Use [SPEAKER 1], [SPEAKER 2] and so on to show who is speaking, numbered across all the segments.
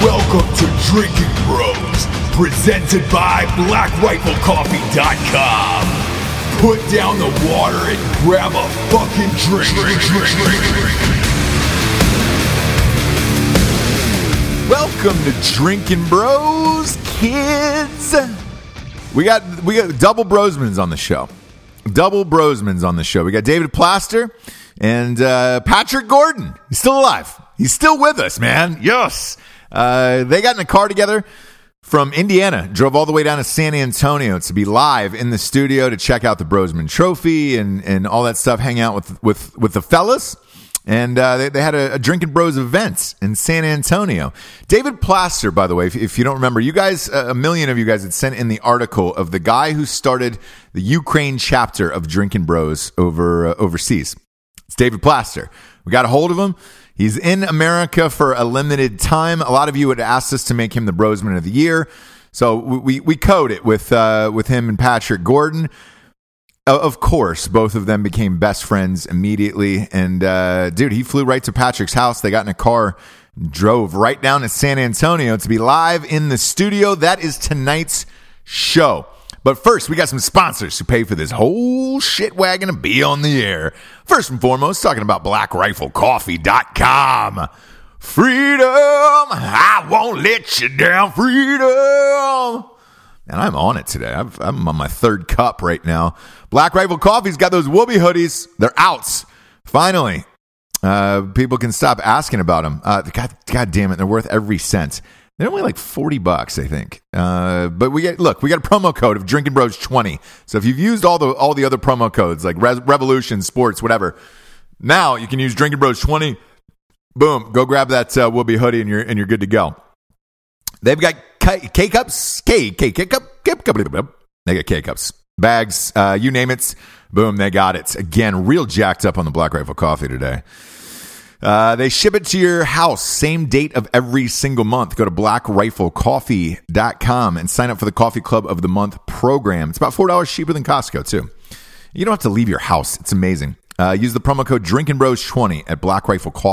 [SPEAKER 1] Welcome to Drinking Bros, presented by BlackRifleCoffee.com. Put down the water and grab a fucking drink. drink, drink, drink, drink. Welcome to Drinking Bros, kids. We got we got double brosmans on the show. Double brosmans on the show. We got David Plaster and uh, Patrick Gordon. He's still alive. He's still with us, man. Yes. Uh, they got in a car together from Indiana, drove all the way down to San Antonio to be live in the studio to check out the Brosman Trophy and, and all that stuff, hang out with, with, with the fellas. And uh, they, they had a, a Drinking Bros event in San Antonio. David Plaster, by the way, if, if you don't remember, you guys, uh, a million of you guys had sent in the article of the guy who started the Ukraine chapter of Drinking Bros over uh, overseas. It's David Plaster. We got a hold of him. He's in America for a limited time. A lot of you had asked us to make him the Brosman of the Year, so we we, we code it with uh, with him and Patrick Gordon. O- Uh, Of course, both of them became best friends immediately. And uh, dude, he flew right to Patrick's house. They got in a car, drove right down to San Antonio to be live in the studio. That is tonight's show. But first, we got some sponsors who pay for this whole shit wagon to be on the air. First and foremost, talking about blackriflecoffee.com. Freedom! I won't let you down, freedom! And I'm on it today. I've, I'm on my third cup right now. Black Rifle Coffee's got those Wooby hoodies. They're outs. Finally, uh, people can stop asking about them. Uh, God, God damn it, they're worth every cent. They're only like forty bucks, I think. Uh, but we get look, we got a promo code of Drinking Bros twenty. So if you've used all the all the other promo codes like Re- Revolution Sports, whatever, now you can use Drinking Bros twenty. Boom, go grab that uh, Whoopi hoodie and you're and you're good to go. They've got K K cups, K K K cup, K cup. blah, blah, blah. They got K cups, bags, uh, you name it. Boom, they got it. Again, real jacked up on the Black Rifle Coffee today. Uh, they ship it to your house, same date of every single month. Go to blackriflecoffee.com and sign up for the Coffee Club of the Month program. It's about $4 cheaper than Costco, too. You don't have to leave your house. It's amazing. Uh, use the promo code DrinkinBros20 at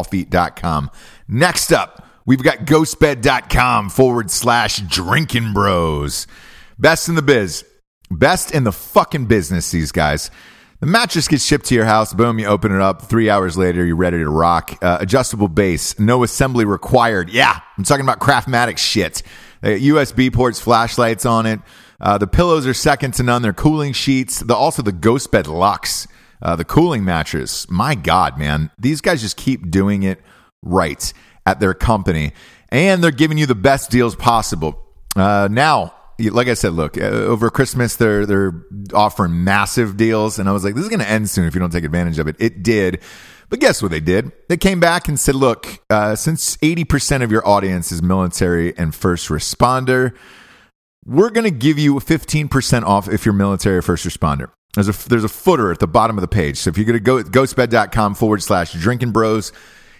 [SPEAKER 1] blackriflecoffee.com. Next up, we've got ghostbed.com forward slash drinking bros. Best in the biz. Best in the fucking business, these guys. The mattress gets shipped to your house. Boom, you open it up. Three hours later, you're ready to rock. Uh, adjustable base, no assembly required. Yeah, I'm talking about Craftmatic shit. Uh, They got USB ports, flashlights on it. Uh, the pillows are second to none. They're cooling sheets. The, also, the Ghost Bed Lux, uh, the cooling mattress. My God, man. These guys just keep doing it right at their company. And they're giving you the best deals possible. Uh, now, like I said, look uh, over Christmas they're they're offering massive deals, and I was like, this is going to end soon if you don't take advantage of it. It did, but guess what they did? They came back and said, look, uh, since eighty percent of your audience is military and first responder, we're going to give you 15% off if you're military or first responder. There's a, there's a footer at the bottom of the page. So if you're going to go at ghostbed.com forward slash drinking bros,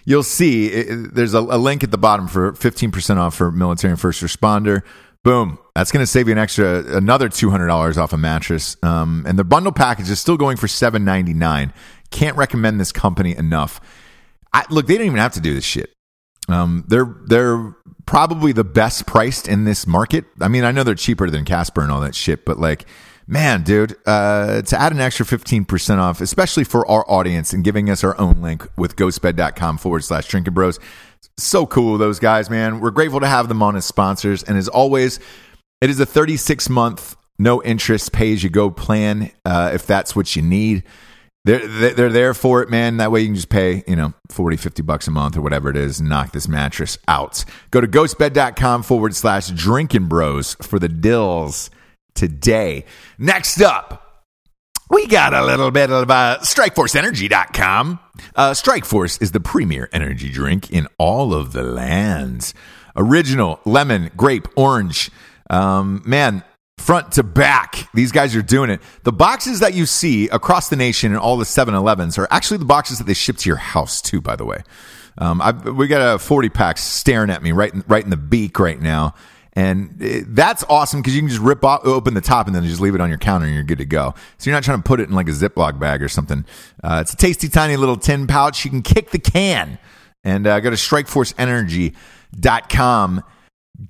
[SPEAKER 1] you'll see it, it- there's a, a link at the bottom for 15% off for military and first responder. Boom. That's going to save you an extra, another $200 off a mattress. Um, and the bundle package is still going for $799. Can't recommend this company enough. I, look, they don't even have to do this shit. Um, they're they're probably the best priced in this market. I mean, I know they're cheaper than Casper and all that shit, but like, man, dude, uh, to add an extra fifteen percent off, especially for our audience, and giving us our own link with ghostbed.com forward slash drinking bros. So cool, those guys, man. We're grateful to have them on as sponsors, and as always, it is a 36 month no interest pay as you go plan uh, if that's what you need. They're, they're they're there for it, man. That way you can just pay, you know, 40, 50 bucks a month or whatever it is and knock this mattress out. Go to ghostbed.com forward slash drinking bros for the dills today. Next up, we got a little bit of uh, StrikeForceEnergy.com. Uh, Strikeforce is the premier energy drink in all of the lands. Original, lemon, grape, orange. Um, man, front to back, these guys are doing it. The boxes that you see across the nation in all the 7 Elevens are actually the boxes that they ship to your house, too, by the way. Um, I, we got a 40 pack staring at me right in, right in the beak right now. And it, that's awesome because you can just rip off, open the top and then just leave it on your counter and you're good to go. So you're not trying to put it in like a Ziploc bag or something. Uh, it's a tasty, tiny little tin pouch. You can kick the can and uh, go to strikeforceenergy.com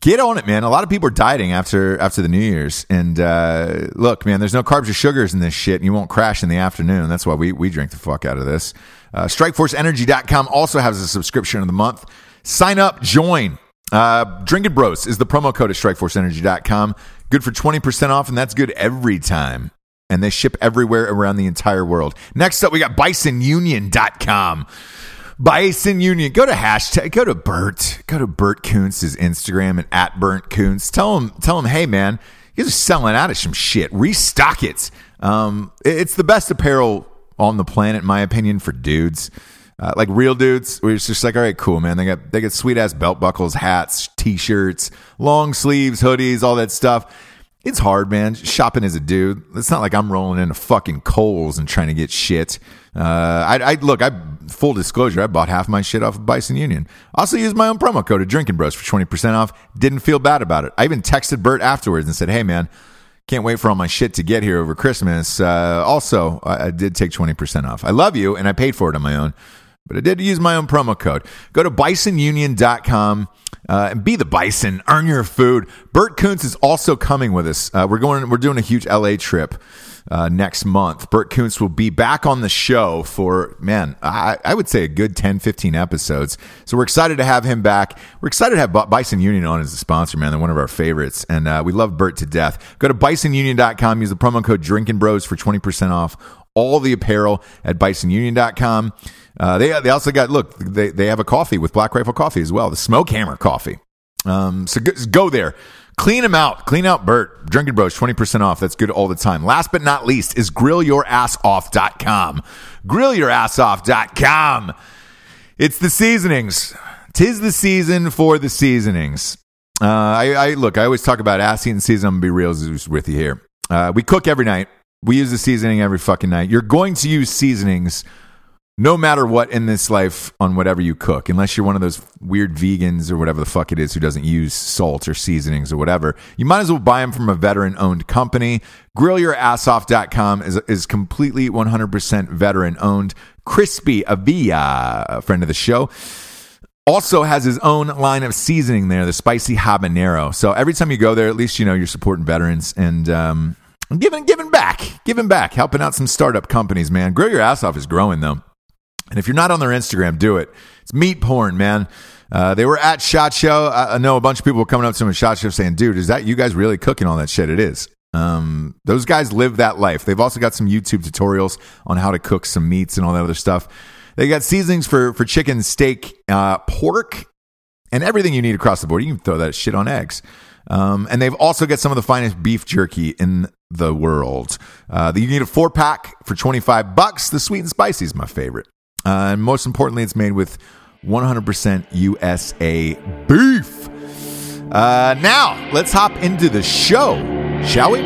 [SPEAKER 1] Get on it, man. A lot of people are dieting after after the New Year's, and uh, look, man, there's no carbs or sugars in this shit, and you won't crash in the afternoon. That's why we we drink the fuck out of this. Uh, StrikeForceEnergy.com also has a subscription of the month. Sign up, join. Uh, Drinking Bros is the promo code at StrikeForceEnergy.com. Good for twenty percent off, and that's good every time and they ship everywhere around the entire world. Next up, we got bisonunion.com. Bison Union, go to hashtag, go to Bert, go to Bert Kuntz's Instagram and at Bert Kuntz. Tell him, tell him, hey man, you guys are selling out of some shit. Restock it. Um, it- it's the best apparel on the planet, in my opinion, for dudes. Uh, like real dudes, where it's just like, all right, cool, man. They got they got sweet ass belt buckles, hats, t shirts, long sleeves, hoodies, all that stuff. It's hard, man. Shopping as a dude. It's not like I'm rolling into fucking Kohl's and trying to get shit. Uh, I, I look. I full disclosure. I bought half my shit off of Bison Union. Also used my own promo code at Drinking Bros for twenty percent off. Didn't feel bad about it. I even texted Bert afterwards and said, "Hey, man, can't wait for all my shit to get here over Christmas." Uh, also, I, I did take twenty percent off. I love you, and I paid for it on my own. But I did use my own promo code. Go to bisonunion.com uh, and be the bison. Earn your food. Bert Kuntz is also coming with us. Uh, we're going. We're doing a huge LA trip uh, next month. Bert Kuntz will be back on the show for man. I, I would say a good 10, 15 episodes. So we're excited to have him back. We're excited to have B- Bison Union on as a sponsor, man. They're one of our favorites, and uh, we love Bert to death. Go to bisonunion.com. Use the promo code Drinking Bros for twenty percent off all the apparel at bisonunion.com. Uh, they, they also got, look, they, they have a coffee with Black Rifle Coffee as well, the Smoke Hammer Coffee. Um, so go, go there. Clean them out. Clean out Bert. Drinking Bros, 20% off. That's good all the time. Last but not least is grillyourassoff.com. Grillyourassoff.com. It's the seasonings. Tis the season for the seasonings. Uh, I, I look. I always talk about ass eating season. I'm gonna be real with you here. Uh, we cook every night. We use the seasoning every fucking night. You're going to use seasonings no matter what in this life on whatever you cook, unless you're one of those weird vegans or whatever the fuck it is who doesn't use salt or seasonings or whatever, you might as well buy them from a veteran owned company. GrillYourAssOff.com is, is completely 100% veteran owned. Crispy Avia, a friend of the show also has his own line of seasoning there, the spicy habanero. So every time you go there, at least you know you're supporting veterans and um, giving giving back, giving back, helping out some startup companies. Man, grow your ass off is growing though. And if you're not on their Instagram, do it. It's meat porn, man. Uh, they were at Shot Show. I, I know a bunch of people were coming up to me at Shot Show saying, "Dude, is that you guys really cooking all that shit?" It is. Um, those guys live that life. They've also got some YouTube tutorials on how to cook some meats and all that other stuff. They got seasonings for for chicken, steak, uh, pork, and everything you need across the board. You can throw that shit on eggs. Um, and they've also got some of the finest beef jerky in the world. Uh, you need a four pack for 25 bucks. The sweet and spicy is my favorite. Uh, and most importantly, it's made with 100% USA beef. Uh, now, let's hop into the show, shall we?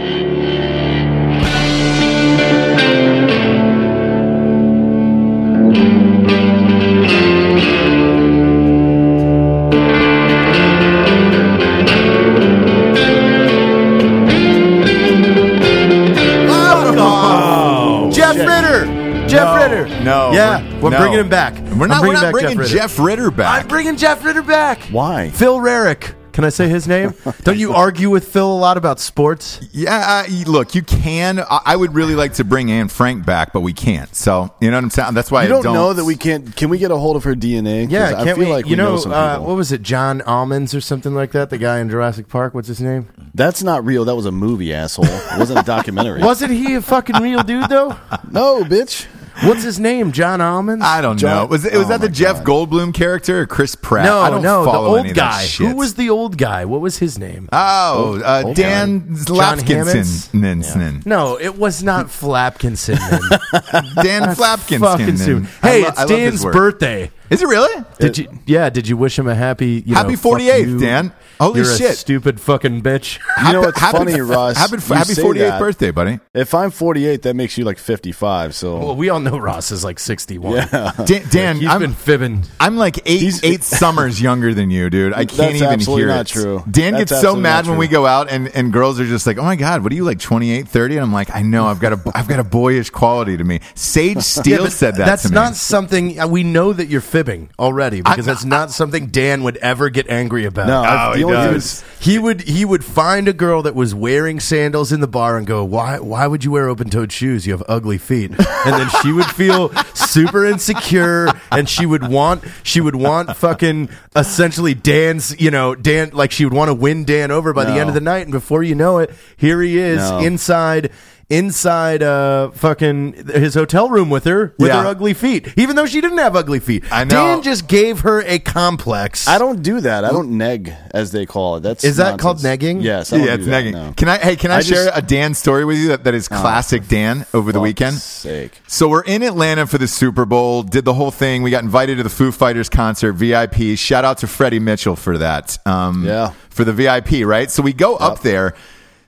[SPEAKER 2] Oh,
[SPEAKER 3] Jeff
[SPEAKER 2] shit.
[SPEAKER 3] Ritter.
[SPEAKER 2] Jeff
[SPEAKER 3] No,
[SPEAKER 2] Ritter.
[SPEAKER 3] no,
[SPEAKER 2] Yeah,
[SPEAKER 3] we're-
[SPEAKER 2] we're
[SPEAKER 3] no.
[SPEAKER 2] bringing him back.
[SPEAKER 1] Oh, We're
[SPEAKER 3] I'm
[SPEAKER 1] not, we're
[SPEAKER 3] bringing
[SPEAKER 1] not
[SPEAKER 3] back Jeff
[SPEAKER 1] bringing
[SPEAKER 3] Ritter.
[SPEAKER 1] Jeff Ritter back.
[SPEAKER 3] I'm bringing Jeff Ritter back.
[SPEAKER 2] Why?
[SPEAKER 3] Phil Rarick. Can I say his name? Don't you argue with Phil a lot about sports?
[SPEAKER 1] Yeah, uh, look, you can. I, I would really like to bring Anne Frank back, but we can't. So you know what I'm saying. That's why
[SPEAKER 2] You
[SPEAKER 1] I
[SPEAKER 2] don't,
[SPEAKER 1] don't
[SPEAKER 2] know that we can't. Can we get a hold of her DNA? 'Cause
[SPEAKER 3] Yeah,
[SPEAKER 2] I
[SPEAKER 3] can't
[SPEAKER 2] feel
[SPEAKER 3] we?
[SPEAKER 2] like
[SPEAKER 3] you
[SPEAKER 2] we know,
[SPEAKER 3] know,
[SPEAKER 2] some
[SPEAKER 3] uh,
[SPEAKER 2] people.
[SPEAKER 3] what was it, John Almonds or something like that? The guy in Jurassic Park. What's his name?
[SPEAKER 2] That's not real. That was a movie, asshole. It wasn't a documentary.
[SPEAKER 3] Wasn't he a fucking real dude though?
[SPEAKER 2] No, bitch.
[SPEAKER 3] What's his name? John Almonds.
[SPEAKER 1] I don't
[SPEAKER 2] John-
[SPEAKER 1] know. Was it was
[SPEAKER 2] Oh
[SPEAKER 1] that the
[SPEAKER 2] my
[SPEAKER 1] Jeff
[SPEAKER 2] God.
[SPEAKER 1] Goldblum character or Chris Pratt?
[SPEAKER 3] no,
[SPEAKER 1] I don't
[SPEAKER 3] no, the
[SPEAKER 1] follow
[SPEAKER 3] old
[SPEAKER 1] any of that
[SPEAKER 3] guy.
[SPEAKER 1] shit.
[SPEAKER 3] Who was the old guy? What was his name?
[SPEAKER 1] Oh, uh,
[SPEAKER 2] old
[SPEAKER 1] Dan
[SPEAKER 3] John
[SPEAKER 1] Lapkinson. Ninson.
[SPEAKER 3] no, it was not Flapkinson. then.
[SPEAKER 1] Dan Flapkinson.
[SPEAKER 3] Fucking soon.
[SPEAKER 1] I
[SPEAKER 3] Hey,
[SPEAKER 1] lo- I
[SPEAKER 3] it's
[SPEAKER 1] love his
[SPEAKER 3] Dan's
[SPEAKER 1] work.
[SPEAKER 3] birthday.
[SPEAKER 1] Is it really?
[SPEAKER 3] Did you? Yeah. Did you wish him a happy? You
[SPEAKER 1] Happy
[SPEAKER 3] know, fuck
[SPEAKER 1] 48th,
[SPEAKER 3] you,
[SPEAKER 1] Dan. Holy
[SPEAKER 3] you're A
[SPEAKER 1] shit.
[SPEAKER 3] stupid fucking bitch.
[SPEAKER 2] You know what's funny, Russ?
[SPEAKER 1] Happy,
[SPEAKER 2] You
[SPEAKER 1] happy
[SPEAKER 2] say
[SPEAKER 1] 48th
[SPEAKER 2] that.
[SPEAKER 1] birthday, buddy.
[SPEAKER 2] If I'm 48, that makes you like 55. So
[SPEAKER 3] Well, we all know Ross is like 61.
[SPEAKER 2] yeah,
[SPEAKER 1] Dan, Dan
[SPEAKER 3] He's
[SPEAKER 1] I'm,
[SPEAKER 3] been fibbing.
[SPEAKER 1] I'm like eight
[SPEAKER 2] He's-
[SPEAKER 1] eight summers younger than you, dude. I can't
[SPEAKER 2] That's
[SPEAKER 1] even
[SPEAKER 2] absolutely
[SPEAKER 1] hear it.
[SPEAKER 2] not true.
[SPEAKER 1] Dan gets
[SPEAKER 2] That's
[SPEAKER 1] so
[SPEAKER 2] absolutely
[SPEAKER 1] mad
[SPEAKER 2] not
[SPEAKER 1] when
[SPEAKER 2] true.
[SPEAKER 1] we go out and, and girls are just like, "Oh my god, what are you like 28, 30? And I'm like, "I know, I've got a I've got a boyish quality to me." Sage Steele
[SPEAKER 3] but
[SPEAKER 1] said that
[SPEAKER 3] That's
[SPEAKER 1] to me.
[SPEAKER 3] not something uh, we know that you're fibbing already because that's not something Dan would ever get angry about.
[SPEAKER 2] No,
[SPEAKER 1] Oh,
[SPEAKER 2] I've-
[SPEAKER 1] he
[SPEAKER 2] the only thing
[SPEAKER 1] does.
[SPEAKER 2] is-
[SPEAKER 3] He would he would find a girl that was wearing sandals in the bar and go, "Why why would you wear open-toed shoes? You have ugly feet." And then she would feel super insecure and she would want she would want fucking essentially Dan's, you know, Dan like she would want to win Dan over by the end of the night and before you know it, here he is
[SPEAKER 2] No.
[SPEAKER 3] inside inside uh fucking his hotel room with her with
[SPEAKER 1] Yeah.
[SPEAKER 3] her ugly feet even though she didn't have ugly feet
[SPEAKER 1] I know.
[SPEAKER 3] dan just gave her a complex
[SPEAKER 2] I don't do that. I don't neg, as they call it. That's
[SPEAKER 3] Is that called negging?
[SPEAKER 2] nonsense. Yes. I don't
[SPEAKER 1] Yeah,
[SPEAKER 2] do
[SPEAKER 1] it's
[SPEAKER 2] that,
[SPEAKER 1] nagging.
[SPEAKER 2] no.
[SPEAKER 1] Can I? Hey, can I,
[SPEAKER 2] I
[SPEAKER 1] share
[SPEAKER 2] just- Uh-huh.
[SPEAKER 1] a Dan story with you that, that is classic Dan over the
[SPEAKER 2] fuck's
[SPEAKER 1] weekend?
[SPEAKER 2] sake.
[SPEAKER 1] So we're in Atlanta for the Super Bowl. Did the whole thing. We got invited to the Foo Fighters concert, VIP. Shout out to Freddie Mitchell for that. Um,
[SPEAKER 2] Yeah.
[SPEAKER 1] for the VIP, right? So we go up there.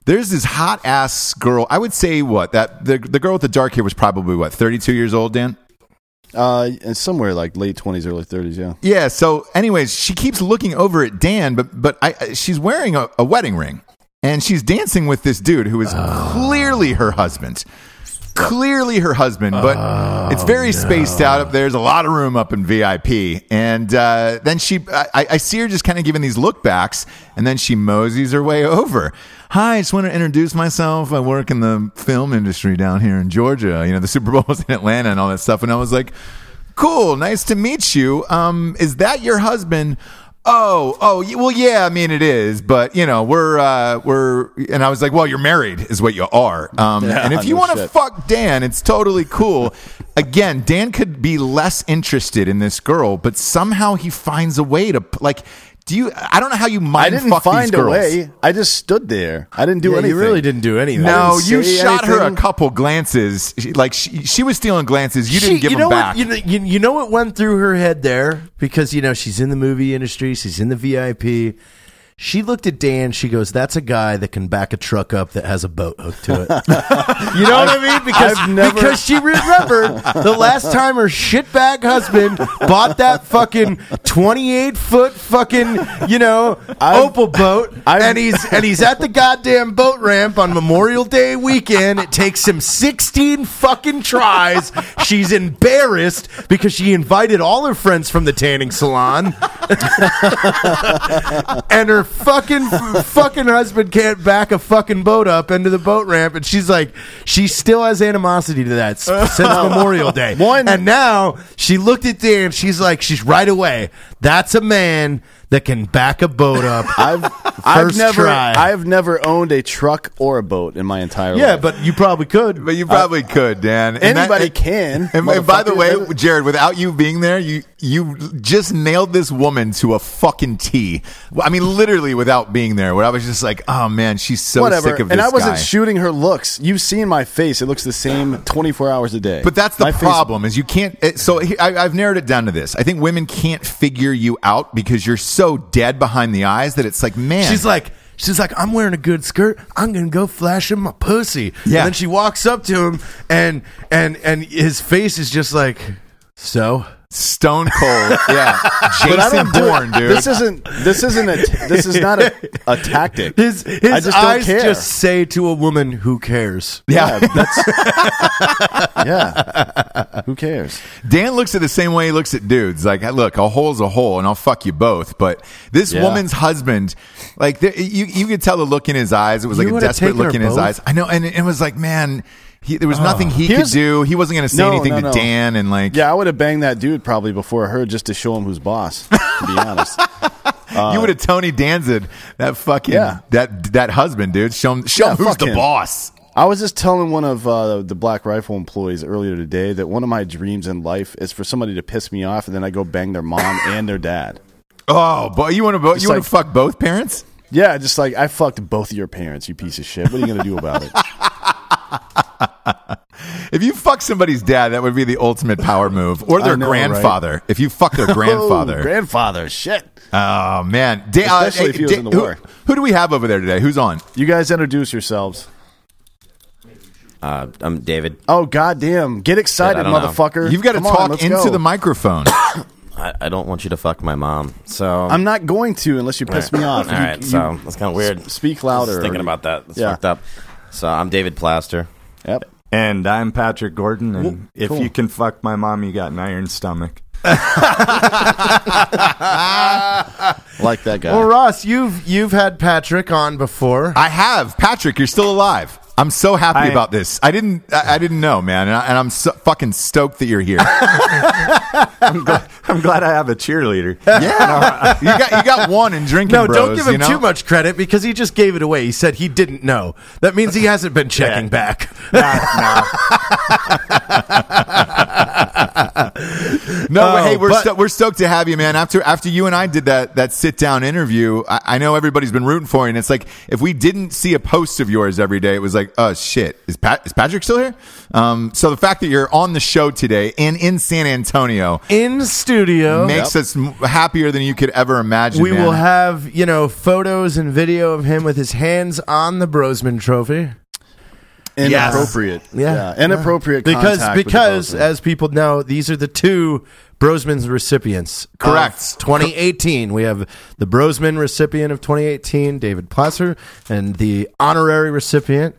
[SPEAKER 1] There's this hot ass girl. I would say what that the the girl with the dark hair was probably what 32 years old, Dan.
[SPEAKER 2] Uh, and somewhere like late twenties, early thirties. Yeah.
[SPEAKER 1] Yeah. So, anyways, she keeps looking over at Dan, but but I- I she's wearing a, a wedding ring, and she's dancing with this dude who is clearly her husband. Clearly her husband, but
[SPEAKER 2] Oh,
[SPEAKER 1] it's very spaced out up there. There's a lot of room up in VIP, and uh, then she, I, I I see her just kind of giving these look backs, and then she moseys her way over. Hi, I just want to introduce myself. I work in the film industry down here in Georgia. You know, the Super Bowl was in Atlanta and all that stuff, and I was like, cool nice to meet you um is that your husband oh oh y- well yeah i mean it is but you know we're uh we're and i was like well you're married is what you are um
[SPEAKER 2] Yeah,
[SPEAKER 1] and if you
[SPEAKER 2] no
[SPEAKER 1] want to
[SPEAKER 2] shit.
[SPEAKER 1] fuck dan it's totally cool again dan could be less interested in this girl but somehow he finds a way to like do you i don't know how you
[SPEAKER 2] I
[SPEAKER 1] mind
[SPEAKER 2] didn't
[SPEAKER 1] fuck these
[SPEAKER 2] find a
[SPEAKER 1] girls.
[SPEAKER 2] way. I just stood there. I didn't do
[SPEAKER 3] Yeah,
[SPEAKER 2] anything.
[SPEAKER 3] you really didn't do anything
[SPEAKER 1] no,
[SPEAKER 2] didn't
[SPEAKER 1] you
[SPEAKER 2] say
[SPEAKER 1] shot her a
[SPEAKER 2] anything.
[SPEAKER 1] couple glances. She, like she, she was stealing glances. You
[SPEAKER 3] She-
[SPEAKER 1] didn't give
[SPEAKER 3] you
[SPEAKER 1] them
[SPEAKER 3] know
[SPEAKER 1] back.
[SPEAKER 3] What, you, know, you, you know what went through her head there? Because, you know, she's in the movie industry, she's in the VIP. She looked at Dan, she goes, That's a guy that can back a truck up that has a boat hooked to it. you know what I mean? Because,
[SPEAKER 2] I've never-
[SPEAKER 3] because she remembered the last time her shitbag husband bought that fucking 28 foot fucking, you know,
[SPEAKER 2] I've-
[SPEAKER 3] opal boat.
[SPEAKER 2] I've-
[SPEAKER 3] and he's and he's at the goddamn boat ramp on Memorial Day weekend. It takes him 16 fucking tries. She's embarrassed because she invited all her friends from the tanning salon. and her fucking fucking husband can't back a fucking boat up into the boat ramp and she's like she still has animosity to that s- since Memorial Day.
[SPEAKER 2] One-
[SPEAKER 3] and now she looked at Dan, she's like she's right away. That's a man that can back a boat up.
[SPEAKER 2] I've I've
[SPEAKER 3] First
[SPEAKER 2] never
[SPEAKER 3] try.
[SPEAKER 2] I've never owned a truck or a boat in my entire
[SPEAKER 3] Yeah,
[SPEAKER 2] life.
[SPEAKER 3] but you probably could.
[SPEAKER 1] But you probably could, Dan. And that-
[SPEAKER 2] uh, anybody
[SPEAKER 1] and-
[SPEAKER 2] can.
[SPEAKER 1] And, and by the
[SPEAKER 2] motherfucker.
[SPEAKER 1] way, Jared, without you being there, you you just nailed this woman to a fucking T. I mean, literally without being there, where I was just like, oh man, she's so
[SPEAKER 2] whatever.
[SPEAKER 1] sick of this
[SPEAKER 2] and I wasn't
[SPEAKER 1] guy.
[SPEAKER 2] shooting her looks. You've seen my face; it looks the same twenty four hours a day.
[SPEAKER 1] But that's the
[SPEAKER 2] My face-
[SPEAKER 1] problem is you can't. It, so he- I, I've narrowed it down to this. I think women can't figure you out because you're so dead behind the eyes that it's like, man,
[SPEAKER 3] She's like, she's like, I'm wearing a good skirt. I'm gonna go flash him my pussy.
[SPEAKER 1] Yeah.
[SPEAKER 3] And then she walks up to him, and and and his face is just like, so.
[SPEAKER 1] stone cold. yeah,
[SPEAKER 2] But I
[SPEAKER 1] Jason
[SPEAKER 2] don't do
[SPEAKER 1] Bourne,
[SPEAKER 2] it.
[SPEAKER 1] dude.
[SPEAKER 2] This isn't. This isn't a. This is not a, a tactic.
[SPEAKER 3] His his
[SPEAKER 2] I just
[SPEAKER 3] eyes
[SPEAKER 2] don't care.
[SPEAKER 3] just say to a woman, "Who cares?"
[SPEAKER 1] yeah.
[SPEAKER 2] yeah. Who cares?
[SPEAKER 1] Dan looks at the same way he looks at dudes. Like, look, a hole's a hole, and I'll fuck you both. But this
[SPEAKER 2] Yeah.
[SPEAKER 1] woman's husband, like, there, you you could tell the look in his eyes. It was
[SPEAKER 3] You
[SPEAKER 1] like a
[SPEAKER 3] would've
[SPEAKER 1] desperate
[SPEAKER 3] taken
[SPEAKER 1] look
[SPEAKER 3] her
[SPEAKER 1] in his
[SPEAKER 3] both?
[SPEAKER 1] eyes. I know, and it it was like, man, he, there was nothing he could
[SPEAKER 2] Oh. Here's-
[SPEAKER 1] do. He wasn't going to say
[SPEAKER 2] No,
[SPEAKER 1] anything
[SPEAKER 2] no,
[SPEAKER 1] to
[SPEAKER 2] no.
[SPEAKER 1] Dan, and like,
[SPEAKER 2] Yeah, I would have banged that dude probably before her just to show him who's boss. To be honest,
[SPEAKER 1] you would have Tony Danzig that fucking
[SPEAKER 2] Uh, Yeah.
[SPEAKER 1] that that husband, dude. Show him, show
[SPEAKER 2] Yeah,
[SPEAKER 1] him who's
[SPEAKER 2] fuck
[SPEAKER 1] the
[SPEAKER 2] him.
[SPEAKER 1] boss.
[SPEAKER 2] I was just telling one of uh, the Black Rifle employees earlier today that one of my dreams in life is for somebody to piss me off and then I go bang their mom and their dad.
[SPEAKER 1] Oh, boy, you want to bo- you want
[SPEAKER 2] like-
[SPEAKER 1] to fuck both parents?
[SPEAKER 2] Yeah, just like I fucked both of your parents, you piece of shit. What are you gonna do about it?
[SPEAKER 1] If you fuck somebody's dad, that would be the ultimate power move, or their
[SPEAKER 2] know, right?
[SPEAKER 1] grandfather. If you fuck their grandfather,
[SPEAKER 2] Oh, grandfather, shit.
[SPEAKER 1] Oh man, Da- uh,
[SPEAKER 2] Especially if he was
[SPEAKER 1] Da-
[SPEAKER 2] in the
[SPEAKER 1] who-
[SPEAKER 2] war.
[SPEAKER 1] Who, do we have over there today? Who's on?
[SPEAKER 2] You guys introduce yourselves.
[SPEAKER 4] Uh, I'm David.
[SPEAKER 2] Oh goddamn! Get excited,
[SPEAKER 4] I don't know.
[SPEAKER 2] motherfucker!
[SPEAKER 1] You've got to
[SPEAKER 2] Come on,
[SPEAKER 1] talk
[SPEAKER 2] let's
[SPEAKER 1] into
[SPEAKER 2] go.
[SPEAKER 1] the microphone.
[SPEAKER 4] I, I don't want you to fuck my mom. So
[SPEAKER 2] I'm not going to unless you piss me off.
[SPEAKER 4] All right, so that's kind of weird.
[SPEAKER 2] speak
[SPEAKER 4] I was
[SPEAKER 2] louder.
[SPEAKER 4] thinking about that. That's
[SPEAKER 2] Yeah.
[SPEAKER 4] fucked up. So I'm David Plaster. Uh,
[SPEAKER 2] Yep.
[SPEAKER 5] And I'm Patrick Gordon, and if
[SPEAKER 2] cool.
[SPEAKER 5] you can fuck my mom, you got an iron stomach.
[SPEAKER 2] Like that guy.
[SPEAKER 3] Well, Ross, you've you've had Patrick on before.
[SPEAKER 1] I have Patrick. You're still alive. I'm so happy
[SPEAKER 5] I-
[SPEAKER 1] about this. I didn't. I, I didn't know, man, and, I, and I'm so fucking stoked that you're here.
[SPEAKER 5] I'm glad I have a cheerleader.
[SPEAKER 1] yeah, you got you got one in drinking.
[SPEAKER 3] No, don't
[SPEAKER 1] Bros,
[SPEAKER 3] give him
[SPEAKER 1] you know?
[SPEAKER 3] too much credit because he just gave it away. He said he didn't know. That means he hasn't been checking back.
[SPEAKER 1] No, but
[SPEAKER 3] Oh,
[SPEAKER 1] hey, we're
[SPEAKER 3] but-
[SPEAKER 1] sto- we're stoked to have you, man. After after you and I did that that sit down interview, I, I know everybody's been rooting for you, and it's like if we didn't see a post of yours every day, it was like, oh shit, is Pat is Patrick still here? Um, so the fact that you're on the show today and in San Antonio
[SPEAKER 3] In studio,
[SPEAKER 1] makes us m- happier than you could ever imagine.
[SPEAKER 3] Oh. we
[SPEAKER 1] man.
[SPEAKER 3] will have you know photos and video of him with his hands on the Brosman Trophy
[SPEAKER 2] Inappropriate.
[SPEAKER 3] Yeah.
[SPEAKER 2] Inappropriate
[SPEAKER 3] because
[SPEAKER 2] contact with the
[SPEAKER 3] because
[SPEAKER 2] girlfriend.
[SPEAKER 3] as people know, these are the two Brosman's recipients. of
[SPEAKER 1] Correct.
[SPEAKER 3] 2018. We have the Brosman recipient of 2018, David Placer, and the honorary recipient.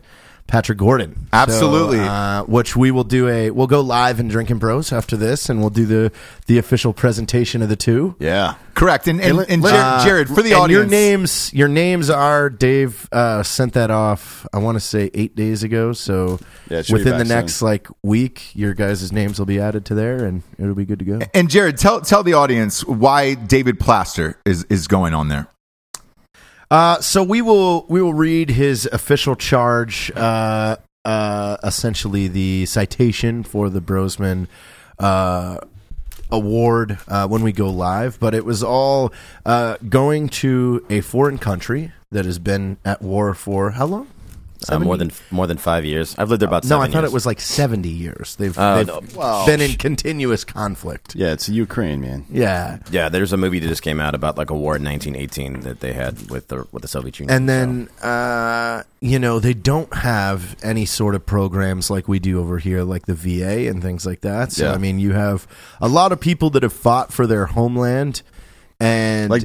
[SPEAKER 3] Patrick Gordon,
[SPEAKER 1] Absolutely.
[SPEAKER 3] So, uh, which we will do a. We'll go live in Drinking Bros after this, and we'll do the the official presentation of the two.
[SPEAKER 2] yeah.
[SPEAKER 1] correct. And and, and Jared, Jared, for the
[SPEAKER 3] Uh, and
[SPEAKER 1] audience,
[SPEAKER 3] your names, your names are Dave. Uh, sent that off. I want to say eight days ago. So
[SPEAKER 2] Yeah, it should be
[SPEAKER 3] within the
[SPEAKER 2] back
[SPEAKER 3] next like week, your guys' names will be added to there, and it'll be good to go.
[SPEAKER 1] and Jared, tell tell the audience why David Plaster is is going on there.
[SPEAKER 3] Uh, so we will we will read his official charge, uh, uh, essentially the citation for the Brosman uh, award uh, when we go live. But it was all uh, going to a foreign country that has been at war for how long?
[SPEAKER 4] Uh, more than more than five years. I've lived there about.
[SPEAKER 3] Uh, No, I
[SPEAKER 4] seven
[SPEAKER 3] thought
[SPEAKER 4] years.
[SPEAKER 3] it was like seventy years. They've,
[SPEAKER 4] Oh,
[SPEAKER 3] they've
[SPEAKER 4] no.
[SPEAKER 3] been in continuous conflict.
[SPEAKER 2] Yeah, it's Ukraine, man.
[SPEAKER 3] Yeah,
[SPEAKER 4] Yeah, there's a movie that just came out about like a war in 1918 that they had with the with the Soviet Union.
[SPEAKER 3] and then uh, you know they don't have any sort of programs like we do over here like the va and things like that so
[SPEAKER 2] Yeah.
[SPEAKER 3] i mean you have a lot of people that have fought for their homeland and
[SPEAKER 2] Like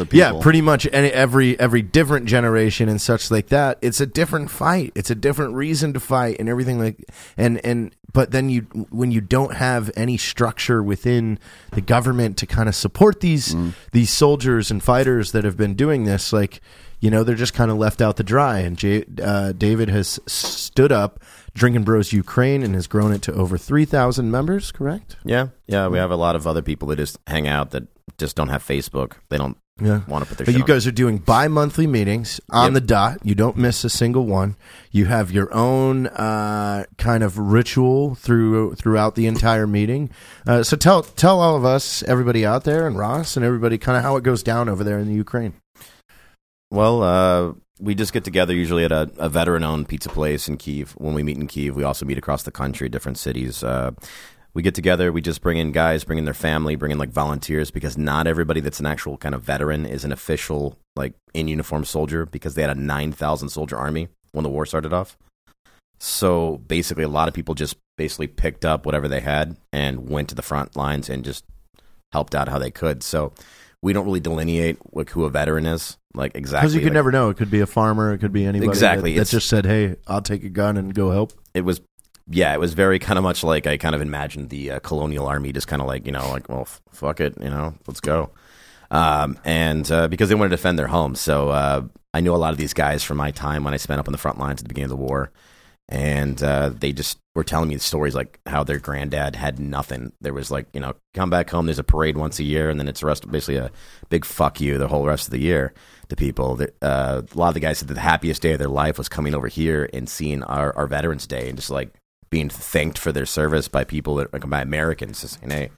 [SPEAKER 3] every,
[SPEAKER 2] of people.
[SPEAKER 3] yeah pretty much any, every every different generation and such like that it's a different fight it's a different reason to fight and everything like and and but then you when you don't have any structure within the government to kind of support these
[SPEAKER 2] Mm.
[SPEAKER 3] these soldiers and fighters that have been doing this like you know they're just kind of left out to dry and J- uh, david has stood up drinking bros ukraine and has grown it to over 3000 members correct
[SPEAKER 4] so. yeah, yeah, we have a lot of other people that just hang out that just don't have Facebook. They don't
[SPEAKER 3] Yeah.
[SPEAKER 4] want to put their.
[SPEAKER 3] But
[SPEAKER 4] shit
[SPEAKER 3] you
[SPEAKER 4] on.
[SPEAKER 3] guys are doing bi-monthly meetings on
[SPEAKER 4] Yep.
[SPEAKER 3] the dot. You don't miss a single one. You have your own uh, kind of ritual through throughout the entire meeting. Uh, so tell tell all of us, everybody out there, and Ross and everybody, kind of how it goes down over there in the Ukraine.
[SPEAKER 4] Well, uh, we just get together usually at a, a veteran-owned pizza place in Kiev. When we meet in Kiev, we also meet across the country, different cities. Uh, we get together. We just bring in guys, bring in their family, bring in like volunteers because not everybody that's an actual kind of veteran is an official like in uniform soldier because they had a nine thousand soldier army when the war started off. So basically, a lot of people just basically picked up whatever they had and went to the front lines and just helped out how they could. So we don't really delineate like who a veteran is, like exactly.
[SPEAKER 3] Because you could
[SPEAKER 4] like-
[SPEAKER 3] never know. It could be a farmer. It could be anybody. that-
[SPEAKER 4] Exactly.
[SPEAKER 3] That,
[SPEAKER 4] It's-
[SPEAKER 3] just said, "Hey, I'll take a gun and go help."
[SPEAKER 4] it was yeah it was very kind of much like i kind of imagined the uh, colonial army just kind of like you know like well f- fuck it you know let's go um, and uh, because they wanted to defend their home so uh, i knew a lot of these guys from my time when i spent up on the front lines at the beginning of the war and uh, they just were telling me stories like how their granddad had nothing there was like you know come back home there's a parade once a year and then it's the rest basically a big fuck you the whole rest of the year to people. That, Uh, a lot of the guys said that the happiest day of their life was coming over here and seeing our, our Veterans Day and just like being thanked for their service by people that like, by Americans just saying, "Hey,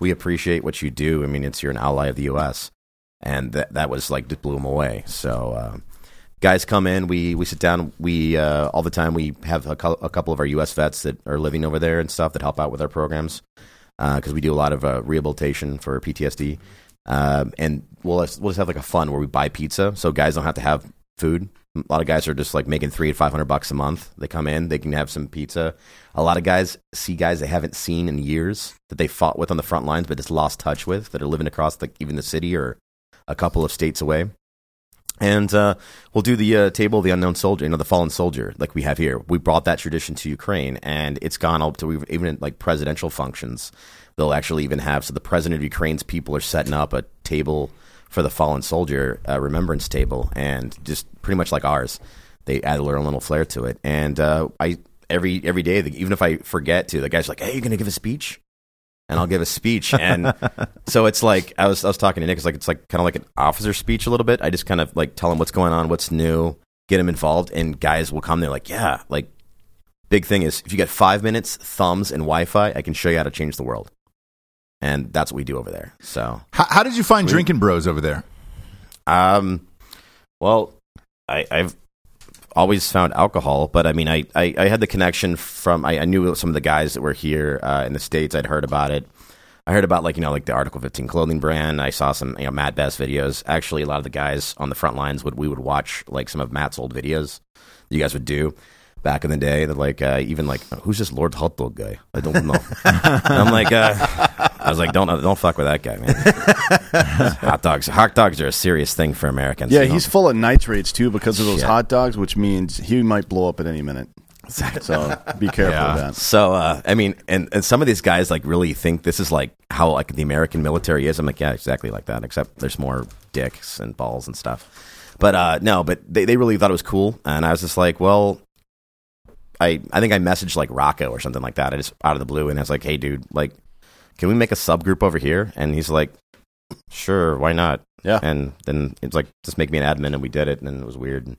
[SPEAKER 4] we appreciate what you do. I mean, it's you're an ally of the U.S." And that that was like just blew them away. So. Uh, Guys come in. We, we sit down. We uh, all the time. We have a, cou- a couple of our U.S. vets that are living over there and stuff that help out with our programs because we do a lot of uh, rehabilitation for PTSD. Um, and we'll we'll just have like a fund where we buy pizza, so guys don't have to have food. A lot of guys are just like making three to five hundred bucks a month. They come in, they can have some pizza. A lot of guys see guys they haven't seen in years that they fought with on the front lines, but just lost touch with that are living across like even the city or a couple of states away. and uh, we'll do the uh, table of the unknown soldier, you know, the fallen soldier, like we have here. We brought that tradition to Ukraine, and it's gone up to even like presidential functions. They'll actually even have so the president of Ukraine's people are setting up a table for the fallen soldier uh, remembrance table, and just pretty much like ours, they add their own little flair to it. And uh, I every every day, the- even if I forget to, the guy's like, "Hey, you gonna give a speech?" and I'll give a speech. And so it's like I was I was talking to Nick. It's like it's like kind of like an officer speech a little bit. I just kind of like tell him what's going on, what's new, get him involved, and guys will come. They're like, yeah, like big thing is if you get five minutes, thumbs, and Wi-Fi, I can show you how to change the world. And that's what we do over there. So,
[SPEAKER 1] How, how did you find Drinking Bros over there?
[SPEAKER 4] um, well, I, I've always found alcohol, but I mean, I, I, I had the connection from I, I knew some of the guys that were here uh, in the states. I'd heard about it. I heard about like you know like the Article 15 clothing brand. I saw some you know Matt Best videos. Actually, a lot of the guys on the front lines would we would watch like some of Matt's old videos that you guys would do back in the day. That like uh, even like who's this Lord Hot Dog guy? I don't know. And I'm like uh, I was like don't don't fuck with that guy, man. hot dogs hot dogs are a serious thing for Americans.
[SPEAKER 2] Yeah,
[SPEAKER 4] you know?
[SPEAKER 2] he's full of nitrates too because of those
[SPEAKER 4] Shit.
[SPEAKER 2] hot dogs, which means he might blow up at any minute. So be careful of that.
[SPEAKER 4] So uh, I mean, and, and some of these guys like really think this is like how like the American military is. I'm like, yeah, exactly like that. Except there's more dicks and balls and stuff. But uh, no, but they, they really thought it was cool, and I was just like, well, I I think I messaged like Rocco or something like that. I just out of the blue, and I was like, hey, dude, like, can we make a subgroup over here? And he's like, sure, why not?
[SPEAKER 2] Yeah.
[SPEAKER 4] And then it's like, just make me an admin, and we did it, and it was weird. And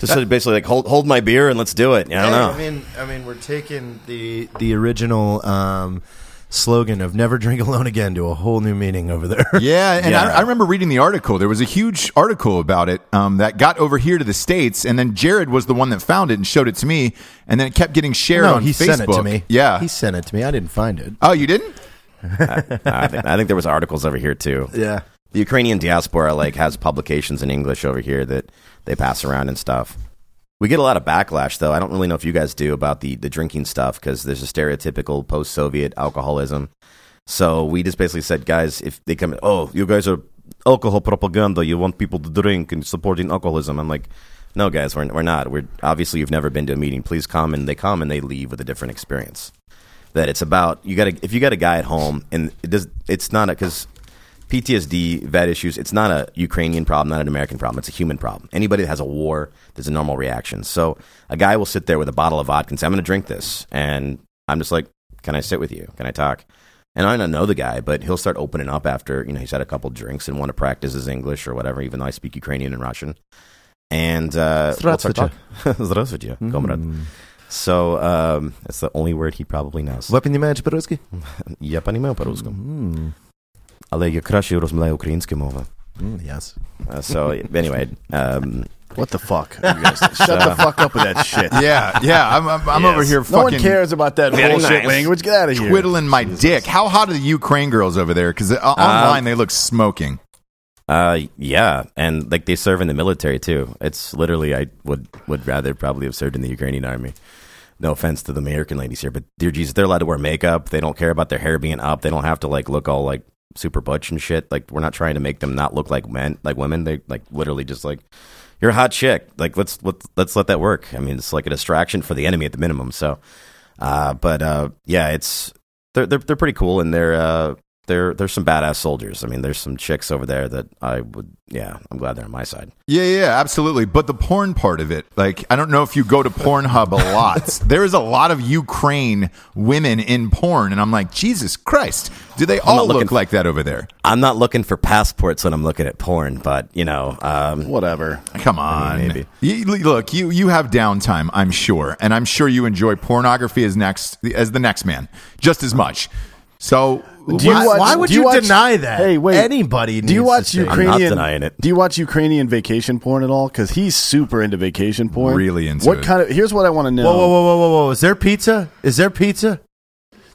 [SPEAKER 4] just sort of basically like hold hold my beer and let's do it. I don't know.
[SPEAKER 3] I mean, I mean, we're taking the the original um, slogan of "Never drink alone again" to a whole new meaning over there.
[SPEAKER 1] Yeah, and
[SPEAKER 4] Yeah.
[SPEAKER 1] I, I remember reading the article. There was a huge article about it um, that got over here to the states, and then Jared was the one that found it and showed it to me, and then it kept getting shared
[SPEAKER 3] no,
[SPEAKER 1] on
[SPEAKER 3] he
[SPEAKER 1] Facebook.
[SPEAKER 3] sent it to me.
[SPEAKER 1] Yeah.
[SPEAKER 3] he sent it to me. I didn't find it.
[SPEAKER 1] oh, you didn't?
[SPEAKER 4] I think, I think there was articles over here too.
[SPEAKER 3] Yeah,
[SPEAKER 4] The Ukrainian diaspora like has publications in English over here that they pass around and stuff. We get a lot of backlash though. I don't really know if you guys do about the the drinking stuff because there's a stereotypical post-Soviet alcoholism. So we just basically said, guys, if they come, oh, you guys are alcohol propaganda. You want people to drink and supporting alcoholism. I'm like, no, guys, we're we're not. We're obviously you've never been to a meeting. Please come, and they come and they leave with a different experience that it's about you got to if you got a guy at home and it does it's not a because PTSD vet issues it's not a Ukrainian problem not an American problem it's a human problem anybody that has a war there's a normal reaction so a guy will sit there with a bottle of vodka and say I'm going to drink this and I'm just like can I sit with you can I talk and I don't know the guy but he'll start opening up after you know he's had a couple drinks and want to practice his English or whatever even though I speak Ukrainian and Russian and uh, we'll start
[SPEAKER 3] Здравствуйте.
[SPEAKER 4] talking. Здравствуйте, comrade. So um, that's the only word he probably knows.
[SPEAKER 3] weapon you manage, Petrosky?
[SPEAKER 4] Я понимаю по-русски. Але я краще розмовляю українську мову.
[SPEAKER 3] Mm, yes.
[SPEAKER 4] Uh, so anyway, um,
[SPEAKER 2] What the fuck? You guys- shut the fuck up with that shit.
[SPEAKER 1] Yeah, yeah. I'm, I'm, I'm over here
[SPEAKER 2] No
[SPEAKER 1] fucking
[SPEAKER 2] one cares about that
[SPEAKER 4] Very
[SPEAKER 2] bullshit
[SPEAKER 4] nice.
[SPEAKER 2] language. Get out of here.
[SPEAKER 1] whittling my dick. How hot are the Ukraine girls over there? Because online they look smoking.
[SPEAKER 4] uh, yeah, and like they serve in the military too. It's literally I would would rather probably have served in the Ukrainian army. No offense to the American ladies here, but dear Jesus, they're allowed to wear makeup. They don't care about their hair being up. They don't have to like look all like super butch and shit. Like we're not trying to make them not look like men, like women. They like literally just like you're a hot chick. Like let's let's let's let that work. I mean, it's like a distraction for the enemy at the minimum. So, uh, but uh, yeah, it's they're they're they're pretty cool, and they're uh, they're they're some badass soldiers. I mean, there's some chicks over there that I would yeah, I'm glad they're on my side.
[SPEAKER 1] Yeah, yeah, absolutely. But the porn part of it, like, I don't know if you go to Pornhub a lot. there is a lot of Ukraine women in porn, and I'm like, Jesus Christ, do they all
[SPEAKER 4] not looking
[SPEAKER 1] look
[SPEAKER 4] for-
[SPEAKER 1] like that over there?
[SPEAKER 4] I'm not looking for passports when I'm looking at porn, but you know, um,
[SPEAKER 2] Whatever.
[SPEAKER 1] Come on,
[SPEAKER 4] mean, maybe.
[SPEAKER 1] You- look, you you have downtime, I'm sure, and I'm sure you enjoy pornography as next as the next man, just as much. So
[SPEAKER 2] Do you
[SPEAKER 1] why-
[SPEAKER 2] watch-
[SPEAKER 1] why would
[SPEAKER 3] would
[SPEAKER 2] do you
[SPEAKER 3] you
[SPEAKER 2] watch-
[SPEAKER 3] deny that?
[SPEAKER 2] Hey, wait.
[SPEAKER 3] Anybody
[SPEAKER 2] Do you
[SPEAKER 3] needs
[SPEAKER 2] watch
[SPEAKER 3] to say-
[SPEAKER 2] Ukrainian?
[SPEAKER 4] I'm not denying it.
[SPEAKER 2] Do you watch Ukrainian vacation porn at all? Because he's super into vacation porn.
[SPEAKER 1] Really into
[SPEAKER 2] what
[SPEAKER 1] it.
[SPEAKER 3] Um,
[SPEAKER 2] kind of? Here's what I want to know.
[SPEAKER 3] Whoa, whoa, whoa, whoa, whoa, whoa! Is there pizza? Is there pizza?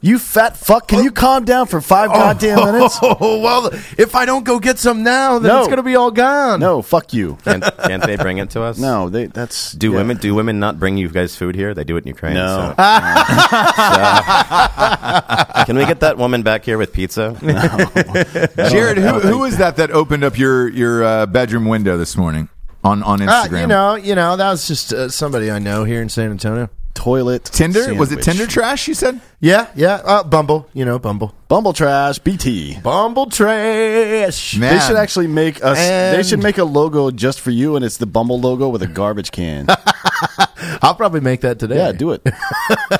[SPEAKER 2] You fat fuck! Can you calm down for five goddamn minutes?
[SPEAKER 3] Oh well, if I don't go get some now, then
[SPEAKER 2] No.
[SPEAKER 3] it's gonna be all gone.
[SPEAKER 2] No, fuck you.
[SPEAKER 4] Can't, can't they bring it to us?
[SPEAKER 2] No, they. That's
[SPEAKER 4] Do
[SPEAKER 2] yeah.
[SPEAKER 4] women do women not bring you guys food here? They do it in Ukraine.
[SPEAKER 2] No.
[SPEAKER 4] so- So- Can we get that woman back here with pizza?
[SPEAKER 1] Jared, who, who is that that opened up your your uh, bedroom window this morning on on
[SPEAKER 3] Uh,
[SPEAKER 1] Instagram?
[SPEAKER 3] you know, you know, that was just uh, somebody I know here in San Antonio.
[SPEAKER 2] toilet
[SPEAKER 1] Tinder was it
[SPEAKER 2] sandwich.
[SPEAKER 1] Tinder trash? You said
[SPEAKER 3] Yeah, yeah. Uh, Bumble, you know, Bumble,
[SPEAKER 2] Bumble trash BT.
[SPEAKER 3] Bumble trash.
[SPEAKER 1] Man.
[SPEAKER 2] They should actually make us. They
[SPEAKER 3] And-
[SPEAKER 2] should make a logo just for you, and it's the Bumble logo with a garbage can.
[SPEAKER 3] I'll probably make that today.
[SPEAKER 2] yeah, do it. you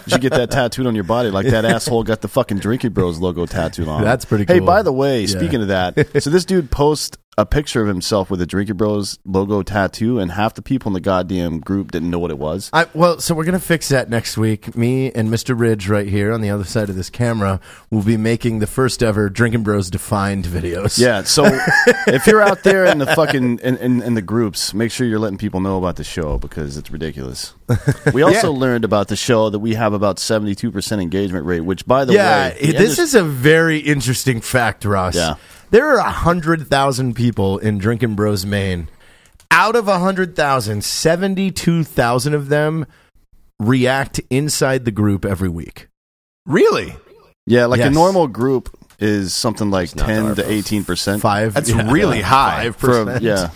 [SPEAKER 2] should get that tattooed on your body, like that asshole got the fucking Drinking Bros logo tattooed on. him.
[SPEAKER 3] That's pretty
[SPEAKER 2] Hey,
[SPEAKER 3] cool.
[SPEAKER 2] by the way,
[SPEAKER 3] Yeah.
[SPEAKER 2] speaking of that, so this dude posts a picture of himself with a Drinking Bros logo tattoo, and half the people in the goddamn group didn't know what it was.
[SPEAKER 3] I, well, so we're gonna fix that next week. Me and Mr. Ridge, right here on the other side of this camera, will be making the first ever Drinking Bros defined videos.
[SPEAKER 2] Yeah, so if you're out there in the fucking in, in, in the groups, make sure you're letting people know about the show because it's ridiculous. We also learned about the show that we have about 72% engagement rate, which by the
[SPEAKER 3] yeah.
[SPEAKER 2] way,
[SPEAKER 3] it- this is a very interesting fact, Ross.
[SPEAKER 2] Yeah.
[SPEAKER 3] There are hundred thousand people in Drinking Bros, Maine. Out of hundred thousand, seventy-two thousand of them react inside the group every week.
[SPEAKER 1] really.
[SPEAKER 2] Yeah, like a
[SPEAKER 3] Yes.
[SPEAKER 2] normal group is something like
[SPEAKER 4] not
[SPEAKER 2] 10
[SPEAKER 4] our
[SPEAKER 2] to
[SPEAKER 4] fault.
[SPEAKER 2] 18%.
[SPEAKER 3] Five.
[SPEAKER 1] That's really high.
[SPEAKER 3] Five
[SPEAKER 2] For-
[SPEAKER 3] percent.
[SPEAKER 2] yeah.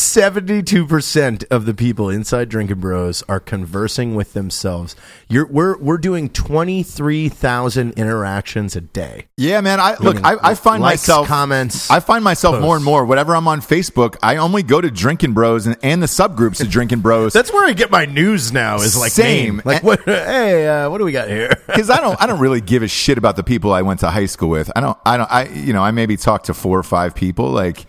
[SPEAKER 3] Seventy-two percent of the people inside Drinking Bros are conversing with themselves. You're, we're we're doing twenty-three thousand interactions a day.
[SPEAKER 1] Yeah, man. I look. I, I find
[SPEAKER 3] Likes,
[SPEAKER 1] myself
[SPEAKER 3] comments.
[SPEAKER 1] I find myself more and more. Whenever I'm on Facebook, I only go to Drinking Bros and, and the subgroups of Drinking Bros.
[SPEAKER 3] That's where I get my news now. Is like
[SPEAKER 1] Same.
[SPEAKER 3] name. Like what? Hey, uh, what do we got here?
[SPEAKER 1] because I don't I don't really give a shit about the people I went to high school with. I don't I don't I you know I maybe talk to four or five people like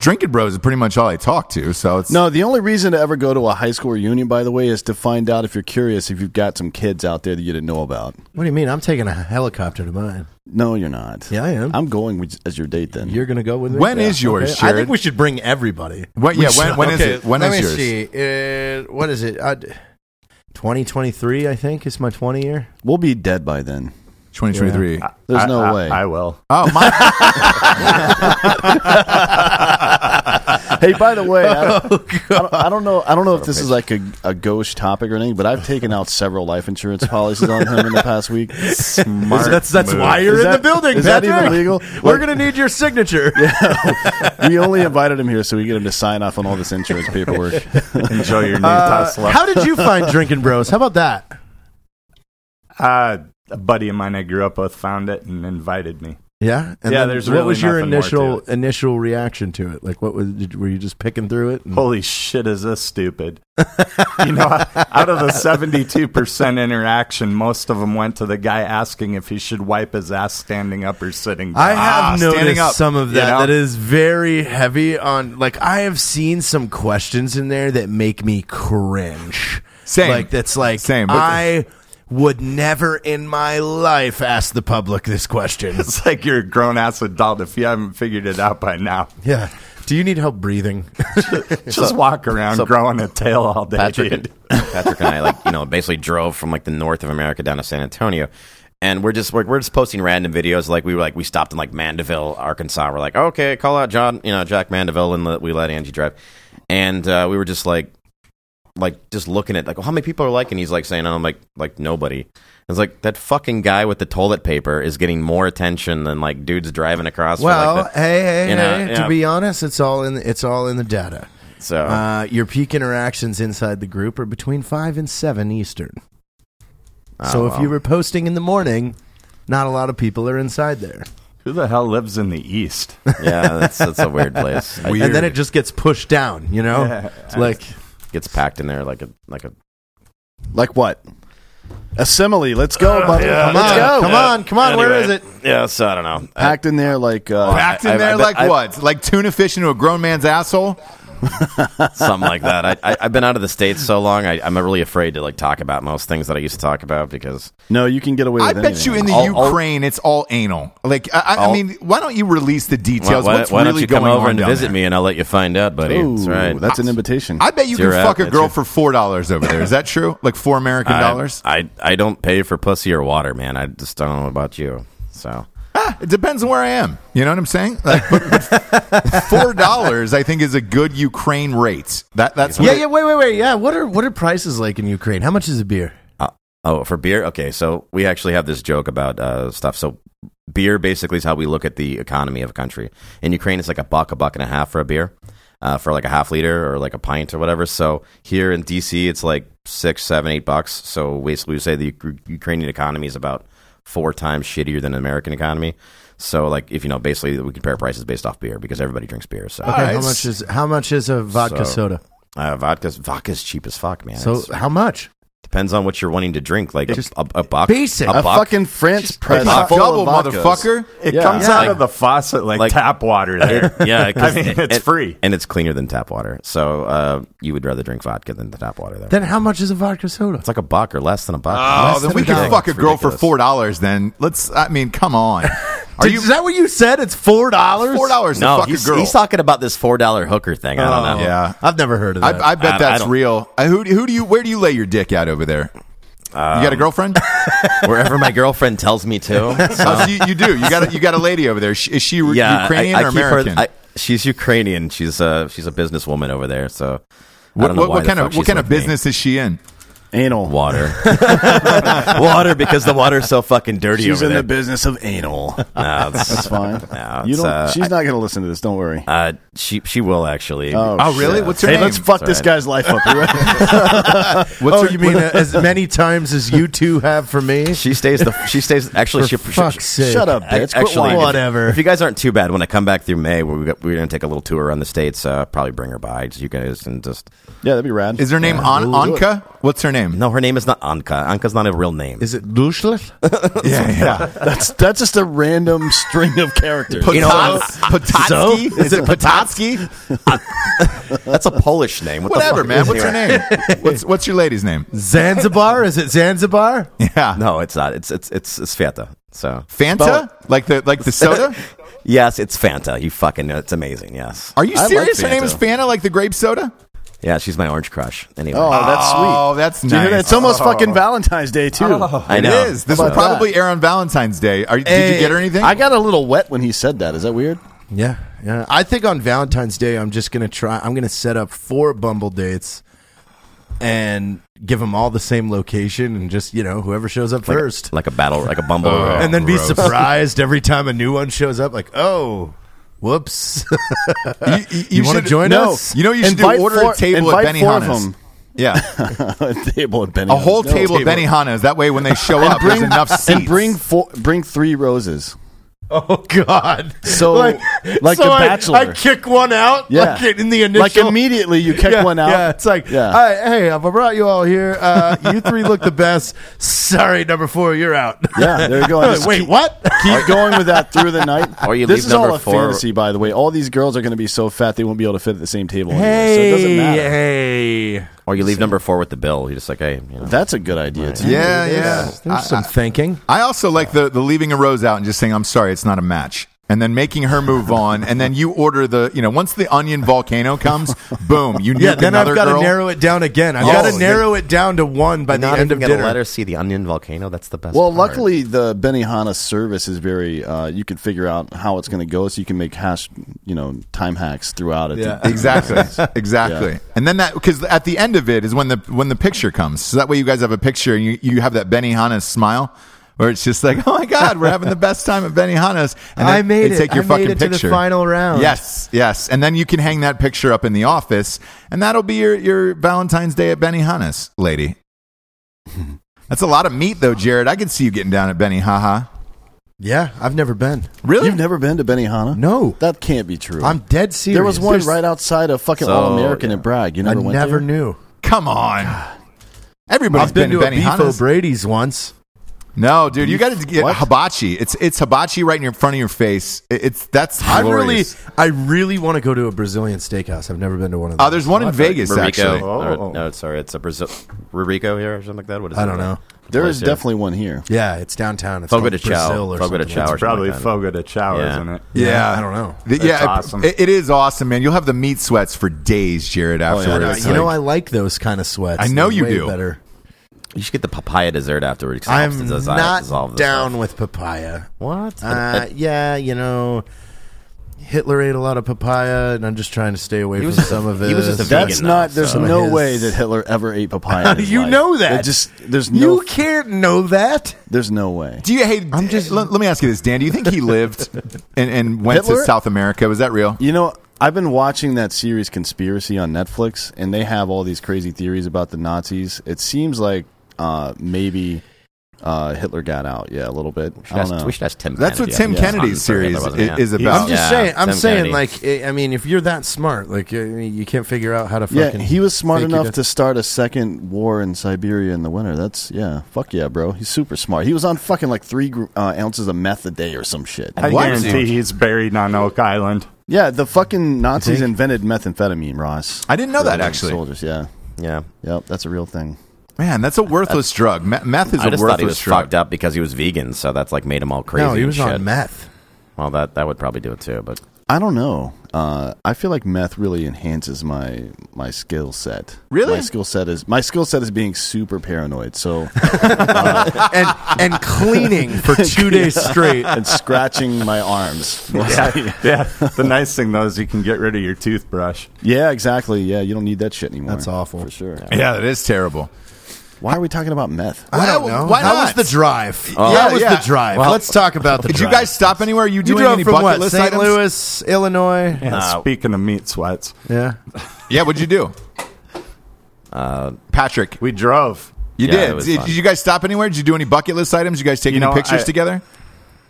[SPEAKER 1] drinking bros is pretty much all I talk to. So it's
[SPEAKER 2] No, the only reason to ever go to a high school reunion, by the way, is to find out if you're curious if you've got some kids out there that you didn't know about.
[SPEAKER 3] What do you mean? I'm taking a helicopter to mine.
[SPEAKER 2] No, you're not.
[SPEAKER 3] Yeah, I am.
[SPEAKER 2] I'm going with, as your date then.
[SPEAKER 3] You're gonna go with me.
[SPEAKER 1] When is yours,
[SPEAKER 3] okay. I
[SPEAKER 1] Jared?
[SPEAKER 3] think we should bring everybody.
[SPEAKER 1] When-
[SPEAKER 3] We
[SPEAKER 1] yeah, when- when is
[SPEAKER 3] okay,
[SPEAKER 1] it? When
[SPEAKER 3] let
[SPEAKER 1] is
[SPEAKER 3] me
[SPEAKER 1] yours?
[SPEAKER 3] see. Uh, what is it? Twenty twenty-three. I think is my twenty year.
[SPEAKER 2] we'll be dead by then.
[SPEAKER 1] 2023.
[SPEAKER 2] There's no way.
[SPEAKER 4] will.
[SPEAKER 1] Oh my!
[SPEAKER 2] hey, by the way, I
[SPEAKER 3] Oh,
[SPEAKER 2] don't, I don't- I don't know. I don't know if this is like a, a gauche topic or anything, but I've taken out several life insurance policies on him in the past week.
[SPEAKER 1] Smart
[SPEAKER 3] that's that's
[SPEAKER 1] move.
[SPEAKER 3] why you're
[SPEAKER 2] Is
[SPEAKER 3] in
[SPEAKER 2] that-
[SPEAKER 3] the building.
[SPEAKER 2] is that even
[SPEAKER 3] Patrick.
[SPEAKER 2] legal?
[SPEAKER 3] We're
[SPEAKER 2] Like-
[SPEAKER 3] gonna need your signature.
[SPEAKER 2] We only invited him here so we get him to sign off on all this insurance paperwork.
[SPEAKER 5] Enjoy your new
[SPEAKER 3] Uh,
[SPEAKER 5] Tesla.
[SPEAKER 3] how did you find Drinking Bros? How about that?
[SPEAKER 5] uh, a buddy of mine I grew up with found it and invited me.
[SPEAKER 3] Yeah, and
[SPEAKER 5] Yeah,
[SPEAKER 3] then
[SPEAKER 5] there's
[SPEAKER 3] what
[SPEAKER 5] really
[SPEAKER 3] was your
[SPEAKER 5] nothing more to
[SPEAKER 3] initial
[SPEAKER 5] it.
[SPEAKER 3] initial reaction to it? Like, what was? Did, were you just picking through it? and-
[SPEAKER 5] Holy shit, is this stupid? you know, out of the 72% interaction, most of them went to the guy asking if he should wipe his ass standing up or sitting down.
[SPEAKER 3] I have noticed
[SPEAKER 1] standing up,
[SPEAKER 3] some of
[SPEAKER 5] Ah, you
[SPEAKER 3] that.
[SPEAKER 5] know?
[SPEAKER 3] That is very heavy on. Like I have seen some questions in there that make me cringe.
[SPEAKER 1] Same.
[SPEAKER 3] Like that's like
[SPEAKER 1] Same, but-
[SPEAKER 3] I would never in my life ask the public this question.
[SPEAKER 5] It's like you're a grown ass adult if you haven't figured it out by now.
[SPEAKER 3] yeah. Do you need help breathing?
[SPEAKER 5] Just walk around growing a tail all day.
[SPEAKER 4] Patrick and,
[SPEAKER 5] dude.
[SPEAKER 4] Patrick and I like you know basically drove from like the north of America down to San Antonio, and we're just we're, we're just posting random videos. Like we were like we stopped in like Mandeville, Arkansas. We're like okay, call out John, you know Jack Mandeville, and let, we let Angie drive, and uh, we were just like like just looking at like how many people are like, and he's like saying, oh, I'm like like nobody. I was like that fucking guy with the toilet paper is getting more attention than like dudes driving across. for,
[SPEAKER 3] well, eh,
[SPEAKER 4] like, the-
[SPEAKER 3] hey, hey,
[SPEAKER 4] you know,
[SPEAKER 3] hey.
[SPEAKER 4] yeah. Oh.
[SPEAKER 3] To be honest, it's all in. It's all in the data.
[SPEAKER 4] so
[SPEAKER 3] Uh, your peak interactions inside the group are between five and seven Eastern. so if you were posting in the morning, not a lot of people are inside there.
[SPEAKER 5] Who the hell lives in the East?
[SPEAKER 4] yeah, that's that's a weird place. Like,
[SPEAKER 3] And then it just gets pushed down, you know? It's like
[SPEAKER 4] gets packed in there like a like a
[SPEAKER 2] Like what? A simile. Let's go,
[SPEAKER 1] Uh,
[SPEAKER 2] buddy.
[SPEAKER 3] come
[SPEAKER 2] Let's
[SPEAKER 3] on,
[SPEAKER 2] go.
[SPEAKER 3] come on, come on, where is
[SPEAKER 4] Oh, Anyway,
[SPEAKER 3] it?
[SPEAKER 4] Yeah, so I don't know.
[SPEAKER 2] Packed in there like uh,
[SPEAKER 1] packed in
[SPEAKER 4] I- I
[SPEAKER 1] there
[SPEAKER 4] bet-
[SPEAKER 1] like
[SPEAKER 4] I-
[SPEAKER 1] what? Like tuna fish into a grown man's asshole?
[SPEAKER 4] something like that. I, I, I've been out of the states so long. I, I'm really afraid to like talk about most things that I used to talk about because
[SPEAKER 2] No, you can get away with
[SPEAKER 1] I bet
[SPEAKER 2] anything.
[SPEAKER 1] you in the
[SPEAKER 4] I'll- I'll-
[SPEAKER 1] Ukraine, it's all anal. Like, I, I, I
[SPEAKER 4] I'll-
[SPEAKER 1] mean, why don't you release the
[SPEAKER 4] why,
[SPEAKER 1] details?
[SPEAKER 4] why,
[SPEAKER 1] What's
[SPEAKER 4] why
[SPEAKER 1] really
[SPEAKER 4] don't you
[SPEAKER 1] going
[SPEAKER 4] come over
[SPEAKER 1] on
[SPEAKER 4] and
[SPEAKER 1] down
[SPEAKER 4] visit
[SPEAKER 1] there?
[SPEAKER 4] me and I'll let you find out, buddy.
[SPEAKER 2] Ooh,
[SPEAKER 4] that's right.
[SPEAKER 2] That's an invitation.
[SPEAKER 1] I bet you
[SPEAKER 4] It's
[SPEAKER 1] can
[SPEAKER 4] your app,
[SPEAKER 1] fuck a
[SPEAKER 4] that's
[SPEAKER 1] girl
[SPEAKER 4] your-
[SPEAKER 1] for four dollars over there. Is that true? Like four American dollars?
[SPEAKER 4] I, I I don't pay for pussy or water, man. I just don't know about you. So
[SPEAKER 1] Ah, it depends on where I am. You know what I'm saying? Like, but, but four dollars, I think, is a good Ukraine rate. That that's what
[SPEAKER 3] Yeah,
[SPEAKER 1] it-
[SPEAKER 3] yeah, wait, wait, wait. Yeah, what are what are prices like in Ukraine? How much is a beer?
[SPEAKER 4] Oh, for beer? Okay, so we actually have this joke about uh, stuff. So beer basically is how we look at the economy of a country. In Ukraine, it's like a buck, a buck and a half for a beer, uh, for like a half liter or like a pint or whatever. So here in DC, it's like six, seven, eight bucks. So basically, we say the U- Ukrainian economy is about four times shittier than the American economy. So like, if you know, basically, we compare prices based off beer because everybody drinks beer. So
[SPEAKER 3] Okay,
[SPEAKER 1] right.
[SPEAKER 3] how much is how much is a vodka
[SPEAKER 4] Uh, So-
[SPEAKER 3] soda?
[SPEAKER 4] uh, vodka's vodka's cheap as fuck, man.
[SPEAKER 3] So
[SPEAKER 4] It's-
[SPEAKER 3] how much?
[SPEAKER 4] depends on what you're wanting to drink. Like a- a, a buck,
[SPEAKER 3] basic.
[SPEAKER 2] a
[SPEAKER 4] a buck.
[SPEAKER 2] fucking France press.
[SPEAKER 1] Like,
[SPEAKER 2] full
[SPEAKER 1] double,
[SPEAKER 2] of vodkas.
[SPEAKER 1] motherfucker.
[SPEAKER 5] It
[SPEAKER 2] Yeah.
[SPEAKER 5] comes
[SPEAKER 4] Yeah.
[SPEAKER 5] out
[SPEAKER 4] Like-
[SPEAKER 5] of the faucet like,
[SPEAKER 4] like-
[SPEAKER 5] tap water there.
[SPEAKER 4] yeah, 'cause- oh
[SPEAKER 5] I mean, it's
[SPEAKER 4] and-
[SPEAKER 5] free.
[SPEAKER 4] and it's cleaner than tap water. So uh, you would rather drink vodka than the tap water there.
[SPEAKER 3] Then how much is a vodka soda?
[SPEAKER 4] it's like a buck or less than a buck.
[SPEAKER 1] Oh,
[SPEAKER 4] Less
[SPEAKER 1] then
[SPEAKER 4] than
[SPEAKER 1] we
[SPEAKER 4] a buck.
[SPEAKER 1] can fuck a
[SPEAKER 4] It's
[SPEAKER 1] girl for
[SPEAKER 4] ridiculous.
[SPEAKER 1] four dollars. Then let's. I mean, come on. Are you
[SPEAKER 3] is that what you said? It's four dollars.
[SPEAKER 1] four dollars to
[SPEAKER 4] No,
[SPEAKER 1] fuck
[SPEAKER 4] he's,
[SPEAKER 1] a girl? Oh,
[SPEAKER 4] he's talking about this four dollar hooker thing. I don't know.
[SPEAKER 1] yeah,
[SPEAKER 3] I've never heard of that.
[SPEAKER 1] I, I bet
[SPEAKER 4] I- I
[SPEAKER 1] that's
[SPEAKER 4] don't-
[SPEAKER 1] real. Uh, who do- who do you? Where do you lay your dick at over there? you
[SPEAKER 4] Um,
[SPEAKER 1] got a girlfriend?
[SPEAKER 4] Wherever my girlfriend tells me to. So,
[SPEAKER 1] Oh, so you, you do. You got a, you got a lady over there. Sh- Is she re-
[SPEAKER 4] yeah,
[SPEAKER 1] Ukrainian
[SPEAKER 4] I, I
[SPEAKER 1] or
[SPEAKER 4] keep her-
[SPEAKER 1] American?
[SPEAKER 4] I- she's Ukrainian. She's uh she's a businesswoman over there. So I
[SPEAKER 1] what
[SPEAKER 4] don't know
[SPEAKER 1] what,
[SPEAKER 4] why
[SPEAKER 1] what
[SPEAKER 4] the
[SPEAKER 1] kind
[SPEAKER 4] fuck
[SPEAKER 1] of
[SPEAKER 4] she's
[SPEAKER 1] what kind of
[SPEAKER 4] with me.
[SPEAKER 1] business is she in?
[SPEAKER 2] Anal.
[SPEAKER 4] Water, water, because the water's so fucking dirty
[SPEAKER 2] She's
[SPEAKER 4] over
[SPEAKER 2] in
[SPEAKER 4] there.
[SPEAKER 2] the business of anal.
[SPEAKER 4] no, it's,
[SPEAKER 2] That's fine.
[SPEAKER 4] No,
[SPEAKER 2] you
[SPEAKER 4] it's,
[SPEAKER 2] don't.
[SPEAKER 4] uh,
[SPEAKER 2] she's not going to listen to this. Don't worry.
[SPEAKER 4] uh, she she will actually.
[SPEAKER 1] Oh, really?
[SPEAKER 4] shit.
[SPEAKER 1] What's her
[SPEAKER 2] Hey,
[SPEAKER 1] name?
[SPEAKER 2] let's fuck this guy's life up. You're right.
[SPEAKER 1] What's
[SPEAKER 3] oh,
[SPEAKER 1] her-
[SPEAKER 3] you mean uh, as many times as you two have for me?
[SPEAKER 4] She stays the. She stays. Actually,
[SPEAKER 3] For
[SPEAKER 4] she.
[SPEAKER 3] fuck's
[SPEAKER 4] she,
[SPEAKER 3] sake.
[SPEAKER 2] Shut up, bitch. Quit
[SPEAKER 4] Actually,
[SPEAKER 2] whining.
[SPEAKER 4] if-
[SPEAKER 3] Whatever.
[SPEAKER 4] If, you guys aren't too bad, when I come back through May, we're, we're gonna take a little tour around the states. Uh, probably bring her by, just you guys, and just.
[SPEAKER 2] Yeah, that'd be rad.
[SPEAKER 1] Is her name An-
[SPEAKER 2] we'll do
[SPEAKER 1] Anka? What's her name?
[SPEAKER 4] No, her name is not Anka. Anka's not a real name.
[SPEAKER 3] Is it Dushlet?
[SPEAKER 1] Yeah, yeah.
[SPEAKER 2] that's that's just a random string of characters.
[SPEAKER 1] Potats-
[SPEAKER 4] You know,
[SPEAKER 1] Uh, Potatsky? Is it Potatsky?
[SPEAKER 4] That's a Polish name. What the
[SPEAKER 1] Whatever,
[SPEAKER 4] fuck?
[SPEAKER 1] man. What's her name? What's what's your lady's name?
[SPEAKER 3] Zanzibar? Is it Zanzibar?
[SPEAKER 1] Yeah,
[SPEAKER 4] No, it's not. It's it's it's, it's Fanta. So
[SPEAKER 1] Fanta, like the like the soda.
[SPEAKER 4] yes, it's Fanta. You fucking know. It's amazing. Yes.
[SPEAKER 1] Are you
[SPEAKER 2] I like
[SPEAKER 1] serious? her
[SPEAKER 2] Fanta.
[SPEAKER 1] name is Fanta, like the grape soda.
[SPEAKER 4] Yeah, she's my orange crush. Anyway.
[SPEAKER 2] Oh, that's sweet.
[SPEAKER 1] Oh, that's
[SPEAKER 2] Do you
[SPEAKER 1] nice. Oh.
[SPEAKER 2] hear that? It's almost fucking Valentine's Day too.
[SPEAKER 4] I know.
[SPEAKER 1] It is. This will
[SPEAKER 2] How about
[SPEAKER 1] probably air on Valentine's Day. Are, did you
[SPEAKER 3] Hey,
[SPEAKER 1] get her anything?
[SPEAKER 2] I got a little wet when he said that. Is that weird?
[SPEAKER 3] Yeah, yeah. I think on Valentine's Day, I'm just gonna try. I'm gonna set up four Bumble dates and give them all the same location, and just you know whoever shows up first,
[SPEAKER 4] Like a battle, like a bumble. royale.
[SPEAKER 3] and then be surprised every time a new one shows up. Like, oh, whoops.
[SPEAKER 1] you you,
[SPEAKER 3] You wanna
[SPEAKER 1] should-
[SPEAKER 3] join
[SPEAKER 1] no.
[SPEAKER 3] us?
[SPEAKER 1] You know what you should do
[SPEAKER 2] Invite
[SPEAKER 1] order
[SPEAKER 2] four-
[SPEAKER 1] a table at
[SPEAKER 2] invite four of
[SPEAKER 1] Benihana's.
[SPEAKER 2] them.
[SPEAKER 1] Yeah,
[SPEAKER 2] table at
[SPEAKER 4] Oh,
[SPEAKER 2] Benny.
[SPEAKER 1] a whole table at Benihana's. That way, when they show up, there's enough seats.
[SPEAKER 2] And bring four, bring three roses.
[SPEAKER 3] oh God.
[SPEAKER 2] So, like,
[SPEAKER 3] so
[SPEAKER 2] The
[SPEAKER 3] I-
[SPEAKER 2] Bachelor.
[SPEAKER 3] I, kick one out.
[SPEAKER 2] Yeah.
[SPEAKER 3] like in the initial.
[SPEAKER 2] like immediately you kick
[SPEAKER 3] yeah,
[SPEAKER 2] one out.
[SPEAKER 3] Yeah, it's like,
[SPEAKER 2] Yeah.
[SPEAKER 3] all right, hey, I've brought you all here. Uh, you three look the best. Sorry, number four, you're out.
[SPEAKER 2] Yeah, there you go. Just
[SPEAKER 3] Wait,
[SPEAKER 2] keep-
[SPEAKER 3] what?
[SPEAKER 2] Keep going with that through the night.
[SPEAKER 4] Or you
[SPEAKER 2] this
[SPEAKER 4] leave
[SPEAKER 2] is all
[SPEAKER 4] number
[SPEAKER 2] a
[SPEAKER 4] four-
[SPEAKER 2] fantasy, by the way. All these girls are going to be so fat they won't be able to fit at the same table. anyway, so it doesn't
[SPEAKER 3] Hey,
[SPEAKER 2] matter.
[SPEAKER 3] hey.
[SPEAKER 4] or you leave number four with the bill. You're just like, hey, you know.
[SPEAKER 2] That's a good idea too.
[SPEAKER 1] Yeah, yeah.
[SPEAKER 3] There's some thinking.
[SPEAKER 1] I also like the the leaving a rose out and just saying, "I'm sorry, it's not a match." And then making her move on, and then you order the, you know, once the onion volcano comes, boom, you nuke
[SPEAKER 3] Yeah, then
[SPEAKER 1] another
[SPEAKER 3] I've got
[SPEAKER 1] girl.
[SPEAKER 3] to narrow it down again. I've
[SPEAKER 1] Oh,
[SPEAKER 3] got to
[SPEAKER 1] yeah.
[SPEAKER 3] narrow it down to one by the
[SPEAKER 4] not
[SPEAKER 3] end
[SPEAKER 4] even
[SPEAKER 3] of
[SPEAKER 4] gonna
[SPEAKER 3] dinner.
[SPEAKER 4] let her see the onion volcano. That's the best.
[SPEAKER 2] Well,
[SPEAKER 4] part.
[SPEAKER 2] luckily the Benihana service is very. Uh, you can figure out how it's going to go, so you can make hash, you know, time hacks throughout it.
[SPEAKER 3] Yeah.
[SPEAKER 1] Exactly, exactly. And then that because at the end of it is when the when the picture comes. So that way you guys have a picture and you, you have that Benihana smile. Where it's just like, oh my God, we're having the best time at Benihana's, and
[SPEAKER 3] I
[SPEAKER 1] then
[SPEAKER 3] made
[SPEAKER 1] they
[SPEAKER 3] it.
[SPEAKER 1] take your
[SPEAKER 3] I made
[SPEAKER 1] fucking
[SPEAKER 3] it to the
[SPEAKER 1] picture.
[SPEAKER 3] final round.
[SPEAKER 1] Yes, yes, and then you can hang that picture up in the office, and that'll be your, your Valentine's Day at Benihana's, lady. That's a lot of meat, though, Jared. I could see you getting down at Benihana.
[SPEAKER 3] Yeah, I've never been.
[SPEAKER 1] Really?
[SPEAKER 2] You've never been to Benihana?
[SPEAKER 3] No.
[SPEAKER 2] that can't be true.
[SPEAKER 3] I'm dead serious.
[SPEAKER 2] there was one
[SPEAKER 3] There's-
[SPEAKER 2] right outside of fucking
[SPEAKER 4] So,
[SPEAKER 2] All American
[SPEAKER 4] yeah.
[SPEAKER 2] in Bragg. You
[SPEAKER 3] I
[SPEAKER 2] never went
[SPEAKER 3] never
[SPEAKER 2] there?
[SPEAKER 3] knew.
[SPEAKER 1] Come on. Everybody's
[SPEAKER 3] I've been, to a Beef
[SPEAKER 1] Benihana's.
[SPEAKER 3] O'Brady's once.
[SPEAKER 1] No, dude, you got to get hibachi. It's it's hibachi right in your front of your face. It- It's that's
[SPEAKER 3] I really,
[SPEAKER 1] glorious.
[SPEAKER 3] I really want to go to a Brazilian steakhouse. I've never been to one of those.
[SPEAKER 1] Uh, there's one in Vegas
[SPEAKER 4] Rurico.
[SPEAKER 1] actually.
[SPEAKER 5] Oh.
[SPEAKER 4] Or- no, sorry, it's a Brazil Rurico here or something like that. What is
[SPEAKER 3] I
[SPEAKER 4] it?
[SPEAKER 3] don't know.
[SPEAKER 2] There
[SPEAKER 4] Place
[SPEAKER 2] is
[SPEAKER 4] here.
[SPEAKER 2] definitely one here.
[SPEAKER 3] Yeah, it's downtown. It's
[SPEAKER 4] Fogo
[SPEAKER 3] called
[SPEAKER 4] de Chao.
[SPEAKER 3] Brazil or
[SPEAKER 4] Fogo de
[SPEAKER 3] something.
[SPEAKER 4] Chao.
[SPEAKER 3] It's-
[SPEAKER 4] or something
[SPEAKER 5] Probably
[SPEAKER 4] like that.
[SPEAKER 5] Fogo de Chao,
[SPEAKER 4] Yeah.
[SPEAKER 5] isn't it?
[SPEAKER 3] Yeah, I don't know.
[SPEAKER 1] The- yeah, it-
[SPEAKER 5] awesome.
[SPEAKER 1] it- it is awesome, man. You'll have the meat sweats for days, Jared. Afterwards,
[SPEAKER 2] yeah,
[SPEAKER 3] you know, I like those kind of sweats.
[SPEAKER 1] I know
[SPEAKER 3] They're
[SPEAKER 1] you
[SPEAKER 3] way
[SPEAKER 1] do.
[SPEAKER 3] Better.
[SPEAKER 4] You should get the papaya dessert afterwards. 'cause it helps
[SPEAKER 3] I'm
[SPEAKER 4] to dissolve- dissolve
[SPEAKER 3] not
[SPEAKER 4] the
[SPEAKER 3] down
[SPEAKER 4] stuff.
[SPEAKER 3] with papaya.
[SPEAKER 4] What?
[SPEAKER 3] Uh, yeah, you know, Hitler ate a lot of papaya, and I'm just trying to stay away from some of it.
[SPEAKER 4] he was just a vegan.
[SPEAKER 2] That's
[SPEAKER 4] though,
[SPEAKER 2] not. There's
[SPEAKER 3] so
[SPEAKER 2] no
[SPEAKER 3] his-
[SPEAKER 2] way that Hitler ever ate papaya. in his
[SPEAKER 3] You
[SPEAKER 2] life.
[SPEAKER 3] know that.
[SPEAKER 2] It just there's no.
[SPEAKER 3] You can't know that.
[SPEAKER 2] there's no way.
[SPEAKER 1] do you hate? I'm just. Let, let me ask you this, Dan. Do you think he lived and, and went to
[SPEAKER 2] Hitler?
[SPEAKER 1] South America? Was that real?
[SPEAKER 2] You know, I've been watching that series Conspiracy on Netflix, and they have all these crazy theories about the Nazis. It seems like uh, maybe uh, Hitler got out, yeah, a little bit.
[SPEAKER 4] We
[SPEAKER 2] I
[SPEAKER 4] should
[SPEAKER 2] don't
[SPEAKER 4] ask-
[SPEAKER 2] know.
[SPEAKER 4] we should ask Tim.
[SPEAKER 1] That's what
[SPEAKER 4] Kennedy.
[SPEAKER 1] Tim
[SPEAKER 4] Yeah,
[SPEAKER 1] Kennedy's
[SPEAKER 4] Hunter Hitler
[SPEAKER 1] series
[SPEAKER 4] wasn't
[SPEAKER 1] i-
[SPEAKER 4] out.
[SPEAKER 1] is about.
[SPEAKER 3] I'm just
[SPEAKER 4] Oh, Yeah,
[SPEAKER 3] saying. I'm
[SPEAKER 4] Tim
[SPEAKER 3] saying,
[SPEAKER 4] Kennedy.
[SPEAKER 3] like, eh, I I mean, if you're that smart, like, I mean, you can't figure out how to
[SPEAKER 2] Yeah,
[SPEAKER 3] fucking.
[SPEAKER 2] he was smart
[SPEAKER 3] fake
[SPEAKER 2] enough
[SPEAKER 3] it.
[SPEAKER 2] to start a second war in Siberia in the winter. That's yeah, fuck yeah, bro. He's super smart. He was on fucking like three gr- uh, ounces of meth a day or some shit.
[SPEAKER 5] I
[SPEAKER 1] What?
[SPEAKER 5] guarantee he's buried on Oak Island.
[SPEAKER 2] Yeah, the fucking Nazis
[SPEAKER 3] think?
[SPEAKER 2] invented methamphetamine, Ross.
[SPEAKER 1] I didn't know
[SPEAKER 2] They
[SPEAKER 1] that,
[SPEAKER 2] were
[SPEAKER 1] actually.
[SPEAKER 2] Soldiers, yeah,
[SPEAKER 4] Yeah.
[SPEAKER 2] yep, that's a real thing.
[SPEAKER 1] Man, that's a worthless drug. Me- Meth is
[SPEAKER 4] I
[SPEAKER 1] a
[SPEAKER 4] just
[SPEAKER 1] worthless
[SPEAKER 4] thought he was
[SPEAKER 1] drug.
[SPEAKER 4] fucked up because he was vegan, so that's like made him all crazy.
[SPEAKER 3] no, he
[SPEAKER 4] and
[SPEAKER 3] was
[SPEAKER 4] shit.
[SPEAKER 3] on meth.
[SPEAKER 4] Well, that that would probably do it too. But
[SPEAKER 2] I don't know. Uh, I feel like meth really enhances my my skill set.
[SPEAKER 1] Really?
[SPEAKER 2] my skill set is my skill set is being super paranoid. So
[SPEAKER 3] and and cleaning for two days straight.
[SPEAKER 2] and scratching my arms.
[SPEAKER 5] Yeah. yeah. The nice thing though is you can get rid of your toothbrush.
[SPEAKER 2] Yeah, exactly. Yeah, you don't need that shit anymore.
[SPEAKER 3] That's awful.
[SPEAKER 2] for sure.
[SPEAKER 1] Yeah, that is terrible.
[SPEAKER 2] Why are we talking about meth?
[SPEAKER 3] I don't
[SPEAKER 1] Why-
[SPEAKER 3] know.
[SPEAKER 1] why
[SPEAKER 3] How
[SPEAKER 1] not?
[SPEAKER 3] was the drive?
[SPEAKER 1] Oh.
[SPEAKER 3] How was
[SPEAKER 1] Yeah, yeah.
[SPEAKER 3] the drive?
[SPEAKER 1] Well-
[SPEAKER 3] Let's talk about the
[SPEAKER 1] Did you
[SPEAKER 3] drive.
[SPEAKER 1] guys stop anywhere? You
[SPEAKER 3] You
[SPEAKER 1] doing
[SPEAKER 3] drove
[SPEAKER 1] any
[SPEAKER 3] from
[SPEAKER 1] bucket
[SPEAKER 3] what?
[SPEAKER 1] list
[SPEAKER 3] St.
[SPEAKER 1] items?
[SPEAKER 3] Louis, Illinois.
[SPEAKER 5] Yeah,
[SPEAKER 4] Uh,
[SPEAKER 5] speaking of meat sweats,
[SPEAKER 3] Yeah.
[SPEAKER 1] Yeah, what'd you do? Patrick,
[SPEAKER 5] we drove.
[SPEAKER 1] you
[SPEAKER 4] Yeah, it
[SPEAKER 1] did.
[SPEAKER 4] was
[SPEAKER 1] Did,
[SPEAKER 4] fun.
[SPEAKER 1] you guys stop anywhere? Did you do any bucket list items? You guys take
[SPEAKER 5] You
[SPEAKER 1] any
[SPEAKER 5] know,
[SPEAKER 1] pictures
[SPEAKER 5] I-
[SPEAKER 1] together?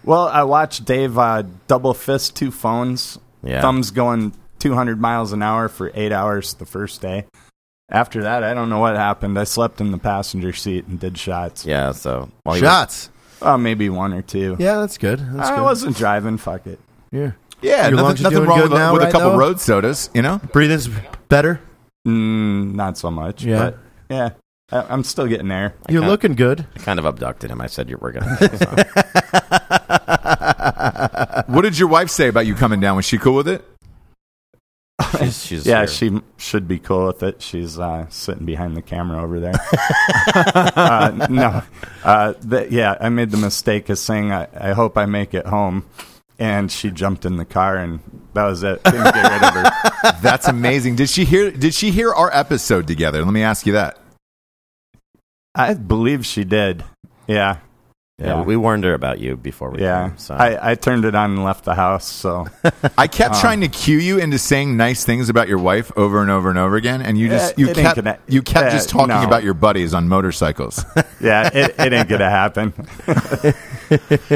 [SPEAKER 5] Well, I watched Dave uh, double fist two phones,
[SPEAKER 4] Yeah.
[SPEAKER 5] thumbs going 200 miles an hour for eight hours the first day. After that, I don't know what happened. I slept in the passenger seat and did shots.
[SPEAKER 4] yeah, so while he was-
[SPEAKER 3] Shots.
[SPEAKER 5] Oh, maybe one or two.
[SPEAKER 3] Yeah, that's good. That's
[SPEAKER 5] I
[SPEAKER 3] good.
[SPEAKER 5] wasn't driving. Fuck it.
[SPEAKER 3] yeah.
[SPEAKER 1] Yeah,
[SPEAKER 3] Your lungs
[SPEAKER 1] nothing, nothing
[SPEAKER 3] are doing
[SPEAKER 1] wrong
[SPEAKER 3] good
[SPEAKER 1] with, a-
[SPEAKER 3] now,
[SPEAKER 1] with a
[SPEAKER 3] right,
[SPEAKER 1] couple
[SPEAKER 3] though?
[SPEAKER 1] road sodas, you know?
[SPEAKER 3] Breathing's better.
[SPEAKER 5] Mm, not so much.
[SPEAKER 3] Yeah.
[SPEAKER 5] But yeah. I- I'm still getting there.
[SPEAKER 3] You're
[SPEAKER 4] can't-
[SPEAKER 3] looking good.
[SPEAKER 4] I kind of abducted him. I said, "You're we're gonna." so.
[SPEAKER 1] What did your wife say about you coming down? Was she cool with it?
[SPEAKER 4] She's, she's
[SPEAKER 5] Yeah,
[SPEAKER 4] here.
[SPEAKER 5] she m- should be cool with it. She's uh, sitting behind the camera over there. uh, no, uh, th- yeah, I made the mistake of saying I, I hope I make it home, and she jumped in the car, and that was it. Couldn't get rid of her.
[SPEAKER 1] That's amazing. did she hear did she hear our episode together? Let me ask you that.
[SPEAKER 5] I believe she did. Yeah,
[SPEAKER 4] Yeah,
[SPEAKER 5] yeah.
[SPEAKER 4] we warned her about you before we.
[SPEAKER 5] yeah.
[SPEAKER 4] Came, so.
[SPEAKER 5] I, I turned it on and left the house. So
[SPEAKER 1] I kept trying to cue you into saying nice things about your wife over and over and over again, and you just
[SPEAKER 5] Eh,
[SPEAKER 1] you
[SPEAKER 5] it ain't
[SPEAKER 1] kept
[SPEAKER 5] gonna-
[SPEAKER 1] you kept
[SPEAKER 5] eh,
[SPEAKER 1] just talking
[SPEAKER 5] no.
[SPEAKER 1] about your buddies on motorcycles.
[SPEAKER 5] yeah, it, it ain't gonna happen.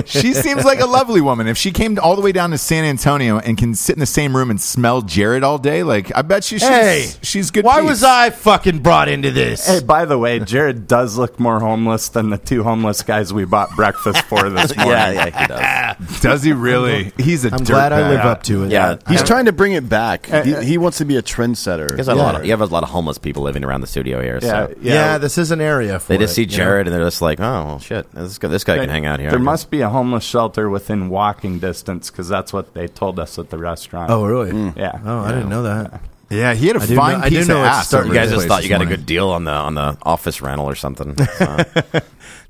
[SPEAKER 1] she seems like a lovely woman. If she came all the way down to San Antonio and can sit in the same room and smell Jared all day, like I bet you she's
[SPEAKER 3] Hey,
[SPEAKER 1] she's good.
[SPEAKER 3] Why
[SPEAKER 1] peeps.
[SPEAKER 3] was I fucking brought into this?
[SPEAKER 5] Hey, by the way, Jared does look more homeless than the two homeless guys we bought breakfast for this morning.
[SPEAKER 4] yeah, yeah, he does.
[SPEAKER 1] Does he really? He's a
[SPEAKER 3] I'm glad I live
[SPEAKER 1] dirtbag.
[SPEAKER 3] up to it.
[SPEAKER 4] Yeah,
[SPEAKER 2] He's
[SPEAKER 4] I-
[SPEAKER 2] trying to bring it back. He, he wants to be a trendsetter.
[SPEAKER 4] There's a lot of- you have a lot of homeless people living around the studio here.
[SPEAKER 5] Yeah,
[SPEAKER 4] so.
[SPEAKER 3] Yeah, this is an area for
[SPEAKER 4] They just
[SPEAKER 3] it,
[SPEAKER 4] see
[SPEAKER 3] you know?
[SPEAKER 4] Jared and they're just like, oh, well, shit. This guy, this guy can hang out here.
[SPEAKER 5] There
[SPEAKER 4] I guess."
[SPEAKER 5] must be a homeless shelter within walking distance because that's what they told us at the restaurant.
[SPEAKER 3] Oh, really?
[SPEAKER 5] yeah.
[SPEAKER 3] Oh, I didn't know that.
[SPEAKER 1] Yeah, he had a
[SPEAKER 3] do
[SPEAKER 1] fine
[SPEAKER 3] know- I do
[SPEAKER 1] piece
[SPEAKER 3] know
[SPEAKER 1] of
[SPEAKER 3] it's
[SPEAKER 1] ass.
[SPEAKER 3] starting-
[SPEAKER 1] over
[SPEAKER 4] You guys
[SPEAKER 1] his place
[SPEAKER 4] just thought
[SPEAKER 1] this
[SPEAKER 4] you got a
[SPEAKER 1] morning.
[SPEAKER 4] good deal on the on the office rental or something. So,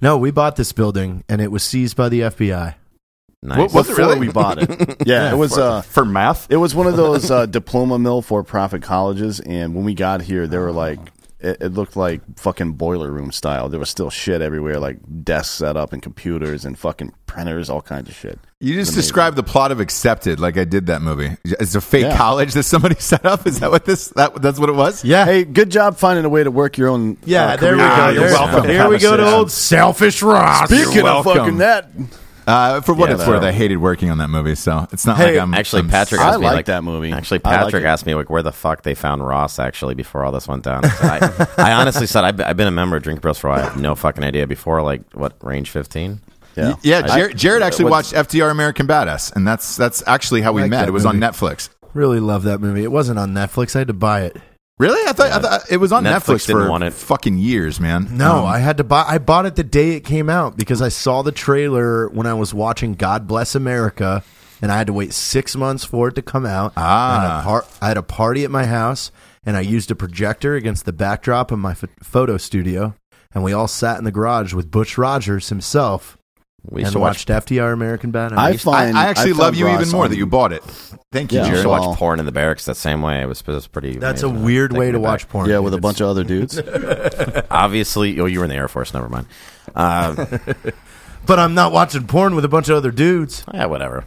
[SPEAKER 3] No, we bought this building and it was seized by the FBI.
[SPEAKER 4] nice.
[SPEAKER 1] What- what's it
[SPEAKER 2] before
[SPEAKER 1] really?
[SPEAKER 2] we bought it. Yeah, it was uh,
[SPEAKER 5] For meth?
[SPEAKER 2] it was one of those uh, diploma mill for-profit colleges, and when we got here, they were like. It, it looked like fucking boiler room style. There was still shit everywhere, like desks set up and computers and fucking printers, all kinds of shit.
[SPEAKER 1] You just described the plot of Accepted, like I did that movie. It's a fake
[SPEAKER 2] Yeah.
[SPEAKER 1] college that somebody set up. Is that what this? That that's what it was. Oh,
[SPEAKER 3] Yeah.
[SPEAKER 2] Hey, good job finding a way to work your own.
[SPEAKER 3] yeah,
[SPEAKER 2] uh,
[SPEAKER 3] there we
[SPEAKER 2] career.
[SPEAKER 3] go.
[SPEAKER 5] you're
[SPEAKER 3] There-
[SPEAKER 5] welcome.
[SPEAKER 3] Here we go to
[SPEAKER 5] Conversation.
[SPEAKER 3] old selfish Ross.
[SPEAKER 2] Speaking of
[SPEAKER 1] welcome.
[SPEAKER 2] fucking that,
[SPEAKER 1] Uh, for what
[SPEAKER 4] Yeah,
[SPEAKER 1] it's worth,
[SPEAKER 4] no.
[SPEAKER 1] I hated working on that movie, so it's not
[SPEAKER 3] Hey,
[SPEAKER 1] like I'm
[SPEAKER 4] Actually,
[SPEAKER 1] I'm
[SPEAKER 4] Patrick
[SPEAKER 2] I
[SPEAKER 4] asked me
[SPEAKER 2] like
[SPEAKER 4] like
[SPEAKER 2] that movie.
[SPEAKER 4] Actually,
[SPEAKER 2] I like
[SPEAKER 4] Patrick
[SPEAKER 2] it.
[SPEAKER 4] asked me like where the fuck they found Ross actually before all this went down. So I, I honestly said I've, I've been a member of Drink Bros for a while. I have no fucking idea before like what range fifteen.
[SPEAKER 1] Yeah, Jared, Jared actually watched FDR American Badass, and that's that's actually how we
[SPEAKER 3] like
[SPEAKER 1] met.
[SPEAKER 3] that
[SPEAKER 1] It was on
[SPEAKER 3] movie.
[SPEAKER 1] Netflix.
[SPEAKER 3] Really love that movie. It wasn't on Netflix. I had to buy it.
[SPEAKER 1] Really? I thought, I thought it was on
[SPEAKER 4] Netflix
[SPEAKER 1] Netflix,
[SPEAKER 4] didn't
[SPEAKER 1] for
[SPEAKER 4] want it.
[SPEAKER 1] fucking years, man.
[SPEAKER 3] No,
[SPEAKER 1] Um,
[SPEAKER 3] I had to buy. I bought it the day it came out because I saw the trailer when I was watching God Bless America, and I had to wait six months for it to come out. I had a, par- I had a party at my house, and I used a projector against the backdrop of my ph photo studio, and we all sat in the garage with Butch Rogers himself
[SPEAKER 4] We
[SPEAKER 3] and
[SPEAKER 4] used to watch.
[SPEAKER 3] watched FDR American Badass.
[SPEAKER 2] I
[SPEAKER 1] I,
[SPEAKER 2] find
[SPEAKER 1] I actually
[SPEAKER 2] found
[SPEAKER 1] love you
[SPEAKER 2] Ross
[SPEAKER 1] even more
[SPEAKER 2] on-
[SPEAKER 1] that you bought it. Thank you,
[SPEAKER 2] Yeah,
[SPEAKER 4] we used
[SPEAKER 1] Jared.
[SPEAKER 4] to
[SPEAKER 2] Well-
[SPEAKER 4] watch porn in the barracks that same way. It was, it was pretty.
[SPEAKER 3] That's a
[SPEAKER 4] amazing.
[SPEAKER 3] weird way
[SPEAKER 4] Taking
[SPEAKER 3] to
[SPEAKER 4] it back.
[SPEAKER 3] watch porn.
[SPEAKER 2] Yeah, with a
[SPEAKER 3] dude.
[SPEAKER 2] bunch of other dudes.
[SPEAKER 4] Obviously, oh, you were in the Air Force. Never mind. Uh,
[SPEAKER 3] But I'm not watching porn with a bunch of other dudes.
[SPEAKER 4] yeah, whatever.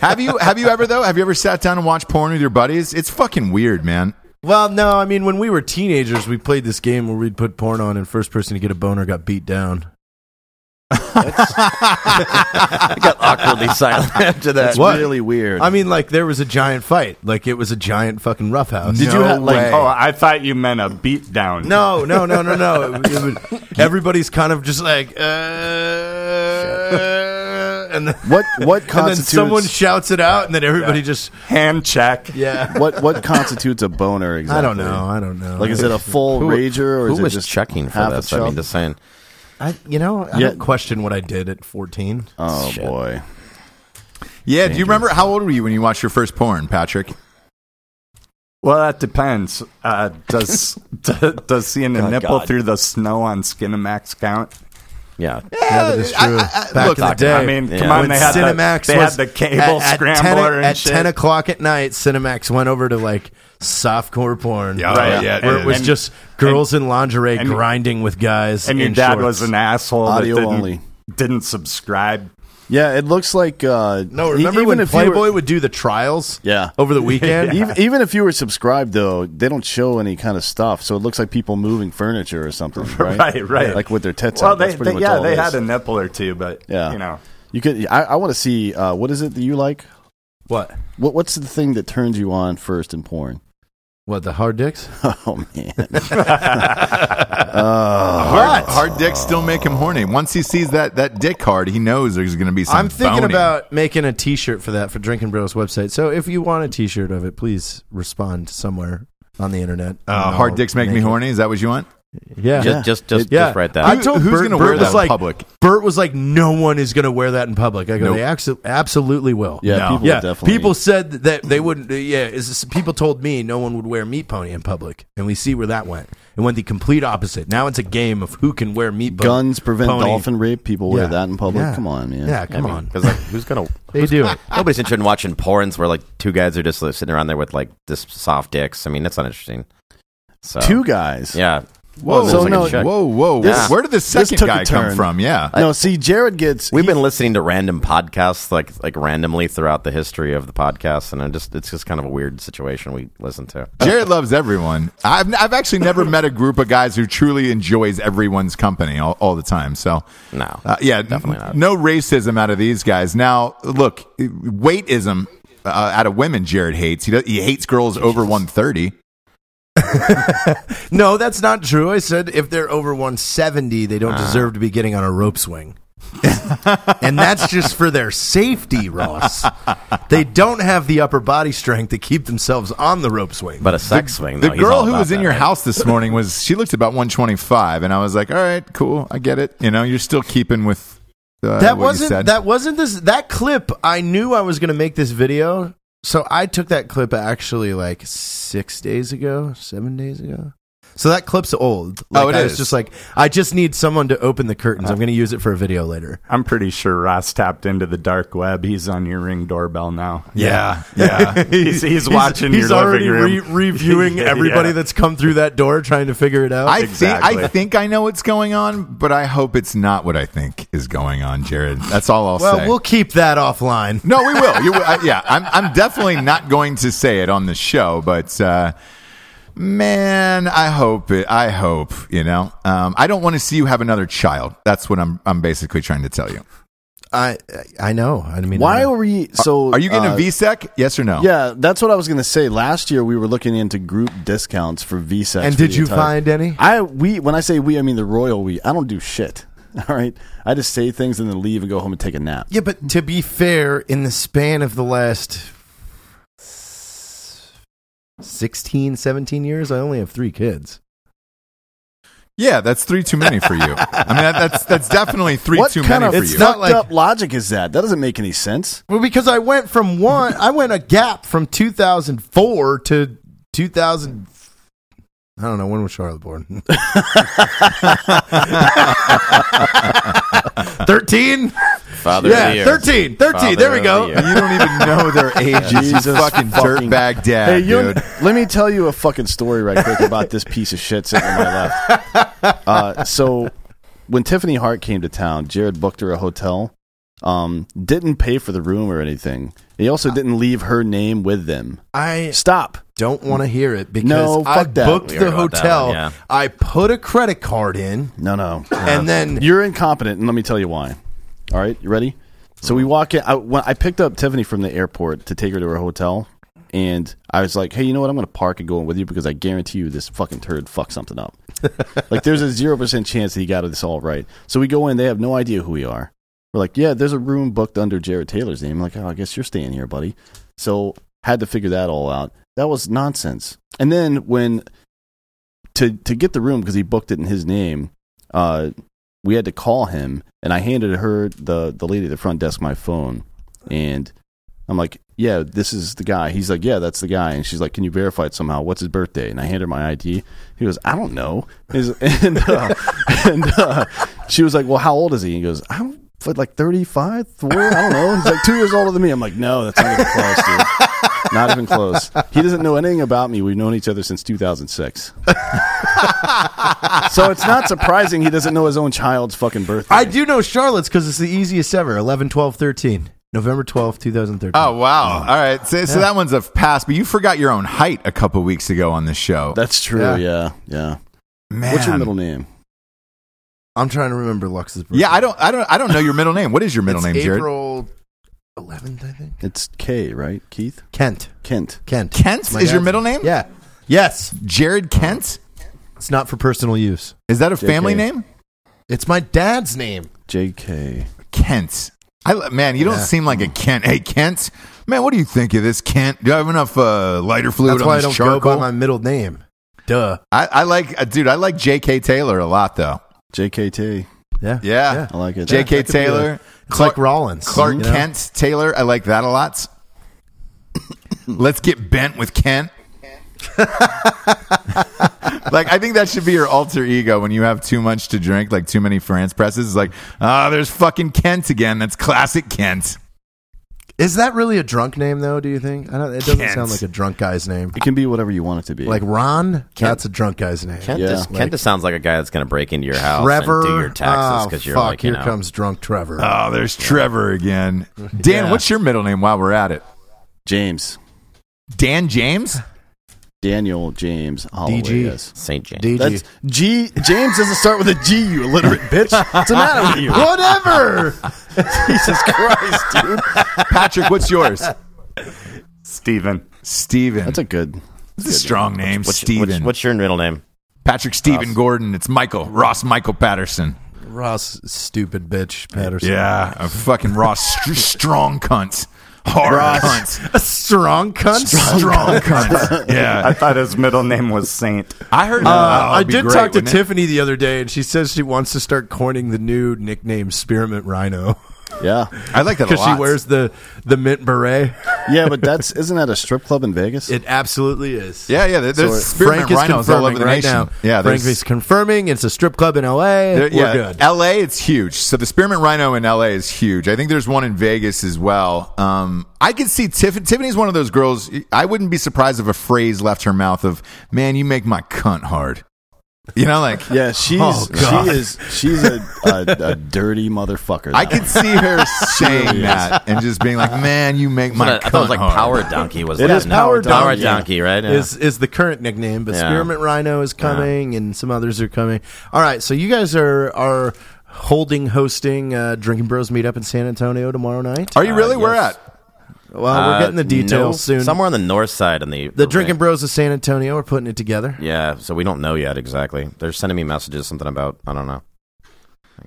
[SPEAKER 1] have you have you ever though? Have you ever sat down and watched porn with your buddies? It's fucking weird, man.
[SPEAKER 3] Well, no, I mean, when we were teenagers, we played this game where we'd put porn on, and first person to get a boner got beat down.
[SPEAKER 4] I got awkwardly silent after that.
[SPEAKER 2] That's
[SPEAKER 3] What?
[SPEAKER 2] really weird.
[SPEAKER 3] I mean, like there was a giant fight, like it was a giant fucking roughhouse.
[SPEAKER 2] Did you
[SPEAKER 1] No
[SPEAKER 2] have like?
[SPEAKER 1] way.
[SPEAKER 2] oh,
[SPEAKER 5] Oh, I thought you meant a beatdown.
[SPEAKER 3] No, no, no, no, no. It, it would, everybody's kind of just like, uh, and then,
[SPEAKER 2] what what
[SPEAKER 3] and then
[SPEAKER 2] constitutes
[SPEAKER 3] someone shouts it out, and then everybody just
[SPEAKER 5] Hand check.
[SPEAKER 3] yeah.
[SPEAKER 2] what what constitutes a boner exactly?
[SPEAKER 3] I don't know. I don't know.
[SPEAKER 2] Like, is it a full rager or
[SPEAKER 4] Who
[SPEAKER 2] is it
[SPEAKER 4] was
[SPEAKER 2] just
[SPEAKER 4] checking for
[SPEAKER 2] half a
[SPEAKER 4] this? I mean,
[SPEAKER 2] chub?
[SPEAKER 4] just saying.
[SPEAKER 3] I, you know, I
[SPEAKER 2] Yeah.
[SPEAKER 3] don't question what I did at fourteen.
[SPEAKER 2] Oh
[SPEAKER 4] Shit.
[SPEAKER 2] boy,
[SPEAKER 1] Yeah, do you remember how old were you when you watched your first porn, Patrick?
[SPEAKER 5] Well, that depends. Uh, does d- does seeing a
[SPEAKER 4] Oh,
[SPEAKER 5] nipple
[SPEAKER 4] God.
[SPEAKER 5] through the snow on Skinamax count?
[SPEAKER 4] Yeah,
[SPEAKER 3] Yeah, that is
[SPEAKER 1] I-
[SPEAKER 3] true.
[SPEAKER 1] I- I-
[SPEAKER 3] Back
[SPEAKER 1] look,
[SPEAKER 3] in the day,
[SPEAKER 5] I mean,
[SPEAKER 4] Yeah.
[SPEAKER 5] come on,
[SPEAKER 3] when
[SPEAKER 5] they had
[SPEAKER 3] Cinemax
[SPEAKER 5] the, they had
[SPEAKER 3] was
[SPEAKER 5] the cable
[SPEAKER 3] at, at 10
[SPEAKER 5] scrambler
[SPEAKER 3] o-
[SPEAKER 5] and
[SPEAKER 3] at
[SPEAKER 5] shit.
[SPEAKER 3] ten o'clock at night, Cinemax went over to like softcore porn.
[SPEAKER 1] Yeah,
[SPEAKER 5] Right, yeah,
[SPEAKER 3] where
[SPEAKER 5] and-
[SPEAKER 3] it was
[SPEAKER 5] and-
[SPEAKER 3] just girls in lingerie
[SPEAKER 5] and-
[SPEAKER 3] grinding with guys.
[SPEAKER 5] and your
[SPEAKER 3] in
[SPEAKER 5] dad
[SPEAKER 3] shorts.
[SPEAKER 5] was an asshole that
[SPEAKER 2] Audio
[SPEAKER 5] didn't,
[SPEAKER 2] only.
[SPEAKER 5] didn't subscribe.
[SPEAKER 2] yeah, it looks like uh,
[SPEAKER 3] No,
[SPEAKER 2] e-
[SPEAKER 3] remember
[SPEAKER 2] even
[SPEAKER 3] when
[SPEAKER 2] if you were-
[SPEAKER 3] Playboy would do the trials?
[SPEAKER 2] Yeah.
[SPEAKER 3] over the weekend.
[SPEAKER 2] Even, even if you were subscribed, though, they don't show any kind of stuff, so it looks like people moving furniture or something, right?
[SPEAKER 5] Right, right.
[SPEAKER 2] Like with their tits
[SPEAKER 5] Well,
[SPEAKER 2] out.
[SPEAKER 5] they,
[SPEAKER 2] That's pretty
[SPEAKER 5] they-
[SPEAKER 2] much
[SPEAKER 5] yeah,
[SPEAKER 2] all
[SPEAKER 5] they
[SPEAKER 2] it
[SPEAKER 5] had
[SPEAKER 2] is.
[SPEAKER 5] a nipple or two, but
[SPEAKER 2] Yeah.
[SPEAKER 5] you know,
[SPEAKER 2] You could. I, I want to see uh, what is it that you like.
[SPEAKER 3] What?
[SPEAKER 2] What What's the thing that turns you on first in porn?
[SPEAKER 3] What the hard dicks?
[SPEAKER 2] Oh man,
[SPEAKER 1] hard, hard dicks still make him horny. Once he sees that that dick card, he knows there's going to be some.
[SPEAKER 3] I'm thinking
[SPEAKER 1] boning.
[SPEAKER 3] about making a T-shirt for that for Drinking Bros website. So if you want a T-shirt of it, please respond somewhere on the internet.
[SPEAKER 1] Uh, hard dicks make me horny. Is that what you want?
[SPEAKER 3] Yeah,
[SPEAKER 4] just just just,
[SPEAKER 3] Yeah.
[SPEAKER 4] just write that.
[SPEAKER 3] I told
[SPEAKER 1] Who- who's
[SPEAKER 3] Bert,
[SPEAKER 1] gonna
[SPEAKER 3] Bert
[SPEAKER 1] wear that
[SPEAKER 3] was
[SPEAKER 1] in
[SPEAKER 3] like,
[SPEAKER 1] public?
[SPEAKER 3] Bert was like, no one is going to wear that in public. I go, they axo- absolutely will.
[SPEAKER 2] yeah,
[SPEAKER 1] No.
[SPEAKER 2] people
[SPEAKER 3] yeah.
[SPEAKER 2] definitely.
[SPEAKER 3] People said that they wouldn't. uh, Yeah, is this- people told me no one would wear meat pony in public, and we see where that went. It went the complete opposite. Now it's a game of who can wear meat. bu-
[SPEAKER 2] guns prevent
[SPEAKER 3] pony.
[SPEAKER 2] dolphin rape. People wear
[SPEAKER 3] Yeah.
[SPEAKER 2] that in public.
[SPEAKER 3] Yeah.
[SPEAKER 2] Come on, man.
[SPEAKER 3] Yeah, come on.
[SPEAKER 4] because like, who's gonna?
[SPEAKER 3] They do it.
[SPEAKER 4] Nobody's interested in watching porns where like two guys are just like, sitting around there with like just soft dicks. I mean, that's not interesting. So
[SPEAKER 2] Two guys.
[SPEAKER 4] yeah,
[SPEAKER 1] Whoa,
[SPEAKER 2] So
[SPEAKER 1] whoa,
[SPEAKER 2] no-
[SPEAKER 1] whoa, whoa!
[SPEAKER 2] This-
[SPEAKER 1] Where did the second
[SPEAKER 2] took a
[SPEAKER 1] guy come
[SPEAKER 2] turn.
[SPEAKER 1] from? Yeah,
[SPEAKER 2] No, see, Jared gets.
[SPEAKER 4] we've
[SPEAKER 2] he-
[SPEAKER 4] been listening to random podcasts like like randomly throughout the history of the podcast, and I just it's just kind of a weird situation we listen to.
[SPEAKER 1] Jared loves everyone. I've I've actually never met a group of guys who truly enjoys everyone's company all, all the time. So
[SPEAKER 4] No,
[SPEAKER 1] uh, yeah,
[SPEAKER 4] definitely not.
[SPEAKER 1] No racism out of these guys. Now look, weightism uh, out of women. Jared hates. He does, he hates girls over one thirty.
[SPEAKER 3] No, that's not true. I said if they're over 170, they don't
[SPEAKER 1] Ah.
[SPEAKER 3] deserve to be getting on a rope swing. and that's just for their safety, Ross. They don't have the upper body strength to keep themselves on the rope swing.
[SPEAKER 4] But a sex swing.
[SPEAKER 1] The
[SPEAKER 4] though, he's all
[SPEAKER 1] girl who
[SPEAKER 4] about
[SPEAKER 1] was in
[SPEAKER 4] that,
[SPEAKER 1] your
[SPEAKER 4] right?
[SPEAKER 1] house this morning was she looked about one twenty five, and I was like, all right, cool, I get it. You know, you're still keeping with uh,
[SPEAKER 3] that
[SPEAKER 1] what you
[SPEAKER 3] wasn't
[SPEAKER 1] said.
[SPEAKER 3] that wasn't this that clip. I knew I was going to make this video, so I took that clip actually like 6 days ago, 7 days ago. So that clip's old. Like,
[SPEAKER 1] Oh, it
[SPEAKER 3] I was
[SPEAKER 1] is. Uh,
[SPEAKER 3] just like I just need someone to open the curtains. I'm going to use it for a video later.
[SPEAKER 5] I'm pretty sure Ross tapped into the dark web. He's on your ring doorbell now.
[SPEAKER 1] yeah, yeah.
[SPEAKER 5] he's, he's watching
[SPEAKER 3] He's
[SPEAKER 5] your
[SPEAKER 3] already
[SPEAKER 5] living room.
[SPEAKER 3] re- reviewing
[SPEAKER 5] Yeah.
[SPEAKER 3] everybody that's come through that door, trying to figure it out.
[SPEAKER 1] I think I
[SPEAKER 5] Exactly.
[SPEAKER 1] think I know what's going on, but I hope it's not what I think is going on, Jared. That's all I'll
[SPEAKER 3] well,
[SPEAKER 1] say.
[SPEAKER 3] we'll keep that offline.
[SPEAKER 1] no, we will. You, will- I, yeah, I'm. I'm definitely not going to say it on the show, but uh, man, I hope it. I hope you know. Um, I don't want to see you have another child. That's what I'm. I'm basically trying to tell you.
[SPEAKER 3] I I know. I mean, I
[SPEAKER 2] Why
[SPEAKER 3] know.
[SPEAKER 2] were we so?
[SPEAKER 1] Are you getting
[SPEAKER 2] uh,
[SPEAKER 1] a VSEC? Yes or no?
[SPEAKER 2] Yeah, that's what I was going to say. Last year we were looking into group discounts for Visa.
[SPEAKER 3] And did you find any?
[SPEAKER 2] I we when I say we, I mean the royal we. I don't do shit. All right, I just say things and then leave and go home and take a nap.
[SPEAKER 3] Yeah, but to be fair, in the span of the last 16, 17 years, I only have three kids.
[SPEAKER 1] Yeah, that's three too many for you. I mean, that, that's that's definitely three
[SPEAKER 2] what
[SPEAKER 1] too
[SPEAKER 2] kind
[SPEAKER 1] many for
[SPEAKER 2] of fucked
[SPEAKER 1] you.
[SPEAKER 3] not like-
[SPEAKER 2] up logic is that? That doesn't make any sense.
[SPEAKER 3] Well, because I went from one, I went a gap from 2004 to 2000. I don't know when was Charlotte born. Thirteen,
[SPEAKER 4] Father of the
[SPEAKER 3] yeah,
[SPEAKER 4] year.
[SPEAKER 3] 13, 13, There we
[SPEAKER 4] Father of
[SPEAKER 3] go.
[SPEAKER 4] the year.
[SPEAKER 1] you don't even know their ages. you
[SPEAKER 2] Jesus
[SPEAKER 1] fucking
[SPEAKER 2] fucking-
[SPEAKER 1] dirtbag dad,
[SPEAKER 2] hey, you
[SPEAKER 1] dude.
[SPEAKER 2] let me tell you a fucking story right quick about this piece of shit sitting on my left. Uh, so, when Tiffany Hart came to town, Jared booked her a hotel. Um, didn't pay for the room or anything. He also didn't leave her name with them.
[SPEAKER 3] I
[SPEAKER 2] Stop.
[SPEAKER 3] don't want to hear it because
[SPEAKER 2] No,
[SPEAKER 3] I
[SPEAKER 2] fuck that.
[SPEAKER 3] booked
[SPEAKER 4] We
[SPEAKER 3] the
[SPEAKER 4] heard about that
[SPEAKER 3] hotel.
[SPEAKER 4] one, yeah.
[SPEAKER 3] I put a credit card in,
[SPEAKER 2] No, no.
[SPEAKER 3] and then
[SPEAKER 2] You're incompetent, and let me tell you why. All right, you ready? So we walk in. I, when I picked up Tiffany from the airport to take her to her hotel, and I was like, "Hey, you know what? I'm going to park and go in with you because I guarantee you this fucking turd fucked something up. like, there's a zero percent chance that he got this all right." So we go in. They have no idea who we are. We're like, "Yeah, there's a room booked under Jared Taylor's name." I'm like, "Oh, I guess you're staying here, buddy." So had to figure that all out. That was nonsense. And then when to to get the room because he booked it in his name, uh, we had to call him, and I handed her the the lady at the front desk my phone, and I'm like, "Yeah, this is the guy." He's like, "Yeah, that's the guy," and she's like, "Can you verify it somehow? What's his birthday?" And I handed her my ID. He goes, "I don't know," He's- and uh, and uh, she was like, "Well, how old is he?" And he goes, "I don't." But like 35, 4, I don't know. He's like two years older than me. I'm like, no, that's not even close, dude. Not even close. He doesn't know anything about me. We've known each other since 2006. So it's not surprising he doesn't know his own child's fucking birthday.
[SPEAKER 3] I do know Charlotte's because it's the easiest ever. 11, 12, 13. November 12th, 2013.
[SPEAKER 1] Oh wow! All right, so, so that one's a pass, but you forgot your own height a couple weeks ago on the show.
[SPEAKER 2] That's true.
[SPEAKER 3] Yeah.
[SPEAKER 2] Yeah. yeah,
[SPEAKER 1] Man,
[SPEAKER 2] What's your middle name?
[SPEAKER 3] I'm trying to remember Lux's birthday.
[SPEAKER 1] yeah, I don't, I don't, I don't know your middle name. What is your middle
[SPEAKER 3] It's
[SPEAKER 1] name, Jared?
[SPEAKER 3] April 11th, I think.
[SPEAKER 2] It's K, right? Keith
[SPEAKER 3] Kent.
[SPEAKER 2] Kent.
[SPEAKER 3] Kent.
[SPEAKER 1] Kent
[SPEAKER 3] My
[SPEAKER 1] is your
[SPEAKER 3] dad's-
[SPEAKER 1] middle name.
[SPEAKER 3] Yeah. Yes.
[SPEAKER 1] Jared Kent.
[SPEAKER 3] It's not for personal use.
[SPEAKER 1] Is that a family
[SPEAKER 2] JK.
[SPEAKER 1] name?
[SPEAKER 3] It's my dad's name.
[SPEAKER 2] J.K.
[SPEAKER 1] Kent. I li- man, you don't
[SPEAKER 3] Yeah.
[SPEAKER 1] seem like a Kent. Hey, Kent, man, what do you think of this Kent? Do I have enough uh, lighter fluid
[SPEAKER 3] That's
[SPEAKER 1] on
[SPEAKER 3] why I
[SPEAKER 1] this
[SPEAKER 3] don't go
[SPEAKER 1] charcoal?
[SPEAKER 3] by my middle name. Duh.
[SPEAKER 1] I, I like, uh, dude, I like J.K. Taylor a lot though.
[SPEAKER 2] J.K.T.
[SPEAKER 3] Yeah.
[SPEAKER 1] Yeah.
[SPEAKER 2] I like it.
[SPEAKER 1] J.K.
[SPEAKER 3] that could be a-
[SPEAKER 1] Taylor,
[SPEAKER 3] It's like
[SPEAKER 1] Clark,
[SPEAKER 3] Rollins.
[SPEAKER 1] Clark
[SPEAKER 3] you know?
[SPEAKER 1] Kent Taylor. I like that a lot. Let's get bent with Kent. like I think that should be your alter ego when you have too much to drink, like too many France presses. It's like, ah, there's fucking Kent again. That's classic Kent.
[SPEAKER 3] Is that really a drunk name, though, do you think? I don't, it doesn't
[SPEAKER 1] Kent.
[SPEAKER 3] sound like a drunk guy's name.
[SPEAKER 2] It can be whatever you want it to be.
[SPEAKER 3] Like Ron? That's a drunk guy's name.
[SPEAKER 4] Kent,
[SPEAKER 2] Yeah.
[SPEAKER 4] just, Kent just sounds like a guy that's going to break into your house
[SPEAKER 3] Trevor.
[SPEAKER 4] and do your taxes
[SPEAKER 3] Oh,
[SPEAKER 4] because you're
[SPEAKER 3] fuck,
[SPEAKER 4] like, you
[SPEAKER 3] here
[SPEAKER 4] know,
[SPEAKER 3] comes drunk Trevor.
[SPEAKER 1] Oh, there's Trevor again. Dan,
[SPEAKER 3] Yeah.
[SPEAKER 1] what's your middle name while we're at it?
[SPEAKER 2] James,
[SPEAKER 1] Dan James?
[SPEAKER 2] Daniel, James, Holloway.
[SPEAKER 3] DG.
[SPEAKER 2] Yes.
[SPEAKER 4] St. James.
[SPEAKER 3] DG.
[SPEAKER 2] That's G. James doesn't start with a G. You illiterate bitch. What's the matter with you?
[SPEAKER 3] Whatever.
[SPEAKER 2] Jesus Christ, dude.
[SPEAKER 1] Patrick, what's yours?
[SPEAKER 5] Steven.
[SPEAKER 1] Steven.
[SPEAKER 2] That's a good.
[SPEAKER 1] It's a strong name, Steven.
[SPEAKER 4] What's, what's your middle name?
[SPEAKER 1] Patrick Steven Gordon. It's Michael. Ross Michael Patterson.
[SPEAKER 3] Ross, stupid bitch, Patterson.
[SPEAKER 1] Yeah, a fucking Ross str- strong cunt, hard cunt,
[SPEAKER 3] A strong cunt.
[SPEAKER 1] strong cunt.
[SPEAKER 5] I
[SPEAKER 1] Yeah,
[SPEAKER 5] thought his middle name was Saint.
[SPEAKER 1] I heard.
[SPEAKER 3] Uh, I did talk to Tiffany the other day, and she says she wants to start coining the new nickname Spearmint Rhino
[SPEAKER 2] Yeah.
[SPEAKER 1] I like that a
[SPEAKER 3] because she
[SPEAKER 1] lot.
[SPEAKER 3] wears the the mint beret.
[SPEAKER 2] Yeah, but that's isn't that a strip club in Vegas?
[SPEAKER 3] It absolutely is.
[SPEAKER 1] Yeah, yeah. there- There's
[SPEAKER 3] Frank
[SPEAKER 1] spearmint
[SPEAKER 3] is
[SPEAKER 1] rhinos all over
[SPEAKER 3] confirming
[SPEAKER 1] the
[SPEAKER 3] right
[SPEAKER 1] nation.
[SPEAKER 3] now.
[SPEAKER 1] Yeah,
[SPEAKER 3] Frank
[SPEAKER 1] there's-
[SPEAKER 3] is confirming it's a strip club in L.A.
[SPEAKER 1] there-
[SPEAKER 3] We're
[SPEAKER 1] yeah,
[SPEAKER 3] good.
[SPEAKER 1] L.A. It's huge. So the spearmint rhino in L.A. is huge. I think there's one in Vegas as well. Um, I could see Tiff- Tiffany's one of those girls. I wouldn't be surprised if a phrase left her mouth of "Man, you make my cunt hard." You know, like
[SPEAKER 2] yeah, she's
[SPEAKER 1] Oh, God.
[SPEAKER 2] she is she's a, a, a dirty motherfucker.
[SPEAKER 1] I
[SPEAKER 2] that
[SPEAKER 1] could see her saying that and just being like, "Man, you make my
[SPEAKER 4] I thought it was
[SPEAKER 1] cunt
[SPEAKER 4] like
[SPEAKER 1] hard."
[SPEAKER 4] Power Donkey. Was
[SPEAKER 2] It
[SPEAKER 4] like,
[SPEAKER 2] is Power
[SPEAKER 4] Power
[SPEAKER 2] Donkey, yeah.
[SPEAKER 4] Donkey, right? Yeah.
[SPEAKER 3] Is is the current nickname, but
[SPEAKER 4] Yeah.
[SPEAKER 3] Spearmint Rhino is coming, and some others are coming. All right, so you guys are are holding, hosting uh, Drinking Bros meetup in San Antonio tomorrow night.
[SPEAKER 1] Are you really? Where
[SPEAKER 4] yes.
[SPEAKER 1] at?
[SPEAKER 3] Well, uh, we're getting the details soon.
[SPEAKER 4] Uh, Somewhere on the north side in the
[SPEAKER 3] the Drinking Bros of San Antonio are putting it together.
[SPEAKER 4] Yeah, so we don't know yet exactly. They're sending me messages something about I don't know.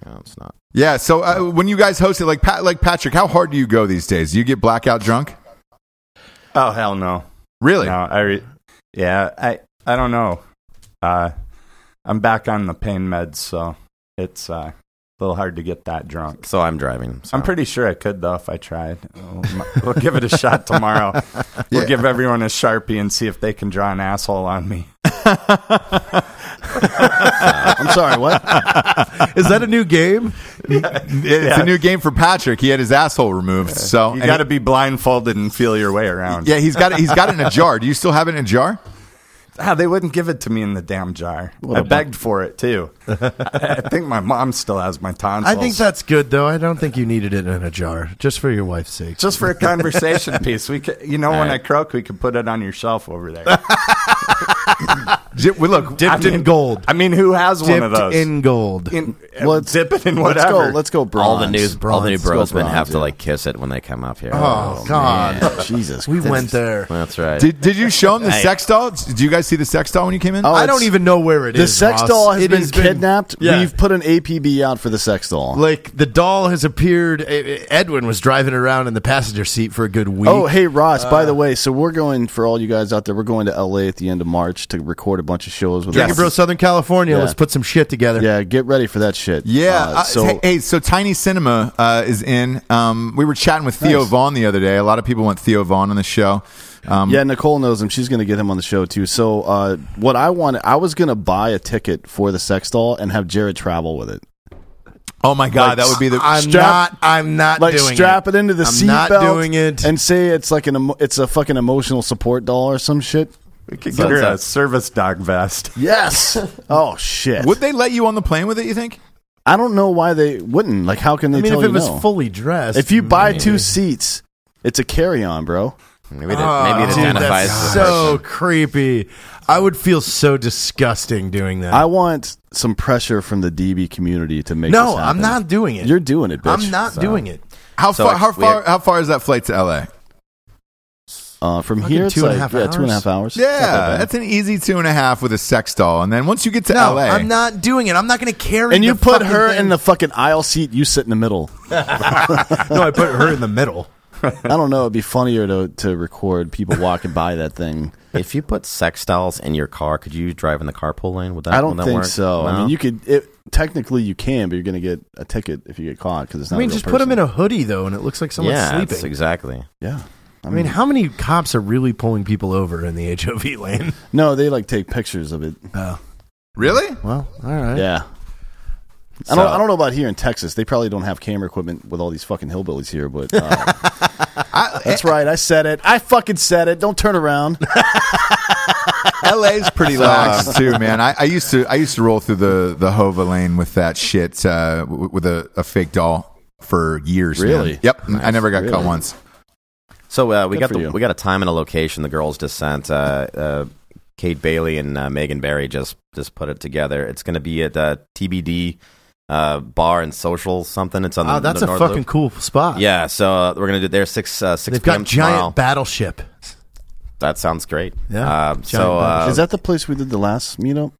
[SPEAKER 4] Hang on, it's not.
[SPEAKER 1] Yeah. So uh, when you guys host it, like Pat, like Patrick, how hard do you go these days? Do you get blackout drunk?
[SPEAKER 5] Oh hell no.
[SPEAKER 1] Really?
[SPEAKER 5] No, I re- yeah, I I don't know. Uh, I'm back on the pain meds, so it's uh, a little hard to get that drunk.
[SPEAKER 4] So I'm driving. so-
[SPEAKER 5] I'm pretty sure I could though if I tried. Oh, my- We'll give it a shot tomorrow. We'll give everyone a sharpie and see if they can draw an asshole on me.
[SPEAKER 2] I'm sorry, what?
[SPEAKER 3] Is that a new game?
[SPEAKER 1] It's
[SPEAKER 5] Yeah.
[SPEAKER 1] a new game for Patrick. He had his asshole removed. So
[SPEAKER 5] You
[SPEAKER 1] and
[SPEAKER 5] got to be blindfolded and feel your way around.
[SPEAKER 1] he- yeah, he's got it. He's got it in a jar. Do you still have it in a jar?
[SPEAKER 5] Ah, they wouldn't give it to me in the damn jar. I begged for it too. I, I think my mom still has my
[SPEAKER 3] I
[SPEAKER 5] tonsils.
[SPEAKER 3] think that's good though. I don't think you needed it in a jar, just for your wife's sake.
[SPEAKER 5] just for a conversation piece. We, could, you know, when I croak, we could put it on your shelf over there.
[SPEAKER 1] J- well, look,
[SPEAKER 3] dipped in gold.
[SPEAKER 5] I mean, who has one of
[SPEAKER 3] dipped
[SPEAKER 5] those?
[SPEAKER 3] in gold.
[SPEAKER 5] in,
[SPEAKER 2] Well,
[SPEAKER 5] dip it in
[SPEAKER 2] Let's
[SPEAKER 5] whatever.
[SPEAKER 2] go. Let's go. Bronze.
[SPEAKER 4] all the news, all the new
[SPEAKER 2] Bronze. Let's
[SPEAKER 4] bros
[SPEAKER 2] go
[SPEAKER 4] men have
[SPEAKER 2] bronze,
[SPEAKER 4] to
[SPEAKER 2] yeah.
[SPEAKER 4] like kiss it when they come up here.
[SPEAKER 3] Oh, God.
[SPEAKER 4] man.
[SPEAKER 2] Jesus,
[SPEAKER 3] we
[SPEAKER 2] Christ.
[SPEAKER 3] went there.
[SPEAKER 4] that's right.
[SPEAKER 1] Did, did you show him the
[SPEAKER 4] Hey.
[SPEAKER 1] sex doll? Did you guys see the sex doll when you came in?
[SPEAKER 2] Oh,
[SPEAKER 3] I
[SPEAKER 2] it's-
[SPEAKER 3] don't even know where it is.
[SPEAKER 2] The sex
[SPEAKER 3] Ross.
[SPEAKER 2] doll has
[SPEAKER 3] It
[SPEAKER 2] been kidnapped.
[SPEAKER 3] Yeah.
[SPEAKER 2] We've put an APB out for the sex doll.
[SPEAKER 3] like the doll has appeared. E- Edwin was driving around in the passenger seat for a good week. Uh,
[SPEAKER 2] Oh, hey Ross. by the way, so we're going for all you guys out there. We're going to LA at the end of March to record a bunch of shows with
[SPEAKER 3] Drinking
[SPEAKER 2] us.
[SPEAKER 3] Bro, Southern California.
[SPEAKER 2] Yeah.
[SPEAKER 3] Let's put some shit together.
[SPEAKER 2] Yeah, get ready for that shit.
[SPEAKER 1] Yeah.
[SPEAKER 2] Uh,
[SPEAKER 1] uh,
[SPEAKER 2] so
[SPEAKER 1] hey, hey, so Tiny Cinema uh, is in. Um, we were chatting with Theo Vaughn the other day. A lot of people want Theo Vaughn on the show. Um,
[SPEAKER 2] yeah, Nicole knows him. She's going to get him on the show too. So uh, what I wanted, I was going to buy a ticket for the sex doll and have Jared travel with it.
[SPEAKER 1] Oh my God, that would be the.
[SPEAKER 3] I'm
[SPEAKER 2] Strap-
[SPEAKER 3] not. I'm not
[SPEAKER 2] Like
[SPEAKER 3] doing
[SPEAKER 2] strap
[SPEAKER 3] it.
[SPEAKER 2] it, into the
[SPEAKER 3] I'm not
[SPEAKER 2] seatbelt.
[SPEAKER 3] doing it.
[SPEAKER 2] And say it's like an emo- it's a fucking emotional support doll or some shit.
[SPEAKER 5] we could get her a service dog vest.
[SPEAKER 2] Yes. oh shit.
[SPEAKER 1] would they let you on the plane with it? You think?
[SPEAKER 2] I don't know why they wouldn't. Like, how can they
[SPEAKER 3] I mean,
[SPEAKER 2] tell
[SPEAKER 3] if it
[SPEAKER 2] you
[SPEAKER 3] was
[SPEAKER 2] no?
[SPEAKER 3] fully dressed,
[SPEAKER 2] If you buy
[SPEAKER 3] maybe.
[SPEAKER 2] two seats, it's a carry-on, bro.
[SPEAKER 4] maybe it,
[SPEAKER 3] Oh,
[SPEAKER 4] maybe it
[SPEAKER 3] dude,
[SPEAKER 4] identifies.
[SPEAKER 3] that's
[SPEAKER 4] as a
[SPEAKER 3] so
[SPEAKER 4] person.
[SPEAKER 3] creepy. I would feel so disgusting doing that.
[SPEAKER 2] I want some pressure from the DB community to make.
[SPEAKER 3] no,
[SPEAKER 2] this
[SPEAKER 3] I'm
[SPEAKER 2] happen.
[SPEAKER 3] not doing it.
[SPEAKER 2] You're doing it, bitch.
[SPEAKER 3] I'm not doing it.
[SPEAKER 1] How
[SPEAKER 4] So,
[SPEAKER 1] far?
[SPEAKER 4] like,
[SPEAKER 1] How
[SPEAKER 4] we
[SPEAKER 1] far?
[SPEAKER 4] had-
[SPEAKER 1] how far is that flight to L.A.?
[SPEAKER 2] Uh, from
[SPEAKER 3] Fucking
[SPEAKER 2] here, it's
[SPEAKER 3] two and a
[SPEAKER 2] like,
[SPEAKER 3] half
[SPEAKER 2] yeah, two and a
[SPEAKER 3] hours.
[SPEAKER 2] half hours. It's not that
[SPEAKER 1] Yeah,
[SPEAKER 2] bad.
[SPEAKER 1] that's an easy two and a half with a sex doll, and then once you get to
[SPEAKER 3] No,
[SPEAKER 1] L.A.,
[SPEAKER 3] I'm not doing it. I'm not going to carry.
[SPEAKER 2] and you
[SPEAKER 3] the
[SPEAKER 2] put
[SPEAKER 3] fucking
[SPEAKER 2] her in
[SPEAKER 3] thing.
[SPEAKER 2] the fucking aisle seat. You sit in the middle.
[SPEAKER 3] no, I put her in the middle.
[SPEAKER 2] I don't know. It'd be funnier to to record people walking by that thing.
[SPEAKER 4] If you put sex dolls in your car, could you drive in the carpool lane? Would that?
[SPEAKER 2] I don't
[SPEAKER 4] would that
[SPEAKER 2] think
[SPEAKER 4] work?
[SPEAKER 2] so. I
[SPEAKER 4] No?
[SPEAKER 2] mean, you could. It, technically, you can, but you're going to get a ticket if you get caught because it's not.
[SPEAKER 3] I mean,
[SPEAKER 2] a real
[SPEAKER 3] just put him in
[SPEAKER 2] person.
[SPEAKER 3] a hoodie though, and it looks like someone's
[SPEAKER 4] yeah, that's
[SPEAKER 3] sleeping.
[SPEAKER 4] exactly.
[SPEAKER 2] Yeah.
[SPEAKER 3] I mean, how many cops are really pulling people over in the HOV lane?
[SPEAKER 2] no, they like take pictures of it.
[SPEAKER 1] really.
[SPEAKER 3] Well, all right.
[SPEAKER 2] Yeah. I don't,
[SPEAKER 4] So-
[SPEAKER 2] I don't know about here in Texas. They probably don't have camera equipment with all these fucking hillbillies here, but uh, that's right. I said it. I fucking said it. Don't turn around.
[SPEAKER 1] LA's pretty lax too, man. I, I used to I used to roll through the the Hova lane with that shit uh, w- with a, a fake doll for years. man.
[SPEAKER 2] Really?
[SPEAKER 1] Yep. I never got caught
[SPEAKER 2] Really?
[SPEAKER 1] once.
[SPEAKER 4] So uh, we
[SPEAKER 2] Good
[SPEAKER 4] got
[SPEAKER 2] for
[SPEAKER 4] the
[SPEAKER 2] you.
[SPEAKER 4] we got a time and a location. The girls just sent. Uh, uh, Kate Bailey and uh, Megan Barry just just put it together. It's going to be at uh, TBD uh, bar and social something. It's on the
[SPEAKER 3] Oh, that's
[SPEAKER 4] the
[SPEAKER 3] a
[SPEAKER 4] North
[SPEAKER 3] fucking
[SPEAKER 4] Loop.
[SPEAKER 3] cool spot.
[SPEAKER 4] yeah. So uh, we're going to do there six uh, six
[SPEAKER 3] They've
[SPEAKER 4] p.m.
[SPEAKER 3] got giant
[SPEAKER 4] tomorrow.
[SPEAKER 3] battleship.
[SPEAKER 4] that sounds great.
[SPEAKER 3] Yeah,
[SPEAKER 4] Uh,
[SPEAKER 3] giant
[SPEAKER 4] so uh,
[SPEAKER 2] Is that the place we did the last meetup?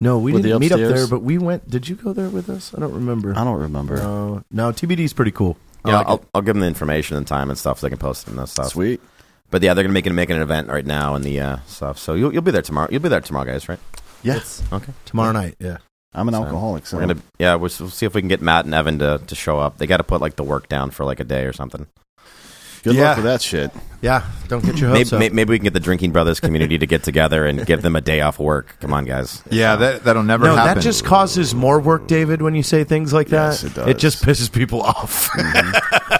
[SPEAKER 3] No, we
[SPEAKER 2] With
[SPEAKER 3] didn't
[SPEAKER 2] the
[SPEAKER 3] meet up there,
[SPEAKER 2] upstairs?
[SPEAKER 3] but we went. Did you go there with us? I don't remember.
[SPEAKER 2] I don't remember.
[SPEAKER 3] No, no. TBD's pretty cool. I
[SPEAKER 4] Yeah,
[SPEAKER 3] like
[SPEAKER 4] I'll,
[SPEAKER 3] it.
[SPEAKER 4] I'll give them the information and time and stuff so they can post it and that stuff.
[SPEAKER 2] Sweet.
[SPEAKER 4] But yeah, they're gonna make it make an event right now and the uh, stuff. So you'll, you'll be there tomorrow. You'll be there tomorrow, guys, right?
[SPEAKER 2] Yes.
[SPEAKER 4] Okay.
[SPEAKER 3] tomorrow night. Yeah.
[SPEAKER 2] I'm an
[SPEAKER 4] So,
[SPEAKER 2] alcoholic, so
[SPEAKER 4] We're gonna yeah. We'll, s- we'll see if we can get Matt and Evan to, to show up. They got to put like the work down for like a day or something.
[SPEAKER 2] good
[SPEAKER 1] Yeah.
[SPEAKER 2] luck with that shit.
[SPEAKER 3] Yeah. Don't get your
[SPEAKER 4] Maybe,
[SPEAKER 3] hopes up.
[SPEAKER 4] may- maybe we can get the Drinking Brothers community to get together and give them a day off work. Come on, guys.
[SPEAKER 1] Yeah, that that'll never
[SPEAKER 3] no,
[SPEAKER 1] happen.
[SPEAKER 3] that just causes more work, David. When you say things like
[SPEAKER 2] Yes,
[SPEAKER 3] that,
[SPEAKER 2] it does.
[SPEAKER 3] just pisses people off.
[SPEAKER 1] All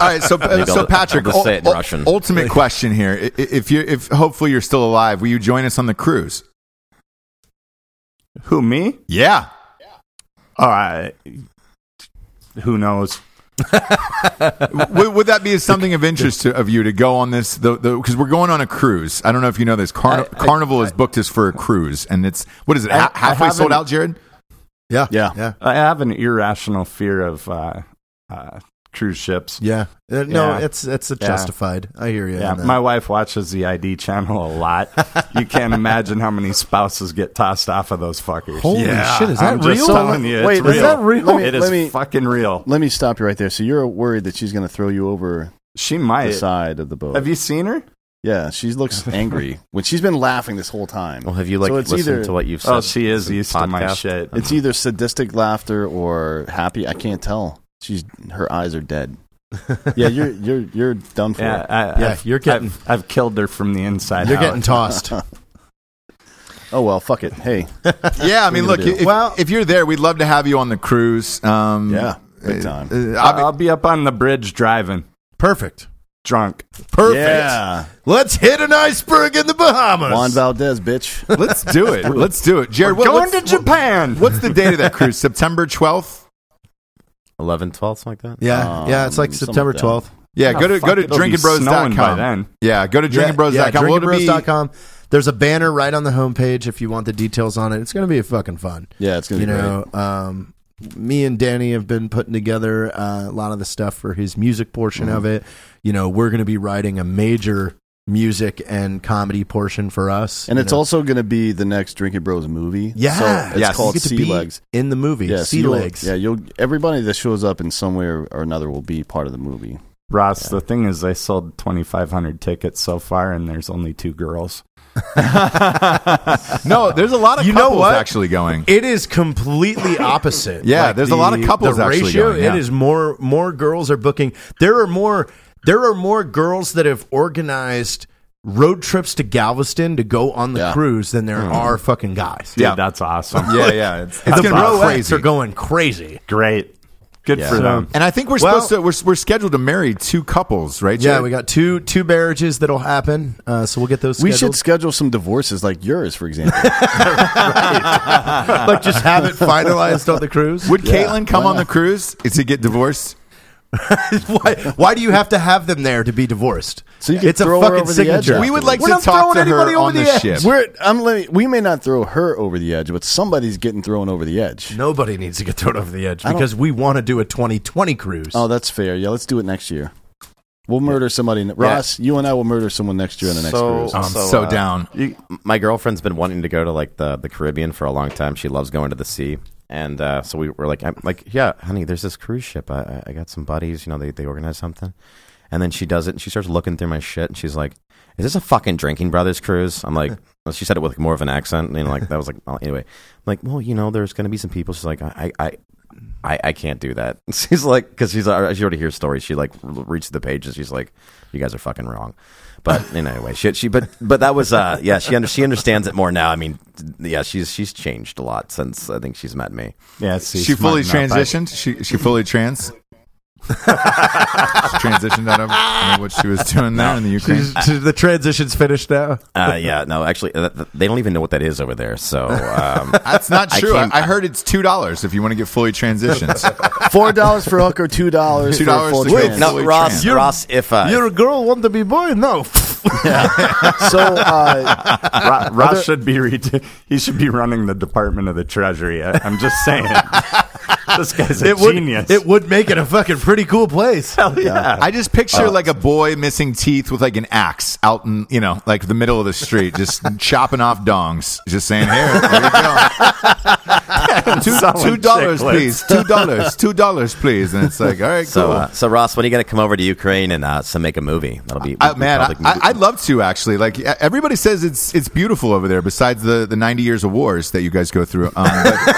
[SPEAKER 1] right, so uh, so
[SPEAKER 4] I'll-
[SPEAKER 1] Patrick,
[SPEAKER 4] I'll just
[SPEAKER 1] ul-
[SPEAKER 4] say it in
[SPEAKER 1] ul-
[SPEAKER 4] Russian.
[SPEAKER 1] ultimate question here: I- i- if you if hopefully you're still alive, will you join us on the cruise?
[SPEAKER 5] Who me?
[SPEAKER 1] Yeah,
[SPEAKER 5] Oh, I, who knows?
[SPEAKER 1] would, would that be something of interest to, of you to go on this? Because the, because we're going on a cruise. I don't know if you know this. Carni- Carnival has booked us for a cruise, and it's what is it?
[SPEAKER 5] I-
[SPEAKER 1] ha-
[SPEAKER 5] I
[SPEAKER 1] halfway sold
[SPEAKER 5] haven't-
[SPEAKER 1] out, Jared.
[SPEAKER 3] Yeah.
[SPEAKER 2] Yeah.
[SPEAKER 3] Yeah.
[SPEAKER 5] I have an irrational fear of uh, uh, cruise ships.
[SPEAKER 3] Yeah. Uh, no,
[SPEAKER 5] Yeah.
[SPEAKER 3] it's it's a
[SPEAKER 5] Yeah.
[SPEAKER 3] justified. I hear you. uh,
[SPEAKER 5] Yeah, my wife watches the ID channel a lot. you can't imagine how many spouses get tossed off of those fuckers.
[SPEAKER 6] Holy
[SPEAKER 3] Yeah,
[SPEAKER 6] shit! Is that
[SPEAKER 5] I'm
[SPEAKER 6] real?
[SPEAKER 5] just telling you,
[SPEAKER 2] Wait,
[SPEAKER 5] it's
[SPEAKER 2] is
[SPEAKER 5] real.
[SPEAKER 2] that real? Let me-
[SPEAKER 5] it
[SPEAKER 2] let
[SPEAKER 5] is
[SPEAKER 2] me-
[SPEAKER 5] fucking real.
[SPEAKER 2] Let me stop you right there. So you're worried that she's going to throw you over
[SPEAKER 5] She
[SPEAKER 2] the
[SPEAKER 5] might.
[SPEAKER 2] side of the boat.
[SPEAKER 5] Have you seen her?
[SPEAKER 2] yeah, she looks angry. when she's been laughing this whole time.
[SPEAKER 4] Well, have you like
[SPEAKER 2] So it's
[SPEAKER 4] listened
[SPEAKER 2] either-
[SPEAKER 4] to what you've said?
[SPEAKER 5] Oh, she is
[SPEAKER 4] in
[SPEAKER 5] used to my
[SPEAKER 4] podcast?
[SPEAKER 5] shit.
[SPEAKER 2] It's either sadistic laughter or happy. I can't tell. She's her eyes are dead. Yeah, you're you're you're done for.
[SPEAKER 5] Yeah, I,
[SPEAKER 3] Yeah,
[SPEAKER 5] I've,
[SPEAKER 3] you're getting-
[SPEAKER 5] I've, I've killed her from the inside.
[SPEAKER 3] You're
[SPEAKER 5] out.
[SPEAKER 3] getting tossed.
[SPEAKER 2] Oh well, fuck it. Hey,
[SPEAKER 1] Yeah, I mean, look,
[SPEAKER 2] What are you gonna
[SPEAKER 1] if, if you're there, we'd love to have you on the cruise.
[SPEAKER 3] Mm-hmm.
[SPEAKER 1] Um,
[SPEAKER 2] Yeah, big
[SPEAKER 1] uh,
[SPEAKER 2] time.
[SPEAKER 1] uh,
[SPEAKER 5] I'll,
[SPEAKER 1] obvi-
[SPEAKER 5] I'll be up on the bridge driving,
[SPEAKER 3] Perfect.
[SPEAKER 5] drunk.
[SPEAKER 3] Perfect.
[SPEAKER 2] yeah,
[SPEAKER 3] Let's hit an iceberg in the Bahamas.
[SPEAKER 2] Juan Valdez, bitch.
[SPEAKER 1] Let's do it. Let's do it, Jared. what-
[SPEAKER 5] Going to
[SPEAKER 1] what's,
[SPEAKER 5] Japan.
[SPEAKER 1] what's the date of that cruise? September 12th.
[SPEAKER 4] 11, 12, something like that.
[SPEAKER 3] yeah. yeah. It's like
[SPEAKER 2] Um,
[SPEAKER 3] September
[SPEAKER 2] something like
[SPEAKER 3] 12th.
[SPEAKER 1] Yeah, go to
[SPEAKER 5] Oh, fuck,
[SPEAKER 1] go to
[SPEAKER 5] it'll be snowing by then.
[SPEAKER 1] drinkingbros.com. Yeah, go to drinkingbros.com.
[SPEAKER 3] Yeah, yeah,
[SPEAKER 1] Well, it'll be-
[SPEAKER 3] drinkingbros.com. There's a banner right on the homepage if you want the details on it. It's going to be fucking fun.
[SPEAKER 2] Yeah, it's gonna
[SPEAKER 3] you
[SPEAKER 2] be
[SPEAKER 3] know, um, me and Danny have been putting together uh, a lot of the stuff for his music portion of it. You know, we're going to be writing a major music and comedy portion for us,
[SPEAKER 2] And
[SPEAKER 3] you
[SPEAKER 2] it's
[SPEAKER 3] know.
[SPEAKER 2] also going to be the next Drinking Bros movie.
[SPEAKER 3] yeah,
[SPEAKER 2] so it's
[SPEAKER 5] Yes.
[SPEAKER 2] called
[SPEAKER 3] You get to
[SPEAKER 2] Sea
[SPEAKER 3] be
[SPEAKER 2] Legs.
[SPEAKER 3] in the movie.
[SPEAKER 2] Yeah,
[SPEAKER 3] sea
[SPEAKER 2] you'll-
[SPEAKER 3] legs.
[SPEAKER 2] Yeah, you'll everybody that shows up in some way or, or another will be part of the movie.
[SPEAKER 5] Ross, the thing is, I sold 2,500 tickets so far, and there's only two girls.
[SPEAKER 1] No, there's a lot of
[SPEAKER 3] You know
[SPEAKER 1] couples
[SPEAKER 3] what?
[SPEAKER 1] actually going.
[SPEAKER 3] It is completely opposite.
[SPEAKER 1] Yeah, there's a lot of couples
[SPEAKER 3] The
[SPEAKER 1] actually
[SPEAKER 3] ratio
[SPEAKER 1] going, yeah.
[SPEAKER 3] it is more more girls are booking. There are more there are more girls that have organized road trips to Galveston to go on the
[SPEAKER 2] Yeah.
[SPEAKER 3] cruise than there are fucking guys.
[SPEAKER 5] Dude,
[SPEAKER 1] Yeah.
[SPEAKER 5] that's awesome.
[SPEAKER 1] Yeah, yeah, it's, it's gonna
[SPEAKER 3] The
[SPEAKER 1] be
[SPEAKER 3] broettes
[SPEAKER 1] crazy.
[SPEAKER 3] are going crazy.
[SPEAKER 5] Great. Good for
[SPEAKER 2] So-
[SPEAKER 5] them.
[SPEAKER 1] and I think we're
[SPEAKER 3] Well-
[SPEAKER 1] supposed to we're, we're scheduled to marry two couples, right?
[SPEAKER 3] Yeah,
[SPEAKER 1] Jared?
[SPEAKER 3] we got two two marriages that'll happen. Uh, so we'll get those.
[SPEAKER 2] We
[SPEAKER 3] scheduled.
[SPEAKER 2] should schedule some divorces like yours, for example.
[SPEAKER 3] like just have it finalized on the cruise.
[SPEAKER 1] Would Caitlin come on the cruise? Is he get divorced?
[SPEAKER 3] why, why do you have to have them there to be divorced?
[SPEAKER 2] So you can
[SPEAKER 3] it's a
[SPEAKER 2] throw her
[SPEAKER 3] fucking
[SPEAKER 2] over the edge
[SPEAKER 3] signature.
[SPEAKER 2] after.
[SPEAKER 1] We would like
[SPEAKER 3] We're
[SPEAKER 1] to
[SPEAKER 3] not
[SPEAKER 1] talk
[SPEAKER 3] throwing
[SPEAKER 1] to
[SPEAKER 3] anybody
[SPEAKER 1] her
[SPEAKER 3] over
[SPEAKER 1] on
[SPEAKER 3] the
[SPEAKER 1] the,
[SPEAKER 3] edge.
[SPEAKER 1] ship.
[SPEAKER 2] We're, I'm, let me- we may not throw her over the edge, but somebody's getting thrown over the edge.
[SPEAKER 3] Nobody needs to get thrown over the edge
[SPEAKER 2] I don't-
[SPEAKER 3] because we want to do a 2020 cruise.
[SPEAKER 2] Oh, that's fair. Yeah, let's do it next year. We'll murder somebody. Ross, you and I will murder someone next year on the next
[SPEAKER 4] So-
[SPEAKER 2] cruise.
[SPEAKER 1] I'm
[SPEAKER 4] Also,
[SPEAKER 1] so
[SPEAKER 4] uh,
[SPEAKER 1] down.
[SPEAKER 4] my girlfriend's been wanting to go to like the, the Caribbean for a long time. She loves going to the sea, and uh, so we were like, I'm like, yeah, honey, there's this cruise ship. I, I I got some buddies, you know, they they organize something, and then she does it, and she starts looking through my shit, and she's like, is this a fucking Drinking Brothers cruise? I'm like. well, She said it with more of an accent, you know, like that was like. oh, Anyway, I'm like, well, you know, there's going to be some people. She's like, I, I, I, I can't do that. She's like, because she's alre- she already hears stories. She like re- reads the pages. She's like, you guys are fucking wrong. But in any way, she, she but but that was uh yeah she under, she understands it more now. I mean yeah she's she's changed a lot since I think she's met me.
[SPEAKER 5] Yeah, see,
[SPEAKER 1] she fully
[SPEAKER 5] smarten up. I-
[SPEAKER 1] transitioned. She she fully trans. transitioned out of I don't know what she was doing there in the Ukraine.
[SPEAKER 3] the transition's finished now.
[SPEAKER 4] Uh, yeah no actually uh, th- they don't even know what that is over there. So um,
[SPEAKER 1] That's not
[SPEAKER 4] I
[SPEAKER 1] true. I,
[SPEAKER 4] came-
[SPEAKER 1] I heard it's two dollars if you want to get fully transitioned.
[SPEAKER 2] Four dollars for hooker, two dollars for
[SPEAKER 1] $2
[SPEAKER 2] a full
[SPEAKER 1] to
[SPEAKER 2] trans.
[SPEAKER 1] trans.
[SPEAKER 4] no
[SPEAKER 1] fully
[SPEAKER 4] Ross
[SPEAKER 1] trans.
[SPEAKER 4] Ross if uh,
[SPEAKER 3] Your girl want to be boy? No.
[SPEAKER 2] So uh,
[SPEAKER 5] Ro- Ross should be re- he should be running the Department of the Treasury. I, I'm just saying, this guy's a
[SPEAKER 3] it would
[SPEAKER 5] genius.
[SPEAKER 3] it would make it a fucking pretty cool place.
[SPEAKER 5] Hell yeah.
[SPEAKER 1] I just picture
[SPEAKER 4] Oh.
[SPEAKER 1] like a boy missing teeth with like an axe out in you know like the middle of the street, just chopping off dongs, just saying here, here you go. two
[SPEAKER 5] Selling
[SPEAKER 1] two dollars,
[SPEAKER 5] chiclets.
[SPEAKER 1] please. Two dollars, two dollars, please. And it's like all right,
[SPEAKER 4] so
[SPEAKER 1] cool.
[SPEAKER 4] uh, so Ross when are you gonna come over to Ukraine and uh, so make a movie that'll be
[SPEAKER 1] I, Uh, man, I,
[SPEAKER 4] probably-
[SPEAKER 1] I, I'd love to actually. Like e- everybody says, it's it's beautiful over there. Besides the, the ninety years of wars that you guys go through. Um, but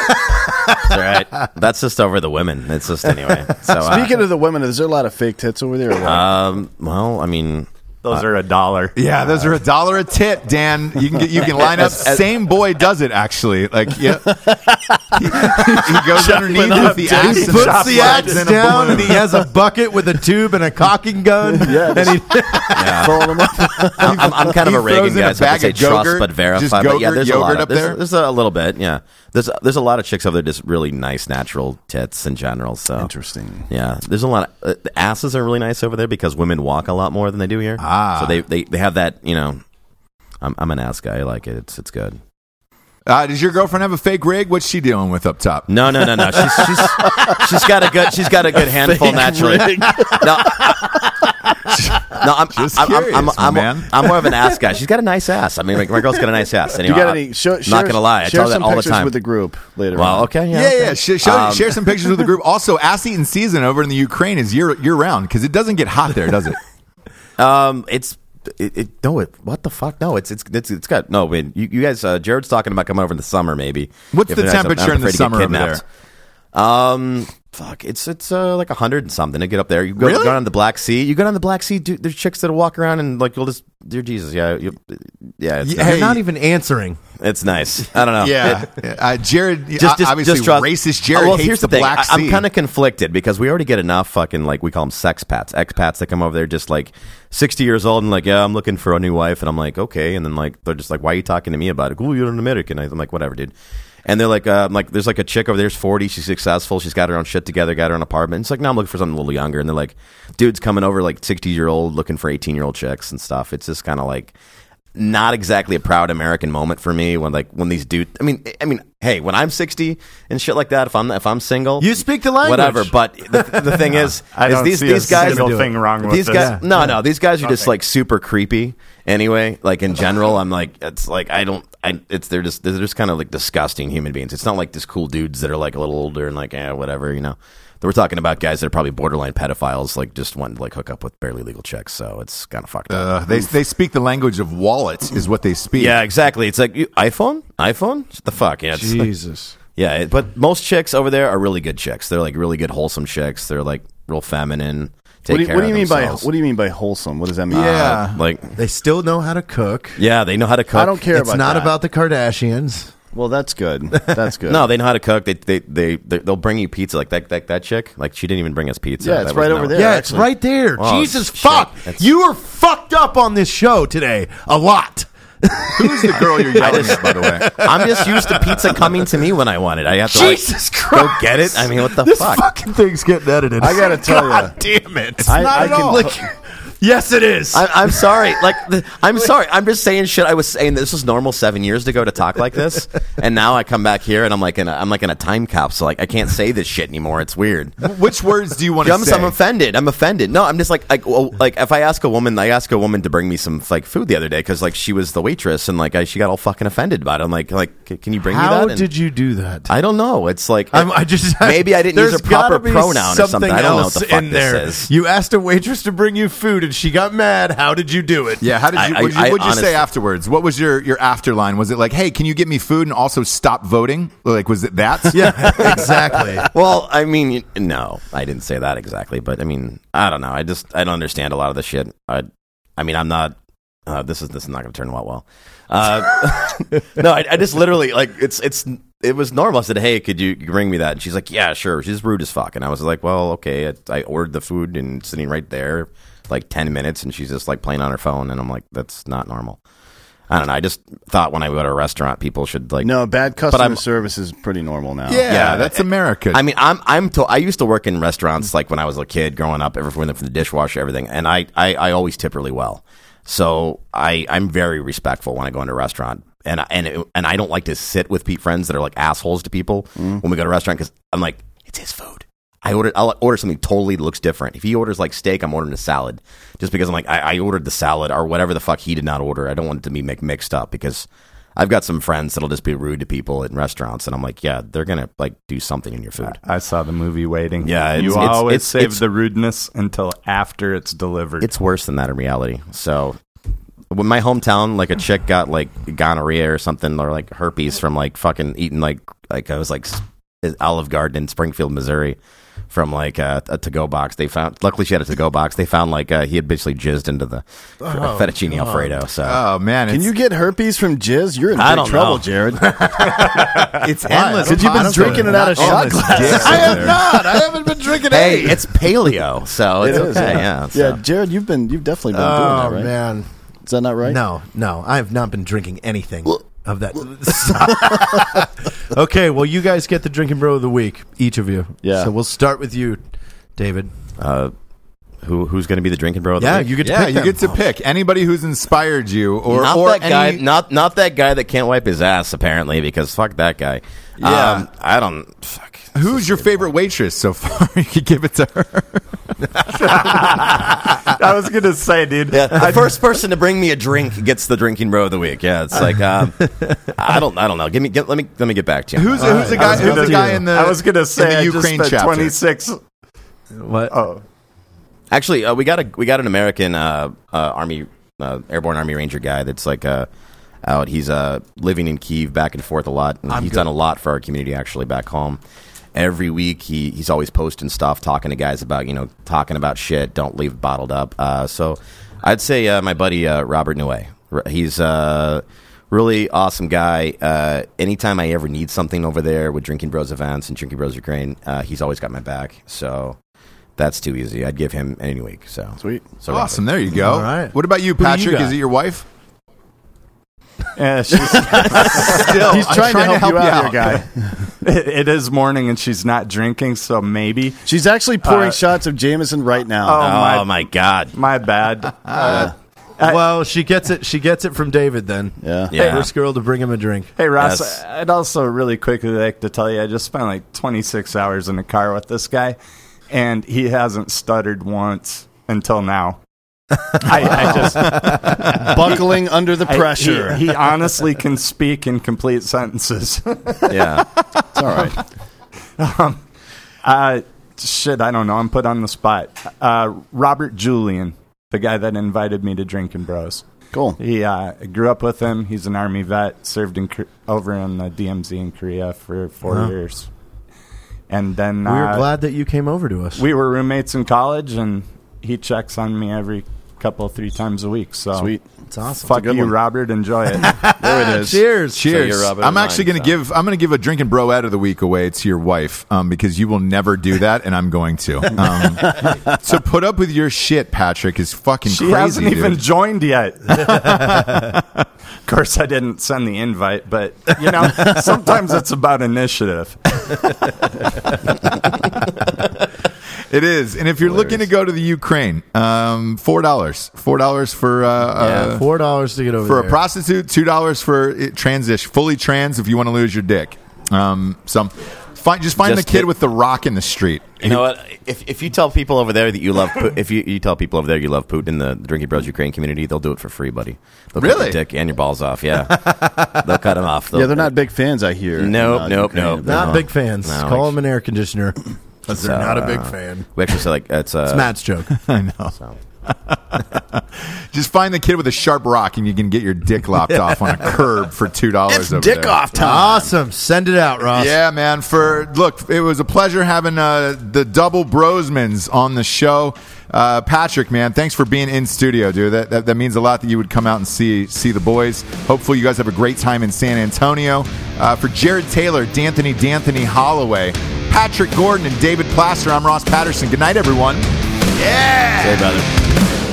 [SPEAKER 4] All right. That's just over the women. It's just anyway. So uh,
[SPEAKER 2] speaking of the women, is there a lot of fake tits over there? or what?
[SPEAKER 4] um, well, I mean, uh,
[SPEAKER 5] Those are a dollar.
[SPEAKER 1] yeah, those are a dollar a tip, Dan. You can get you can line up. Same boy does it actually. Like yeah, he, he goes underneath with the axe.
[SPEAKER 3] He
[SPEAKER 1] and
[SPEAKER 3] puts
[SPEAKER 1] chops
[SPEAKER 3] the
[SPEAKER 1] legs
[SPEAKER 3] axe
[SPEAKER 1] in a
[SPEAKER 3] down
[SPEAKER 1] balloon.
[SPEAKER 3] and he has a bucket with a tube and a cocking gun.
[SPEAKER 2] Yeah,
[SPEAKER 3] and he,
[SPEAKER 2] Throwing them up.
[SPEAKER 4] I'm, I'm kind of
[SPEAKER 1] He
[SPEAKER 4] a Reagan
[SPEAKER 1] throws in
[SPEAKER 4] guy.
[SPEAKER 1] a
[SPEAKER 4] so I
[SPEAKER 1] bag
[SPEAKER 4] would say
[SPEAKER 1] of yogurt,
[SPEAKER 4] trust but
[SPEAKER 1] just
[SPEAKER 4] verify. But yeah,
[SPEAKER 1] yogurt-
[SPEAKER 4] there's a lot
[SPEAKER 1] yogurt
[SPEAKER 4] of,
[SPEAKER 1] up
[SPEAKER 4] there's,
[SPEAKER 1] there?
[SPEAKER 4] there's a little bit. Yeah, there's there's a lot of chicks out there just really nice natural tits in general. So
[SPEAKER 2] Interesting.
[SPEAKER 4] Yeah, there's a lot of uh, the asses are really nice over there because women walk a lot more than they do here. Ah, so they they, they have that you know. I'm, I'm an ass guy. I like it. It's it's good.
[SPEAKER 1] Uh, does your girlfriend have a fake rig? What's she dealing with up top?
[SPEAKER 4] No, no, no, no. She's she's she's got a good she's got a good handful naturally. No, I- no, I'm
[SPEAKER 1] Just
[SPEAKER 4] I'm, I'm- I'm,
[SPEAKER 1] curious,
[SPEAKER 4] I'm,
[SPEAKER 1] man.
[SPEAKER 4] I'm more of an ass guy. She's got a nice ass. I mean, my, my girl's got a nice ass.
[SPEAKER 2] You
[SPEAKER 4] Anyway,
[SPEAKER 2] got
[SPEAKER 4] I-
[SPEAKER 2] any? Show,
[SPEAKER 4] I'm
[SPEAKER 2] share-
[SPEAKER 4] not gonna lie, I
[SPEAKER 2] share
[SPEAKER 4] tell that
[SPEAKER 2] some
[SPEAKER 4] all the
[SPEAKER 2] pictures
[SPEAKER 4] time.
[SPEAKER 2] with the group later.
[SPEAKER 4] well,
[SPEAKER 2] on.
[SPEAKER 4] okay, yeah,
[SPEAKER 1] Yeah,
[SPEAKER 4] okay.
[SPEAKER 1] yeah. Sh- show,
[SPEAKER 4] Um,
[SPEAKER 1] share some pictures with the group. Also, ass eating season over in the Ukraine is year year round because it doesn't get hot there, does it?
[SPEAKER 4] Um, it's it, it no it what the fuck no it's it's it's, it's got no win you, you guys uh, Jared's talking about coming over in the summer maybe
[SPEAKER 1] What's
[SPEAKER 4] If
[SPEAKER 1] the
[SPEAKER 4] they're not- I'm
[SPEAKER 1] temperature in the
[SPEAKER 4] afraid to get
[SPEAKER 1] summer over
[SPEAKER 4] kidnapped. Um, fuck, it's it's uh, like a hundred and something to get up there. You go,
[SPEAKER 1] Really?
[SPEAKER 4] go on the Black Sea. You go down the Black Sea. Dude, there's chicks that'll walk around and like you'll just dear Jesus, yeah, you, yeah, it's,
[SPEAKER 1] Yeah,
[SPEAKER 4] nice.
[SPEAKER 1] hey.
[SPEAKER 3] You're not even answering.
[SPEAKER 4] it's nice. I don't know. It-
[SPEAKER 1] uh, Jared.
[SPEAKER 4] just, just
[SPEAKER 1] obviously,
[SPEAKER 4] just trust-
[SPEAKER 1] racist Jared
[SPEAKER 4] Oh, well,
[SPEAKER 1] hates
[SPEAKER 4] here's
[SPEAKER 1] the,
[SPEAKER 4] the, thing.
[SPEAKER 1] Black
[SPEAKER 4] I,
[SPEAKER 1] Sea.
[SPEAKER 4] am kind of conflicted because we already get enough fucking like we call them sexpats, expats that come over there just like 60 years old and like yeah, I'm looking for a new wife and I'm like okay, and then like they're just like why are you talking to me about it? Oh, you're an American. I'm like whatever, dude. And they're like, uh, I'm like, there's like a chick over there's 40. She's successful. She's got her own shit together. Got her own apartment. It's like, no, I'm looking for something a little younger. And they're like, dude's coming over like 60 year old looking for 18 year old chicks and stuff. It's just kind of like, not exactly a proud American moment for me when like when these dude. I mean, I mean, hey, when I'm 60 and shit like that, if I'm if I'm single,
[SPEAKER 3] You speak the language.
[SPEAKER 4] whatever. But the, the thing is,
[SPEAKER 5] I
[SPEAKER 4] is
[SPEAKER 5] don't
[SPEAKER 4] these
[SPEAKER 5] see
[SPEAKER 4] these
[SPEAKER 5] a
[SPEAKER 4] guys
[SPEAKER 5] single thing wrong with
[SPEAKER 4] these
[SPEAKER 5] this.
[SPEAKER 4] guys. No, no, these guys are just like super creepy. Anyway, like in general, I'm like it's like I don't. I, it's they're just they're just kind of like disgusting human beings. It's not like these cool dudes that are like a little older and like eh, whatever you know. We're talking about guys that are probably borderline pedophiles, like just wanting to like hook up with barely legal chicks. So it's kind of fucked up.
[SPEAKER 1] Uh, they they speak the language of wallets, is what they speak.
[SPEAKER 4] Yeah, exactly. It's like you, iPhone, iPhone. Shut the fuck. Yeah, it's,
[SPEAKER 3] Jesus.
[SPEAKER 4] yeah. It, but most chicks over there are really good chicks. They're like really good, wholesome chicks. They're like real feminine. Take
[SPEAKER 2] What do, you,
[SPEAKER 4] care
[SPEAKER 2] what do you
[SPEAKER 4] of
[SPEAKER 2] mean by
[SPEAKER 4] themselves.
[SPEAKER 2] what do you mean by wholesome? What does that mean?
[SPEAKER 1] Yeah.
[SPEAKER 4] Uh, like,
[SPEAKER 3] They still know how to cook.
[SPEAKER 4] yeah, they know how to cook.
[SPEAKER 2] I don't care
[SPEAKER 3] it's
[SPEAKER 2] about
[SPEAKER 3] not
[SPEAKER 2] that.
[SPEAKER 3] about the Kardashians.
[SPEAKER 2] Well, that's good. That's good.
[SPEAKER 4] No, they know how to cook. They they they they- they'll bring you pizza. Like that that that chick. Like she didn't even bring us pizza.
[SPEAKER 2] Yeah, it's
[SPEAKER 4] That
[SPEAKER 2] right
[SPEAKER 4] was-
[SPEAKER 2] over there.
[SPEAKER 3] Yeah, it's
[SPEAKER 2] actually.
[SPEAKER 3] right there.
[SPEAKER 4] Oh,
[SPEAKER 3] Jesus
[SPEAKER 4] shit.
[SPEAKER 3] fuck.
[SPEAKER 4] That's-
[SPEAKER 3] You are fucked up on this show today a lot.
[SPEAKER 1] Who's the girl you're yelling at? By the way,
[SPEAKER 4] I'm just used to pizza coming to me when I want it. I have to like,
[SPEAKER 3] Jesus
[SPEAKER 4] go
[SPEAKER 3] Christ.
[SPEAKER 4] get it. I mean, what the
[SPEAKER 3] This
[SPEAKER 4] fuck?
[SPEAKER 3] fucking thing's getting edited.
[SPEAKER 2] I gotta tell
[SPEAKER 3] God
[SPEAKER 2] ya.
[SPEAKER 3] damn it.
[SPEAKER 2] I- Not I at can- all.
[SPEAKER 3] Like, yes, it is.
[SPEAKER 4] I, I'm sorry. Like, the, I'm sorry. I'm just saying shit. I was saying this was normal seven years ago to talk like this, and now I come back here and I'm like in a I'm like in a time capsule. Like, I can't say this shit anymore. It's weird.
[SPEAKER 1] which words do you want to
[SPEAKER 4] I'm,
[SPEAKER 1] say?
[SPEAKER 4] I'm offended. I'm offended. No, I'm just like like well, like if I ask a woman, I asked a woman to bring me some like food the other day because like she was the waitress and like I, she got all fucking offended about it. I'm like like "C- can you bring me
[SPEAKER 3] How
[SPEAKER 4] that? And
[SPEAKER 3] did you do that?
[SPEAKER 4] I don't know. It's like
[SPEAKER 3] I'm, I just
[SPEAKER 4] maybe I didn't use
[SPEAKER 3] there's
[SPEAKER 4] a proper
[SPEAKER 3] gotta be
[SPEAKER 4] pronoun or something. I don't know what the
[SPEAKER 3] else
[SPEAKER 4] fuck
[SPEAKER 3] in
[SPEAKER 4] this
[SPEAKER 3] there.
[SPEAKER 4] is.
[SPEAKER 3] You asked a waitress to bring you food, and she got mad. How did you do it?
[SPEAKER 1] yeah, how did
[SPEAKER 4] I-
[SPEAKER 1] you?
[SPEAKER 4] I-
[SPEAKER 1] What'd you,
[SPEAKER 4] I
[SPEAKER 1] what'd you
[SPEAKER 4] honestly-
[SPEAKER 1] say afterwards? What was your your afterline? Was it like, "Hey, can you get me food and also stop voting"? Like, was it that?
[SPEAKER 3] yeah, exactly.
[SPEAKER 4] Well, I mean, no, I didn't say that exactly, but I mean, I don't know. I just I don't understand a lot of the shit. I, I mean, I'm not. Uh, this is this is not going to turn out well. Uh, no, I, I just literally like it's it's it was normal. I said, "Hey, could you bring me that?" And she's like, "Yeah, sure." She's rude as fuck, and I was like, "Well, okay." I, I ordered the food and it's sitting right there, like ten minutes, and she's just like playing on her phone, and I'm like, "That's not normal." I don't know. I just thought when I go to a restaurant, people should like
[SPEAKER 2] No, bad customer
[SPEAKER 4] I'm-
[SPEAKER 2] service is pretty normal now.
[SPEAKER 1] yeah, that's America.
[SPEAKER 4] I mean, I'm I'm to, I used to work in restaurants like when I was a kid growing up, everything from the dishwasher, everything, and I, I, I always tip really well. So I I'm very respectful when I go into a restaurant, and I, and it, and I don't like to sit with pe- friends that are like assholes to people when we go to a restaurant because I'm like it's his food. I ordered. I'll order something totally that looks different. If he orders like steak, I'm ordering a salad, just because I'm like I, I ordered the salad or whatever the fuck he did not order. I don't want it to be mi- mixed up because I've got some friends that'll just be rude to people in restaurants, and I'm like, yeah, they're gonna like do something in your food.
[SPEAKER 5] I saw the movie Waiting.
[SPEAKER 4] Yeah, it's-
[SPEAKER 5] you
[SPEAKER 4] it's-
[SPEAKER 5] always
[SPEAKER 4] it's-
[SPEAKER 5] save
[SPEAKER 4] it's-
[SPEAKER 5] the rudeness until after it's delivered.
[SPEAKER 4] It's worse than that in reality. So, when my hometown, like a chick got like gonorrhea or something, or like herpes from like fucking eating like like I was like s- Olive Garden in Springfield, Missouri, from like uh, a to go box. They found luckily she had a to go box. They found like uh, he had basically jizzed into the fr- fettuccine alfredo. So
[SPEAKER 3] Uh,
[SPEAKER 1] oh man,
[SPEAKER 2] Can
[SPEAKER 1] it's,
[SPEAKER 2] you get herpes from jizz? You're in
[SPEAKER 4] I
[SPEAKER 2] big
[SPEAKER 4] don't
[SPEAKER 2] trouble,
[SPEAKER 4] know.
[SPEAKER 2] Jared.
[SPEAKER 1] it's endless.
[SPEAKER 2] Because you've been drinking it out of shot glasses.
[SPEAKER 3] I have not. I haven't been drinking
[SPEAKER 4] hey,
[SPEAKER 3] any.
[SPEAKER 4] it's paleo, so it's
[SPEAKER 2] It is,
[SPEAKER 4] okay. Yeah,
[SPEAKER 2] yeah.
[SPEAKER 4] so.
[SPEAKER 2] Yeah, Jared, you've been you've definitely been
[SPEAKER 3] oh
[SPEAKER 2] doing that, right?
[SPEAKER 3] man,
[SPEAKER 2] Is that not right?
[SPEAKER 3] no, no, I have not been drinking anything of that. okay, well, you guys get the drinking bro of the week, each of you.
[SPEAKER 2] Yeah.
[SPEAKER 3] So we'll start with you, David.
[SPEAKER 4] Uh, Who who's going to be the drinking bro? of the
[SPEAKER 3] Yeah,
[SPEAKER 4] week?
[SPEAKER 3] you get to
[SPEAKER 1] yeah,
[SPEAKER 3] pick
[SPEAKER 1] you
[SPEAKER 3] them.
[SPEAKER 1] get to pick anybody who's inspired you, or
[SPEAKER 4] not
[SPEAKER 1] or
[SPEAKER 4] that
[SPEAKER 1] any,
[SPEAKER 4] guy. Not not that guy that can't wipe his ass apparently because fuck that guy.
[SPEAKER 1] Yeah.
[SPEAKER 4] um, I don't. Fuck.
[SPEAKER 1] who's your favorite waitress so far. you could give it to her.
[SPEAKER 5] I was gonna say, dude.
[SPEAKER 4] Yeah, the first person to bring me a drink gets the drinking bro of the week. Yeah, it's like um, I don't I don't know. Give me get, let me let me get back to you.
[SPEAKER 1] Who's who's the
[SPEAKER 5] I
[SPEAKER 1] guy?
[SPEAKER 5] was
[SPEAKER 1] Who's
[SPEAKER 5] gonna-
[SPEAKER 1] the guy in the?
[SPEAKER 5] I was gonna say
[SPEAKER 1] in the
[SPEAKER 5] I just
[SPEAKER 1] Ukraine
[SPEAKER 5] spent
[SPEAKER 1] chapter.
[SPEAKER 5] 26.
[SPEAKER 3] What?
[SPEAKER 5] Oh,
[SPEAKER 4] Actually, uh, we got a we got an American uh, uh, army uh, airborne army ranger guy that's like uh, out. He's uh, living in Kiev, back and forth a lot. And he's done a lot for our community actually back home. Every week he, he's always posting stuff, talking to guys about you know talking about shit. Don't leave it bottled up. Uh, so I'd say uh, my buddy uh, Robert Newey. R- He's uh, really awesome guy. Uh, anytime I ever need something over there with Drinking Bros events and Drinking Bros Ukraine, uh, he's always got my back. So that's too easy. I'd give him any week. So
[SPEAKER 2] Sweet.
[SPEAKER 4] So
[SPEAKER 1] awesome. There you go.
[SPEAKER 3] All right.
[SPEAKER 1] What about you,
[SPEAKER 3] do you
[SPEAKER 1] Patrick?
[SPEAKER 3] got?
[SPEAKER 1] Is it your wife?
[SPEAKER 5] yeah, she's,
[SPEAKER 1] Still,
[SPEAKER 5] he's
[SPEAKER 1] I'm
[SPEAKER 5] trying, to help, you out,
[SPEAKER 1] guy.
[SPEAKER 5] here, guy. it, it is morning and she's not drinking, so maybe.
[SPEAKER 2] She's actually pouring
[SPEAKER 5] Uh,
[SPEAKER 2] shots of Jameson right now.
[SPEAKER 5] Oh,
[SPEAKER 4] Oh,
[SPEAKER 5] my,
[SPEAKER 4] my, God.
[SPEAKER 5] my bad.
[SPEAKER 3] well, she gets it. She gets it from David. Then
[SPEAKER 2] Yeah.
[SPEAKER 4] Yeah.
[SPEAKER 3] first girl to bring him a drink.
[SPEAKER 5] Hey Ross,
[SPEAKER 4] Yes.
[SPEAKER 5] I'd also really quickly like to tell you I just spent like 26 hours in the car with this guy, and he hasn't stuttered once until now. I, I just
[SPEAKER 2] Buckling under the
[SPEAKER 5] I-
[SPEAKER 2] pressure.
[SPEAKER 5] he, he honestly can speak in complete sentences.
[SPEAKER 4] Yeah.
[SPEAKER 2] it's all right.
[SPEAKER 5] Uh, shit, I don't know. I'm put on the spot. Uh, Robert Julian, the guy that invited me to Drinking Bros.
[SPEAKER 2] Cool.
[SPEAKER 5] He uh, I grew up with him. He's an army vet. Served in Kor- over in the DMZ in Korea for 4
[SPEAKER 3] Wow.
[SPEAKER 5] years, and then
[SPEAKER 3] we were
[SPEAKER 5] uh,
[SPEAKER 3] glad that you came over to us.
[SPEAKER 5] we were roommates in college, and he checks on me every couple three times a week. So
[SPEAKER 2] Sweet.
[SPEAKER 3] it's awesome.
[SPEAKER 5] Fuck
[SPEAKER 2] good
[SPEAKER 5] you,
[SPEAKER 2] one.
[SPEAKER 5] Robert. Enjoy it. Ah,
[SPEAKER 2] There it is.
[SPEAKER 3] Cheers.
[SPEAKER 1] Cheers.
[SPEAKER 4] you're Robin
[SPEAKER 1] I'm
[SPEAKER 4] and
[SPEAKER 1] actually
[SPEAKER 4] mine,
[SPEAKER 1] going to
[SPEAKER 4] so.
[SPEAKER 1] give I'm going to give a drinking bro out of the week away to your wife um, because you will never do that, and I'm going to. Um, so put up with your shit, Patrick is fucking
[SPEAKER 5] She
[SPEAKER 1] crazy.
[SPEAKER 5] hasn't
[SPEAKER 1] dude.
[SPEAKER 5] even joined yet. of course, I didn't send the invite, but you know, sometimes it's about initiative.
[SPEAKER 1] It is, and if you're looking to go to the Ukraine, um, four dollars, four dollars for uh, uh,
[SPEAKER 3] Four dollars to get over
[SPEAKER 1] for a
[SPEAKER 3] there.
[SPEAKER 1] prostitute, two dollars for it, transition, fully trans if you want to lose your dick. Um, some find just find
[SPEAKER 4] Just
[SPEAKER 1] the kid
[SPEAKER 4] hit-
[SPEAKER 1] with the rock in the street.
[SPEAKER 4] You know what? If, if you tell people over there that you love Pu- if you, you tell people over there you love Putin, the Drinking Bros Ukraine community, they'll do it for free, buddy. They'll cut
[SPEAKER 1] Really?
[SPEAKER 4] your dick and your balls off. Yeah, they'll cut them off. They'll-
[SPEAKER 2] Yeah, they're not big fans, I hear.
[SPEAKER 4] Nope,
[SPEAKER 2] Uh,
[SPEAKER 4] nope,
[SPEAKER 2] Ukraine.
[SPEAKER 4] nope.
[SPEAKER 3] Not
[SPEAKER 4] No.
[SPEAKER 3] big fans.
[SPEAKER 4] No,
[SPEAKER 3] Call
[SPEAKER 4] like-
[SPEAKER 3] him an air conditioner. Because they're not a big fan.
[SPEAKER 4] We actually say like it's uh,
[SPEAKER 3] It's Matt's joke.
[SPEAKER 1] I know.
[SPEAKER 4] so.
[SPEAKER 1] Just find the kid with a sharp rock, and you can get your dick lopped off on a curb for two dollars. over
[SPEAKER 2] Dick
[SPEAKER 1] there.
[SPEAKER 2] off time.
[SPEAKER 3] Awesome. Send it out, Ross.
[SPEAKER 1] Yeah, man. For look, it was a pleasure having uh, the double Brosmans on the show. Uh, Patrick, man, thanks for being in studio, dude. That, that that means a lot that you would come out and see see the boys. Hopefully, you guys have a great time in San Antonio. Uh, for Jared Taylor, D'Anthony, D'Anthony Holloway, Patrick Gordon, and David Plaster, I'm Ross Patterson. Good night, everyone.
[SPEAKER 4] Hey, brother.